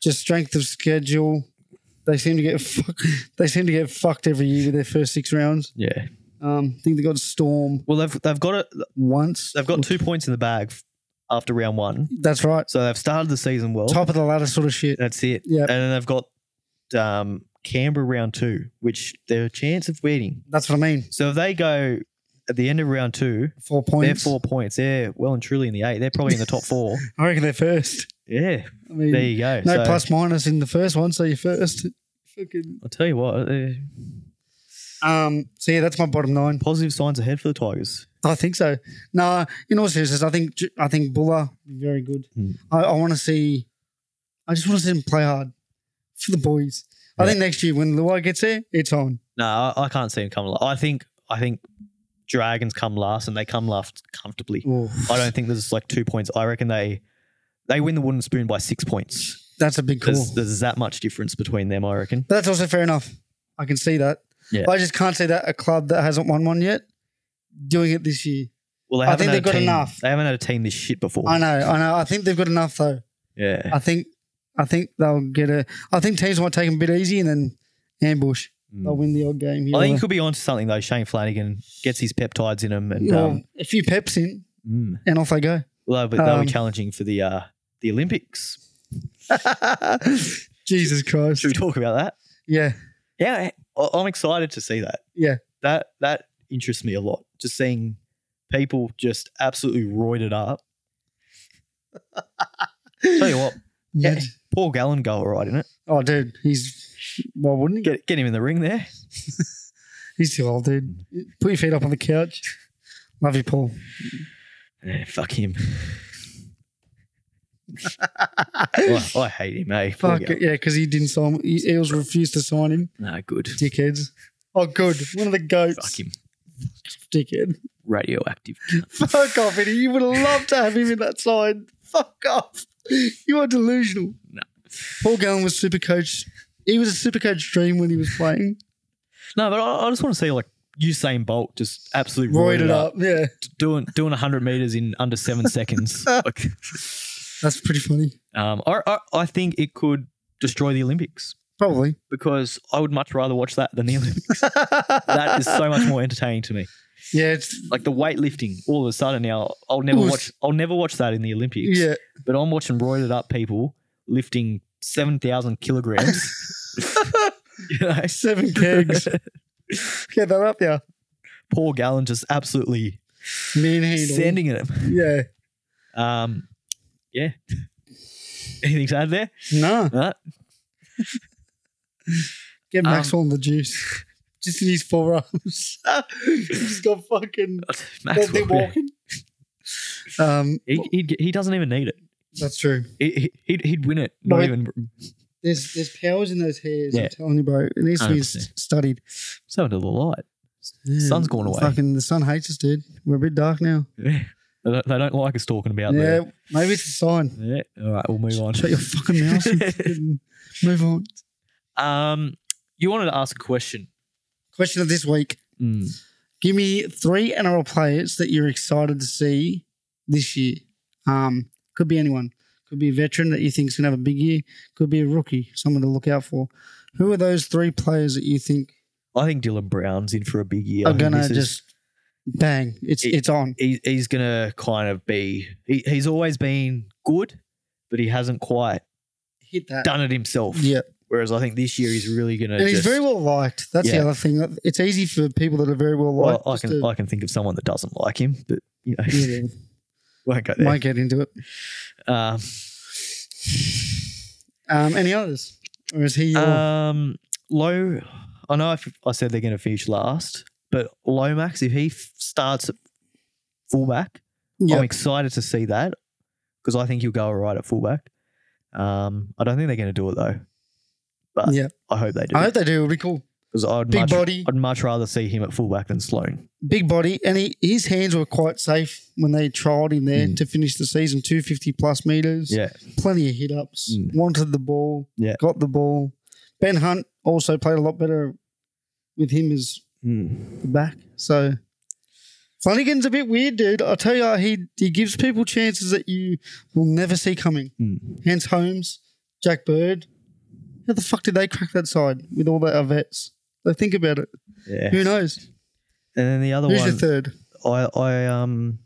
[SPEAKER 2] just strength of schedule, They seem to get fuck, they seem to get fucked every year with their first six rounds.
[SPEAKER 1] Yeah.
[SPEAKER 2] Um, I think they got Storm
[SPEAKER 1] Well, they've they've got it.
[SPEAKER 2] once.
[SPEAKER 1] They've got two points in the bag f- after round one,
[SPEAKER 2] That's right.
[SPEAKER 1] so they've started the season well.
[SPEAKER 2] Top of the ladder sort of shit.
[SPEAKER 1] That's it.
[SPEAKER 2] Yeah.
[SPEAKER 1] And then they've got um, Canberra round two, which they're a chance of winning.
[SPEAKER 2] That's what I mean.
[SPEAKER 1] So if they go at the end of round two,
[SPEAKER 2] Four points.
[SPEAKER 1] they're four points. They're well and truly in the eight. They're probably in the top four.
[SPEAKER 2] I reckon they're first.
[SPEAKER 1] Yeah.
[SPEAKER 2] I mean,
[SPEAKER 1] There you go.
[SPEAKER 2] no
[SPEAKER 1] so
[SPEAKER 2] plus minus in the first one, so you're first. Fucking.
[SPEAKER 1] I'll tell you what, uh,
[SPEAKER 2] Um. So yeah, that's my bottom nine.
[SPEAKER 1] positive signs ahead for the Tigers.
[SPEAKER 2] I think so. No, in all seriousness, I think I think Buller will be very good.
[SPEAKER 1] Hmm.
[SPEAKER 2] I, I want to see. I just want to see him play hard for the boys. I
[SPEAKER 1] Yeah.
[SPEAKER 2] think next year when Luai gets there, it's on.
[SPEAKER 1] No, I, I can't see them come. la- I think I think Dragons come last and they come last comfortably. I don't think there's like two points. I reckon they they win the wooden spoon by six points.
[SPEAKER 2] That's a big call.
[SPEAKER 1] There's, there's that much difference between them. I reckon.
[SPEAKER 2] But that's also fair enough. I can see that.
[SPEAKER 1] Yeah.
[SPEAKER 2] I just can't see that a club that hasn't won one yet doing it this year.
[SPEAKER 1] Well, they
[SPEAKER 2] I
[SPEAKER 1] haven't
[SPEAKER 2] think
[SPEAKER 1] had
[SPEAKER 2] they've
[SPEAKER 1] a
[SPEAKER 2] got
[SPEAKER 1] team-
[SPEAKER 2] enough.
[SPEAKER 1] They haven't had a team this shit before.
[SPEAKER 2] I know, I know. I think they've got enough though.
[SPEAKER 1] Yeah.
[SPEAKER 2] I think, I think they'll get a. I think teams might take them a bit easy and then ambush. They'll
[SPEAKER 1] Mm.
[SPEAKER 2] win the odd game. Here
[SPEAKER 1] I
[SPEAKER 2] or
[SPEAKER 1] think he
[SPEAKER 2] there.
[SPEAKER 1] could be onto something though. Shane Flanagan gets his peptides in him, and
[SPEAKER 2] Well,
[SPEAKER 1] um,
[SPEAKER 2] a few peps in
[SPEAKER 1] mm,
[SPEAKER 2] and off they go.
[SPEAKER 1] they'll, be, they'll
[SPEAKER 2] Um,
[SPEAKER 1] be challenging for the uh, the Olympics.
[SPEAKER 2] Jesus Christ.
[SPEAKER 1] Should we talk about that?
[SPEAKER 2] Yeah.
[SPEAKER 1] Yeah, I- I'm excited to see that.
[SPEAKER 2] Yeah.
[SPEAKER 1] that that interests me a lot. Just seeing people just absolutely roided up. Tell you what, yeah, Paul Gallen go all right in it.
[SPEAKER 2] Oh, dude, he's. Why wouldn't he?
[SPEAKER 1] Get get him in the ring there.
[SPEAKER 2] He's too old, dude. Put your feet up on the couch. Love you, Paul.
[SPEAKER 1] Eh, fuck him. Oh, I hate him, eh? Paul
[SPEAKER 2] Fuck
[SPEAKER 1] Gallen.
[SPEAKER 2] it. Yeah, because he didn't sign. He, he was refused to sign him.
[SPEAKER 1] No, good.
[SPEAKER 2] Dickheads. Oh, good. One of the
[SPEAKER 1] Fuck
[SPEAKER 2] goats.
[SPEAKER 1] him.
[SPEAKER 2] Dickhead.
[SPEAKER 1] Radioactive.
[SPEAKER 2] Fuck off, Eddie. You would have loved to have him in that side. Fuck off. You are delusional.
[SPEAKER 1] No.
[SPEAKER 2] Paul Gallen was super coach. He was a super coach dream when he was playing.
[SPEAKER 1] No, but I, I just want to see like Usain Bolt just absolutely
[SPEAKER 2] Roided
[SPEAKER 1] roided,
[SPEAKER 2] it
[SPEAKER 1] up.
[SPEAKER 2] up. Yeah.
[SPEAKER 1] doing doing 100 meters in under seven seconds. Like,
[SPEAKER 2] That's pretty funny.
[SPEAKER 1] um, I, I, I think it could destroy the Olympics
[SPEAKER 2] Probably.
[SPEAKER 1] because I would much rather watch that than the Olympics. that is so much more entertaining to me.
[SPEAKER 2] Yeah, it's
[SPEAKER 1] Like the weightlifting, all of a sudden now I'll never
[SPEAKER 2] Oof.
[SPEAKER 1] watch I'll never watch that in the Olympics.
[SPEAKER 2] yeah.
[SPEAKER 1] But I'm watching roided up people lifting 7,000 kilograms. you know,
[SPEAKER 2] Seven kegs. Get that up, yeah.
[SPEAKER 1] Paul Gallen just absolutely
[SPEAKER 2] Me and he.
[SPEAKER 1] sending it.
[SPEAKER 2] Yeah.
[SPEAKER 1] Um, yeah. Anything to add there?
[SPEAKER 2] Nah.
[SPEAKER 1] No?
[SPEAKER 2] Get
[SPEAKER 1] Um,
[SPEAKER 2] Maxwell on the juice. Just in his forearms. He's got fucking.
[SPEAKER 1] Maxwell,
[SPEAKER 2] they're
[SPEAKER 1] yeah.
[SPEAKER 2] walking. Um,
[SPEAKER 1] he, he'd get- he doesn't even need it.
[SPEAKER 2] that's true.
[SPEAKER 1] He, he, would he'd win it.
[SPEAKER 2] No,
[SPEAKER 1] Not
[SPEAKER 2] he-
[SPEAKER 1] even.
[SPEAKER 2] There's there's powers in those hairs.
[SPEAKER 1] Yeah.
[SPEAKER 2] I'm telling you, bro. It needs to be s-
[SPEAKER 1] 100%.
[SPEAKER 2] studied.
[SPEAKER 1] So into the light.
[SPEAKER 2] Yeah.
[SPEAKER 1] Sun's gone away.
[SPEAKER 2] Fucking the sun hates us, dude. We're a bit dark now.
[SPEAKER 1] Yeah. They don't- they don't like us talking about
[SPEAKER 2] yeah,
[SPEAKER 1] that.
[SPEAKER 2] maybe it's a sign.
[SPEAKER 1] Yeah. All right, we'll move on.
[SPEAKER 2] Shut your fucking mouth. and fucking move on.
[SPEAKER 1] Um, you wanted to ask a question.
[SPEAKER 2] Question of this week.
[SPEAKER 1] Mm.
[SPEAKER 2] Give me three NRL players that you're excited to see this year. Um, could be anyone. Could be a veteran that you think's gonna have a big year. Could be a rookie, someone to look out for. Who are those three players that you think
[SPEAKER 1] I think Dylan Brown's in for a big year. I
[SPEAKER 2] are
[SPEAKER 1] think
[SPEAKER 2] gonna
[SPEAKER 1] this is-
[SPEAKER 2] just bang? It's
[SPEAKER 1] It-
[SPEAKER 2] it's on.
[SPEAKER 1] he, he's gonna kind of be. He, he's always been good, but he hasn't quite
[SPEAKER 2] Hit that.
[SPEAKER 1] done it himself.
[SPEAKER 2] Yeah,
[SPEAKER 1] Whereas I think this year he's really gonna.
[SPEAKER 2] and he's
[SPEAKER 1] just-
[SPEAKER 2] very well liked. That's the
[SPEAKER 1] Yeah.
[SPEAKER 2] other thing. It's easy for people that are very well
[SPEAKER 1] Well,
[SPEAKER 2] liked.
[SPEAKER 1] I
[SPEAKER 2] just
[SPEAKER 1] can
[SPEAKER 2] to-
[SPEAKER 1] I can think of someone that doesn't like him, but you know,
[SPEAKER 2] yeah,
[SPEAKER 1] won't go
[SPEAKER 2] they
[SPEAKER 1] there.
[SPEAKER 2] might get into it.
[SPEAKER 1] Um,
[SPEAKER 2] Um, any others, or is he? your-
[SPEAKER 1] um, low. I know if I said they're going to finish last, but Lomax, if he f- starts at fullback,
[SPEAKER 2] yeah,
[SPEAKER 1] I'm excited to see that because I think he'll go all right at fullback. Um, I don't think they're going to do it though. But
[SPEAKER 2] yeah.
[SPEAKER 1] I hope they do
[SPEAKER 2] I hope they do. It'll be cool.
[SPEAKER 1] because I'd
[SPEAKER 2] Big
[SPEAKER 1] much,
[SPEAKER 2] body.
[SPEAKER 1] I'd much rather see him at fullback than Sloan.
[SPEAKER 2] big body, and he, his hands were quite safe when they trialled him there
[SPEAKER 1] Mm.
[SPEAKER 2] to finish the season. Two fifty plus meters,
[SPEAKER 1] Yeah,
[SPEAKER 2] plenty of hit ups.
[SPEAKER 1] Mm.
[SPEAKER 2] Wanted the ball,
[SPEAKER 1] Yeah.
[SPEAKER 2] got the ball. Ben Hunt also played a lot better with him as the back. So Flanagan's a bit weird, dude. I tell you, he he gives people chances that you will never see coming.
[SPEAKER 1] Mm.
[SPEAKER 2] Hence Holmes, Jack Bird, How the fuck did they crack that side with all the vets? Like, think about it.
[SPEAKER 1] Yeah.
[SPEAKER 2] Who knows?
[SPEAKER 1] And then the other
[SPEAKER 2] Who's your
[SPEAKER 1] one,
[SPEAKER 2] third?
[SPEAKER 1] I I um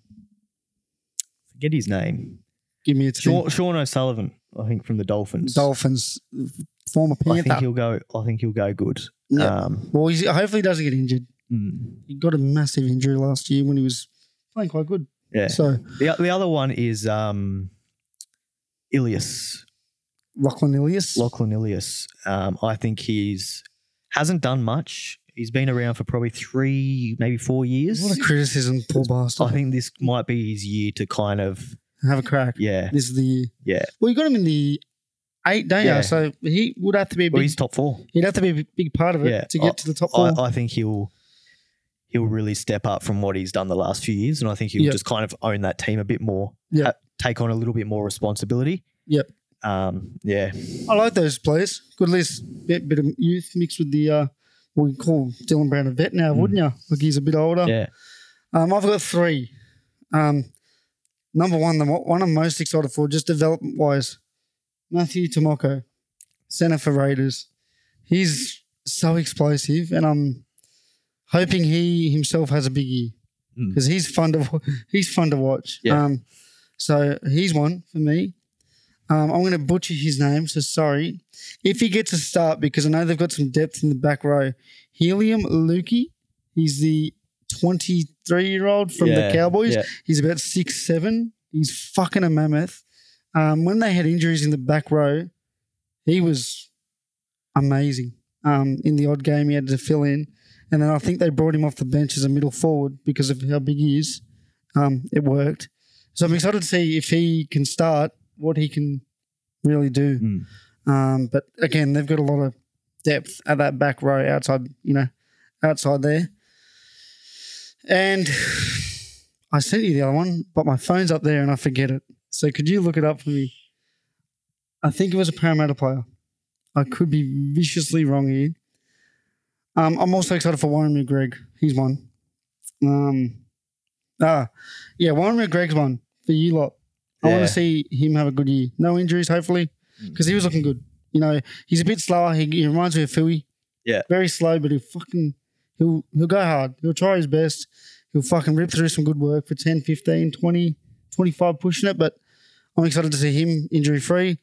[SPEAKER 1] forget his name.
[SPEAKER 2] Give me a team.
[SPEAKER 1] Sean, Sean O'Sullivan, I think, from the Dolphins.
[SPEAKER 2] Dolphins, former
[SPEAKER 1] I think
[SPEAKER 2] Panther.
[SPEAKER 1] he'll go. I think he'll go good.
[SPEAKER 2] Yeah.
[SPEAKER 1] Um,
[SPEAKER 2] Well, he's, hopefully he doesn't get injured.
[SPEAKER 1] mm,
[SPEAKER 2] He got a massive injury last year when he was playing quite good.
[SPEAKER 1] yeah.
[SPEAKER 2] So
[SPEAKER 1] The, the other one is um, Ilias
[SPEAKER 2] Lachlan Ilias.
[SPEAKER 1] Lachlan Ilias. Um, I think he's hasn't done much. He's been around for probably three, maybe four
[SPEAKER 2] What
[SPEAKER 1] years.
[SPEAKER 2] a criticism, poor
[SPEAKER 1] I
[SPEAKER 2] bastard.
[SPEAKER 1] think this might be his year to kind of
[SPEAKER 2] Oh, Have a crack.
[SPEAKER 1] yeah
[SPEAKER 2] This is the year.
[SPEAKER 1] yeah.
[SPEAKER 2] Well, you got him in the eight, don't
[SPEAKER 1] Yeah.
[SPEAKER 2] you? So he would have to be a big.
[SPEAKER 1] Well, he's top four.
[SPEAKER 2] he'd have to be a big part of it
[SPEAKER 1] Yeah.
[SPEAKER 2] to get
[SPEAKER 1] I-
[SPEAKER 2] to the top four.
[SPEAKER 1] I, I think he'll he'll really step up from what he's done the last few years, and I think he'll
[SPEAKER 2] Yep.
[SPEAKER 1] just kind of own that team a bit more.
[SPEAKER 2] Yep.
[SPEAKER 1] ha- take on a little bit more responsibility.
[SPEAKER 2] Yep.
[SPEAKER 1] Um. Yeah.
[SPEAKER 2] I like those players. Good list. Bit, bit of youth mixed with the uh, what you call Dylan Brown a vet now,
[SPEAKER 1] Mm.
[SPEAKER 2] wouldn't you? Like he's a bit older.
[SPEAKER 1] Yeah.
[SPEAKER 2] Um, I've got three. Um, number one, the mo- one I'm most excited for, just development wise, Matthew Tomoko, center for Raiders. He's so explosive, and I'm hoping he himself has a big year
[SPEAKER 1] Mm.
[SPEAKER 2] because he's fun to wa- he's fun to watch.
[SPEAKER 1] Yeah.
[SPEAKER 2] Um, so he's one for me. Um, I'm going to butcher his name, so sorry. If he gets a start, because I know they've got some depth in the back row. Helium Lukey, he's the 23 year old from
[SPEAKER 1] Yeah,
[SPEAKER 2] the Cowboys.
[SPEAKER 1] yeah.
[SPEAKER 2] He's about six seven. He's fucking a mammoth. Um, when they had injuries in the back row, he was amazing. Um, in the odd game, he had to fill in, and then I think they brought him off the bench as a middle forward because of how big he is. Um, it worked, so I'm excited to see if he can start what he can really do.
[SPEAKER 1] Mm.
[SPEAKER 2] Um, but again, they've got a lot of depth at that back row outside, you know, outside there. And I sent you the other one, but my phone's up there and I forget it. So could you look it up for me? I think it was a Parramatta player. I could be viciously wrong here. Um, I'm also excited for Warren McGreg. He's one. Um, ah, yeah, Warren McGreg's one for you lot. I
[SPEAKER 1] Yeah.
[SPEAKER 2] want to see him have a good year. No injuries, hopefully, because he was looking good. You know, he's a bit slower. He, he reminds me of Fui.
[SPEAKER 1] Yeah.
[SPEAKER 2] Very slow, but he'll fucking he'll he'll go hard. He'll try his best. He'll fucking rip through some good work for 10, 15, 20, 25 pushing it, but I'm excited to see him injury free.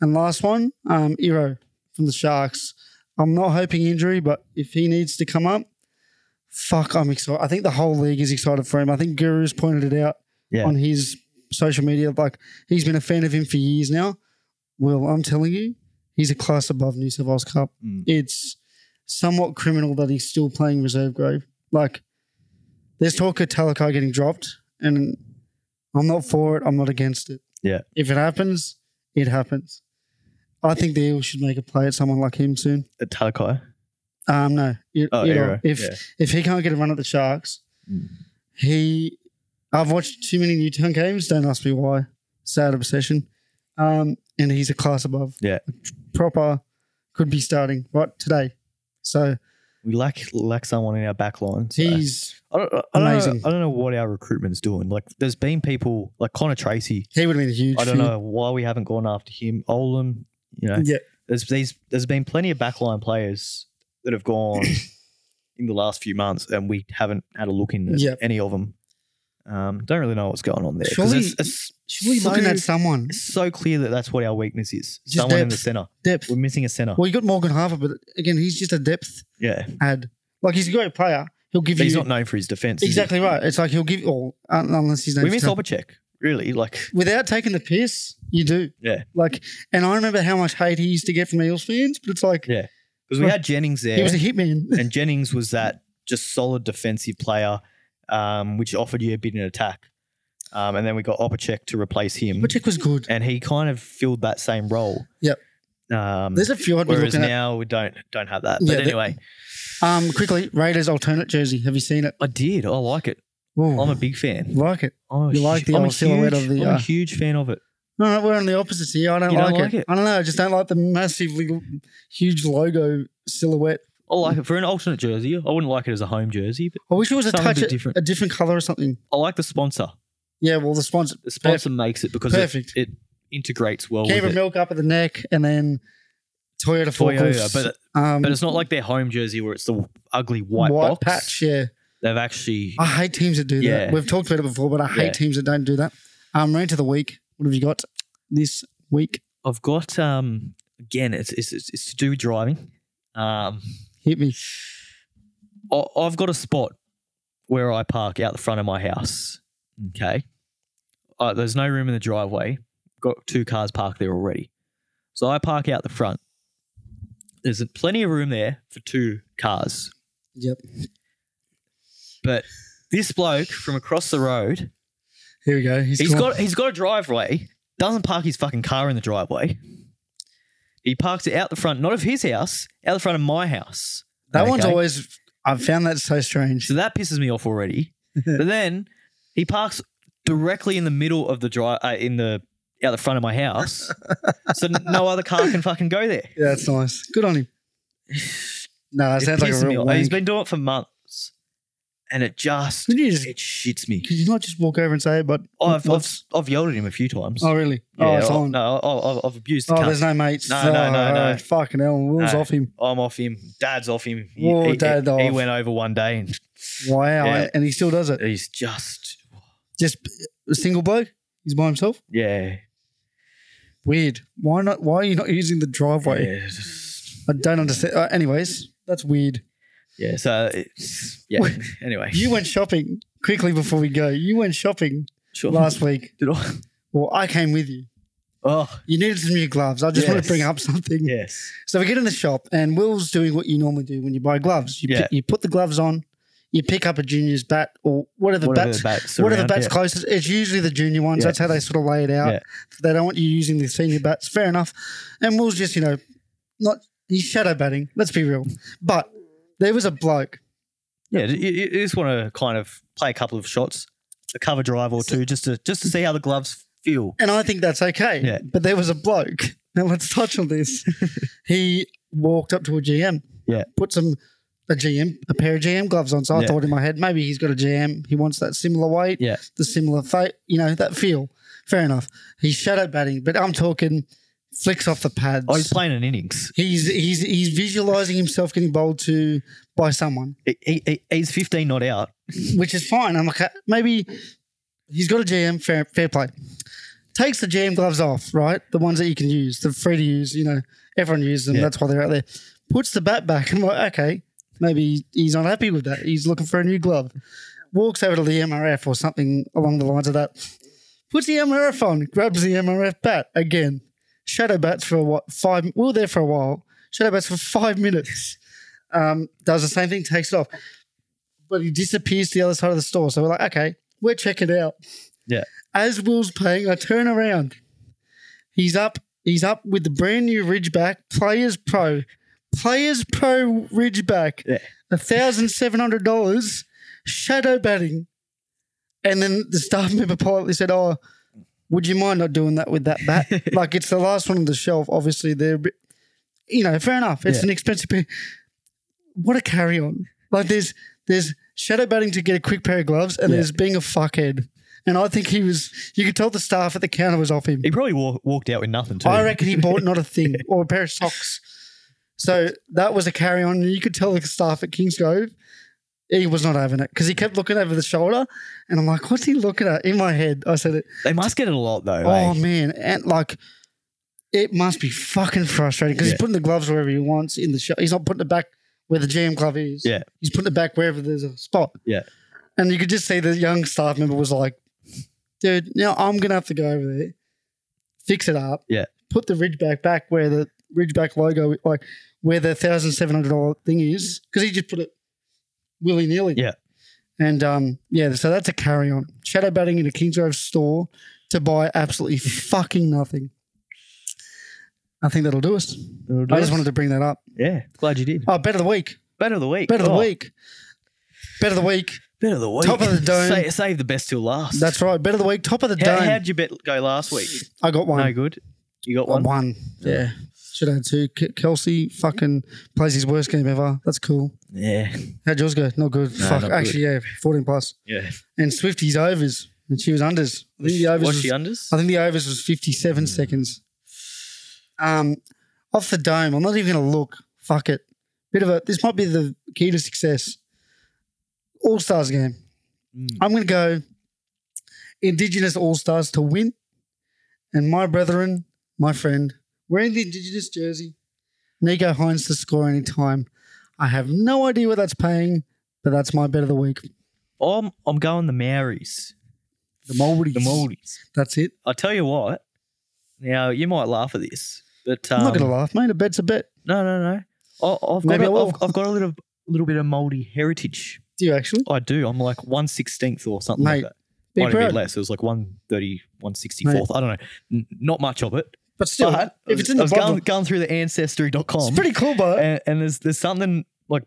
[SPEAKER 2] And last one, um, Iro from the Sharks. I'm not hoping injury, but if he needs to come up, fuck, I'm excited. I think the whole league is excited for him. I think Guru's pointed it out
[SPEAKER 1] Yeah.
[SPEAKER 2] on his social media. Like he's been a fan of him for years now. Well, I'm telling you, he's a class above New South Wales Cup.
[SPEAKER 1] Mm.
[SPEAKER 2] It's somewhat criminal that he's still playing reserve grade. Like there's talk of Talakai getting dropped, and I'm not for it. I'm not against it.
[SPEAKER 1] Yeah.
[SPEAKER 2] If it happens, it happens. I think the Eagles should make a play at someone like him soon.
[SPEAKER 1] Uh, Talakai.
[SPEAKER 2] Um, no, you,
[SPEAKER 1] Oh,
[SPEAKER 2] you know,
[SPEAKER 1] Aero.
[SPEAKER 2] if
[SPEAKER 1] yeah.
[SPEAKER 2] if he can't get a run at the Sharks,
[SPEAKER 1] Mm.
[SPEAKER 2] he. I've watched too many Newtown games. Don't ask me why. Sad obsession. Um, and he's a class above.
[SPEAKER 1] Yeah.
[SPEAKER 2] Proper could be starting right today. So
[SPEAKER 1] we lack lack someone in our back line. so-
[SPEAKER 2] he's
[SPEAKER 1] I don't, I don't
[SPEAKER 2] amazing.
[SPEAKER 1] Know, I don't know what our recruitment's doing. Like, there's been people like Connor Tracy.
[SPEAKER 2] he would have been huge.
[SPEAKER 1] I don't
[SPEAKER 2] for you.
[SPEAKER 1] know why we haven't gone after him. Olam, you know,
[SPEAKER 2] Yeah.
[SPEAKER 1] there's these there's been plenty of backline players that have gone in the last few months, and we haven't had a look in at
[SPEAKER 2] Yep.
[SPEAKER 1] any of them. Um, don't really know what's going on there because
[SPEAKER 2] Surely-
[SPEAKER 1] it's, it's
[SPEAKER 2] Surely
[SPEAKER 1] so,
[SPEAKER 2] looking at someone
[SPEAKER 1] it's so clear that that's what our weakness is.
[SPEAKER 2] Just
[SPEAKER 1] Someone in the
[SPEAKER 2] depth.
[SPEAKER 1] center.
[SPEAKER 2] depth.
[SPEAKER 1] We're missing a center.
[SPEAKER 2] Well, you got Morgan Harper, but again, he's just a depth
[SPEAKER 1] yeah,
[SPEAKER 2] ad. Like he's a great player. He'll give
[SPEAKER 1] but he's
[SPEAKER 2] you
[SPEAKER 1] not known for his defense. is he?
[SPEAKER 2] exactly right. It's like he'll give all unless he's
[SPEAKER 1] We miss Obacek, really. Like,
[SPEAKER 2] without taking the piss, you do.
[SPEAKER 1] Yeah.
[SPEAKER 2] Like, and I remember how much hate he used to get from Eels fans, but it's like
[SPEAKER 1] Yeah. because we had Jennings there.
[SPEAKER 2] he was a hitman.
[SPEAKER 1] and Jennings was that just solid defensive player, um, which offered you a bit in attack. Um, and then we got Opacek to replace him,
[SPEAKER 2] But Chick was good.
[SPEAKER 1] and he kind of filled that same role.
[SPEAKER 2] Yep.
[SPEAKER 1] Um,
[SPEAKER 2] There's a few I'd be
[SPEAKER 1] whereas
[SPEAKER 2] looking at.
[SPEAKER 1] now we don't don't have that.
[SPEAKER 2] Yeah,
[SPEAKER 1] But
[SPEAKER 2] that-
[SPEAKER 1] anyway,
[SPEAKER 2] Um, quickly, Raiders alternate jersey. Have you seen it?
[SPEAKER 1] I did. I like it.
[SPEAKER 2] Ooh,
[SPEAKER 1] I'm a big fan.
[SPEAKER 2] like it.
[SPEAKER 1] I'm a
[SPEAKER 2] You like
[SPEAKER 1] hu-
[SPEAKER 2] the
[SPEAKER 1] I'm a
[SPEAKER 2] old silhouette
[SPEAKER 1] huge-
[SPEAKER 2] of the,
[SPEAKER 1] I'm a
[SPEAKER 2] uh,
[SPEAKER 1] huge fan of it.
[SPEAKER 2] No, no, we're on the opposites here. I don't,
[SPEAKER 1] You don't
[SPEAKER 2] like,
[SPEAKER 1] like
[SPEAKER 2] it.
[SPEAKER 1] it?
[SPEAKER 2] I don't know. I just don't like the massively huge logo silhouette.
[SPEAKER 1] I like it for an alternate jersey. I wouldn't like it as a home jersey, but
[SPEAKER 2] I wish it was a
[SPEAKER 1] Something a
[SPEAKER 2] touch
[SPEAKER 1] bit
[SPEAKER 2] a-
[SPEAKER 1] different.
[SPEAKER 2] a different color or something.
[SPEAKER 1] I like the sponsor.
[SPEAKER 2] Yeah, well, the sponsor
[SPEAKER 1] The sponsor makes it because it,
[SPEAKER 2] perfect.
[SPEAKER 1] it integrates well
[SPEAKER 2] Canberra
[SPEAKER 1] with it.
[SPEAKER 2] milk up at the neck, and then Toyota
[SPEAKER 1] Toyota,
[SPEAKER 2] forklifts.
[SPEAKER 1] but
[SPEAKER 2] um,
[SPEAKER 1] but it's not like their home jersey where it's the ugly white, box.
[SPEAKER 2] patch. Ah. Yeah,
[SPEAKER 1] They've actually
[SPEAKER 2] I hate teams that do
[SPEAKER 1] Yeah.
[SPEAKER 2] that. We've talked about it before, but I hate
[SPEAKER 1] Yeah.
[SPEAKER 2] teams that don't do that. Um, rant of the week. What have you got this week?
[SPEAKER 1] I've got um again it's it's it's, it's to do with driving. Um
[SPEAKER 2] Hit me.
[SPEAKER 1] I, I've got a spot where I park out the front of my house.
[SPEAKER 2] Hmm.
[SPEAKER 1] Okay. Uh, there's no room in the driveway. Got two cars parked there already. So I park out the front. There's plenty of room there for two cars.
[SPEAKER 2] Yep.
[SPEAKER 1] But this bloke from across the road,
[SPEAKER 2] Here we go.
[SPEAKER 1] he's
[SPEAKER 2] gone.
[SPEAKER 1] got he's got a driveway, doesn't park his fucking car in the driveway. He parks it out the front, not of his house, out the front of my house.
[SPEAKER 2] that one's
[SPEAKER 1] Okay.
[SPEAKER 2] always. I've found that so strange.
[SPEAKER 1] So that pisses me off already. but then he parks directly in the middle of the drive, uh, in the out the front of my house, so n- no other car can fucking go there.
[SPEAKER 2] Yeah, that's nice. Good on him. No, that
[SPEAKER 1] It
[SPEAKER 2] sounds like
[SPEAKER 1] pisses
[SPEAKER 2] a
[SPEAKER 1] me
[SPEAKER 2] real.
[SPEAKER 1] off. He's
[SPEAKER 2] wank.
[SPEAKER 1] been doing it for months, and it just
[SPEAKER 2] Could you just?
[SPEAKER 1] it shits me.
[SPEAKER 2] Could you not just walk over and say, "But
[SPEAKER 1] Oh, I've, I've
[SPEAKER 2] what's-
[SPEAKER 1] I've yelled at him a few times.
[SPEAKER 2] oh, really? oh,
[SPEAKER 1] Yeah,
[SPEAKER 2] it's
[SPEAKER 1] I-
[SPEAKER 2] on.
[SPEAKER 1] No, I- I- I've abused the
[SPEAKER 2] Oh,
[SPEAKER 1] cunt.
[SPEAKER 2] there's no mates.
[SPEAKER 1] No, no, no,
[SPEAKER 2] Oh,
[SPEAKER 1] no.
[SPEAKER 2] alright, Fucking hell, Will's
[SPEAKER 1] No.
[SPEAKER 2] off him.
[SPEAKER 1] I'm off him. Dad's off him. He-
[SPEAKER 2] Whoa,
[SPEAKER 1] he, he-
[SPEAKER 2] Dad
[SPEAKER 1] he
[SPEAKER 2] off.
[SPEAKER 1] went over one day and
[SPEAKER 2] Wow,
[SPEAKER 1] Yeah.
[SPEAKER 2] and he still does it.
[SPEAKER 1] he's just
[SPEAKER 2] Just a single bloke. He's by himself.
[SPEAKER 1] yeah.
[SPEAKER 2] Weird. Why not? Why are you not using the driveway?
[SPEAKER 1] Yeah, just-
[SPEAKER 2] I don't understand. Uh, anyways, that's weird.
[SPEAKER 1] yeah, so it's yeah. anyway,
[SPEAKER 2] You went shopping quickly before we go. You went shopping
[SPEAKER 1] sure.
[SPEAKER 2] last week.
[SPEAKER 1] Did I?
[SPEAKER 2] Well, I came with you.
[SPEAKER 1] Oh
[SPEAKER 2] You needed some new gloves. I just want
[SPEAKER 1] Yes.
[SPEAKER 2] to bring up something.
[SPEAKER 1] yes.
[SPEAKER 2] So we get in the shop, and Will's doing what you normally do when you buy gloves. You,
[SPEAKER 1] Yeah.
[SPEAKER 2] pi- you put the gloves on, you pick up a junior's bat or whatever,
[SPEAKER 1] What are
[SPEAKER 2] bats,
[SPEAKER 1] the bats?
[SPEAKER 2] what are the
[SPEAKER 1] around?
[SPEAKER 2] bats
[SPEAKER 1] Yeah.
[SPEAKER 2] closest? It's usually the junior ones.
[SPEAKER 1] Yeah.
[SPEAKER 2] That's how they sort of lay it out.
[SPEAKER 1] Yeah.
[SPEAKER 2] They don't want you using the senior bats. Fair enough. And Will's just, you know, not he's shadow batting. Let's be real. But there was a bloke.
[SPEAKER 1] Yeah, you, you you just want to kind of play a couple of shots, a cover drive or two, just to just to see how the gloves feel.
[SPEAKER 2] And I think that's okay.
[SPEAKER 1] Yeah.
[SPEAKER 2] But there was a bloke. Now let's touch on this. he walked up to a GM.
[SPEAKER 1] Yeah.
[SPEAKER 2] Put some a GM, a pair of GM gloves on. So I
[SPEAKER 1] Yeah.
[SPEAKER 2] thought in my head, maybe he's got a GM. He wants that similar weight,
[SPEAKER 1] Yeah.
[SPEAKER 2] the similar fate, you know, that feel. Fair enough. He's shadow batting, but I'm talking flicks off the pads.
[SPEAKER 1] Oh, he's playing an innings.
[SPEAKER 2] He's he's he's visualizing himself getting bowled to by someone,
[SPEAKER 1] He- he- he- he's 15 not out.
[SPEAKER 2] which is fine. I'm like, maybe he's got a GM. Fair, fair play. Takes the GM gloves off, right? The ones that you can use, the free to use. You know, everyone uses them.
[SPEAKER 1] Yeah.
[SPEAKER 2] That's why they're out there. Puts the bat back. I'm like, okay, maybe he's not happy with that. He's looking for a new glove. Walks over to the MRF or something along the lines of that. Puts the MRF on. Grabs the MRF bat again. Shadow bats for what five? We were there for a while. Shadow bats for five minutes. Um, does the same thing, takes it off, but he disappears to the other side of the store. So we're like, okay, we're checking out.
[SPEAKER 1] Yeah.
[SPEAKER 2] As Will's paying, I turn around. He's up. He's up with the brand new Ridgeback Players Pro, Players Pro Ridgeback,
[SPEAKER 1] Yeah.
[SPEAKER 2] thousand seven hundred dollars, shadow batting, and then the staff member politely said, "Oh, would you mind not doing that with that bat? like it's the last one on the shelf. Obviously, they're, a bit- you know, fair enough. It's
[SPEAKER 1] Yeah.
[SPEAKER 2] an expensive. Pair. What a carry on! Like there's there's shadow batting to get a quick pair of gloves, and
[SPEAKER 1] Yeah.
[SPEAKER 2] there's being a fuckhead. And I think he was. You could tell the staff at the counter was off him.
[SPEAKER 1] He probably walk, walked out with nothing too.
[SPEAKER 2] I reckon he bought not a thing or a pair of socks. So that was a carry on. You could tell the staff at Kingsgrove he was not having it because he kept looking over the shoulder. And I'm like, what's he looking at? In my head, I said it.
[SPEAKER 1] they must get it a lot though.
[SPEAKER 2] Oh
[SPEAKER 1] eh?
[SPEAKER 2] man, and like it must be fucking frustrating because
[SPEAKER 1] Yeah.
[SPEAKER 2] he's putting the gloves wherever he wants in the shop. He's not putting it back where the jam glove is.
[SPEAKER 1] Yeah.
[SPEAKER 2] he's putting it back wherever there's a spot.
[SPEAKER 1] Yeah.
[SPEAKER 2] and you could just see the young staff member was like, "Dude, now I'm gonna have to go over there, fix it up.
[SPEAKER 1] Yeah.
[SPEAKER 2] put the ridge back back where the ridge back logo, like where the thousand seven hundred dollar thing is, because he just put it willy nilly.
[SPEAKER 1] Yeah.
[SPEAKER 2] And um, yeah, so that's a carry on. Shadow batting in a Kings Road store to buy absolutely fucking nothing. I think that'll do us. I just wanted to bring that up.
[SPEAKER 1] Yeah, glad you did.
[SPEAKER 2] Oh, better the week.
[SPEAKER 1] Better of the week.
[SPEAKER 2] Better the
[SPEAKER 1] Oh,
[SPEAKER 2] week. Better the week.
[SPEAKER 1] Better of the week.
[SPEAKER 2] Top of the dome.
[SPEAKER 1] Sa- Save, the best till last.
[SPEAKER 2] That's right. Better the week. Top of the
[SPEAKER 1] how,
[SPEAKER 2] dome.
[SPEAKER 1] how'd you bet go last week?
[SPEAKER 2] I got one.
[SPEAKER 1] No good. You got
[SPEAKER 2] one.
[SPEAKER 1] one.
[SPEAKER 2] one. Yeah. Should have two. Ke- Kelsey fucking plays his worst game ever. That's cool.
[SPEAKER 1] Yeah.
[SPEAKER 2] How'd yours go? Not good. Fuck.
[SPEAKER 1] not good.
[SPEAKER 2] Actually, yeah, 14 plus.
[SPEAKER 1] Yeah.
[SPEAKER 2] And Swifty's overs. And she was unders. I think the overs
[SPEAKER 1] Was
[SPEAKER 2] was-
[SPEAKER 1] she unders?
[SPEAKER 2] I think the overs was 57 seconds. Um, off the dome. I'm not even going to look. Fuck it. Bit of a. This might be the key to success. All Stars game.
[SPEAKER 1] Mm.
[SPEAKER 2] I'm going to go Indigenous All Stars to win. And my brethren, my friend, wearing the Indigenous jersey, Nico Hines to score any time. I have no idea what that's paying, but that's my bet of the week.
[SPEAKER 1] I'm I'm going the Maoris.
[SPEAKER 2] The Maldives.
[SPEAKER 1] The Maldives.
[SPEAKER 2] That's it.
[SPEAKER 1] I tell you what. Now you might laugh at this, but um,
[SPEAKER 2] I'm not going to laugh, mate. A bet's a bet.
[SPEAKER 1] No, no, no. I, I've
[SPEAKER 2] Maybe I
[SPEAKER 1] got a,
[SPEAKER 2] will.
[SPEAKER 1] I've, I've got a little little bit of Maldi heritage.
[SPEAKER 2] Do you actually?
[SPEAKER 1] I do. I'm like one sixteenth or something like
[SPEAKER 2] Mate,
[SPEAKER 1] that.
[SPEAKER 2] Be
[SPEAKER 1] Might have
[SPEAKER 2] proud.
[SPEAKER 1] been less. It was like 130, 164th. I don't know. N- not much of it.
[SPEAKER 2] But still,
[SPEAKER 1] but
[SPEAKER 2] if it's in the
[SPEAKER 1] I was
[SPEAKER 2] bottle,
[SPEAKER 1] going, going through the ancestry.com.
[SPEAKER 2] it's pretty cool, but
[SPEAKER 1] and, and there's there's something like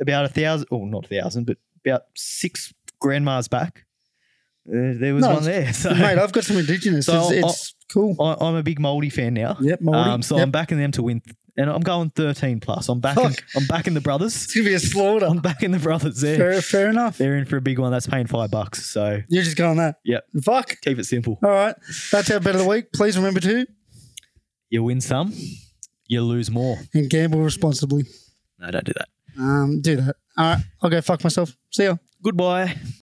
[SPEAKER 1] about a thousand, oh, not a thousand, but about six grandmas back. Uh, there was
[SPEAKER 2] No,
[SPEAKER 1] one there. So
[SPEAKER 2] mate, I've got some indigenous.
[SPEAKER 1] So
[SPEAKER 2] it's
[SPEAKER 1] I'll-
[SPEAKER 2] it's cool.
[SPEAKER 1] I, I'm a big Moldy fan now.
[SPEAKER 2] yep, Maori.
[SPEAKER 1] Um, so
[SPEAKER 2] Yep.
[SPEAKER 1] I'm backing them to win, th- and I'm going 13 plus. I'm backing
[SPEAKER 2] Fuck.
[SPEAKER 1] I'm backing the brothers.
[SPEAKER 2] it's gonna be a slaughter.
[SPEAKER 1] I'm backing the brothers there.
[SPEAKER 2] Fair, fair enough.
[SPEAKER 1] They're in for a big one. That's paying five bucks. So
[SPEAKER 2] You're just going that.
[SPEAKER 1] Yep.
[SPEAKER 2] Fuck.
[SPEAKER 1] keep it simple.
[SPEAKER 2] All right, that's our bet of the week. Please remember to
[SPEAKER 1] You win some, you lose more.
[SPEAKER 2] and gamble responsibly.
[SPEAKER 1] No, don't do that.
[SPEAKER 2] Um, do that. All right, I'll go fuck myself. See ya.
[SPEAKER 1] Goodbye.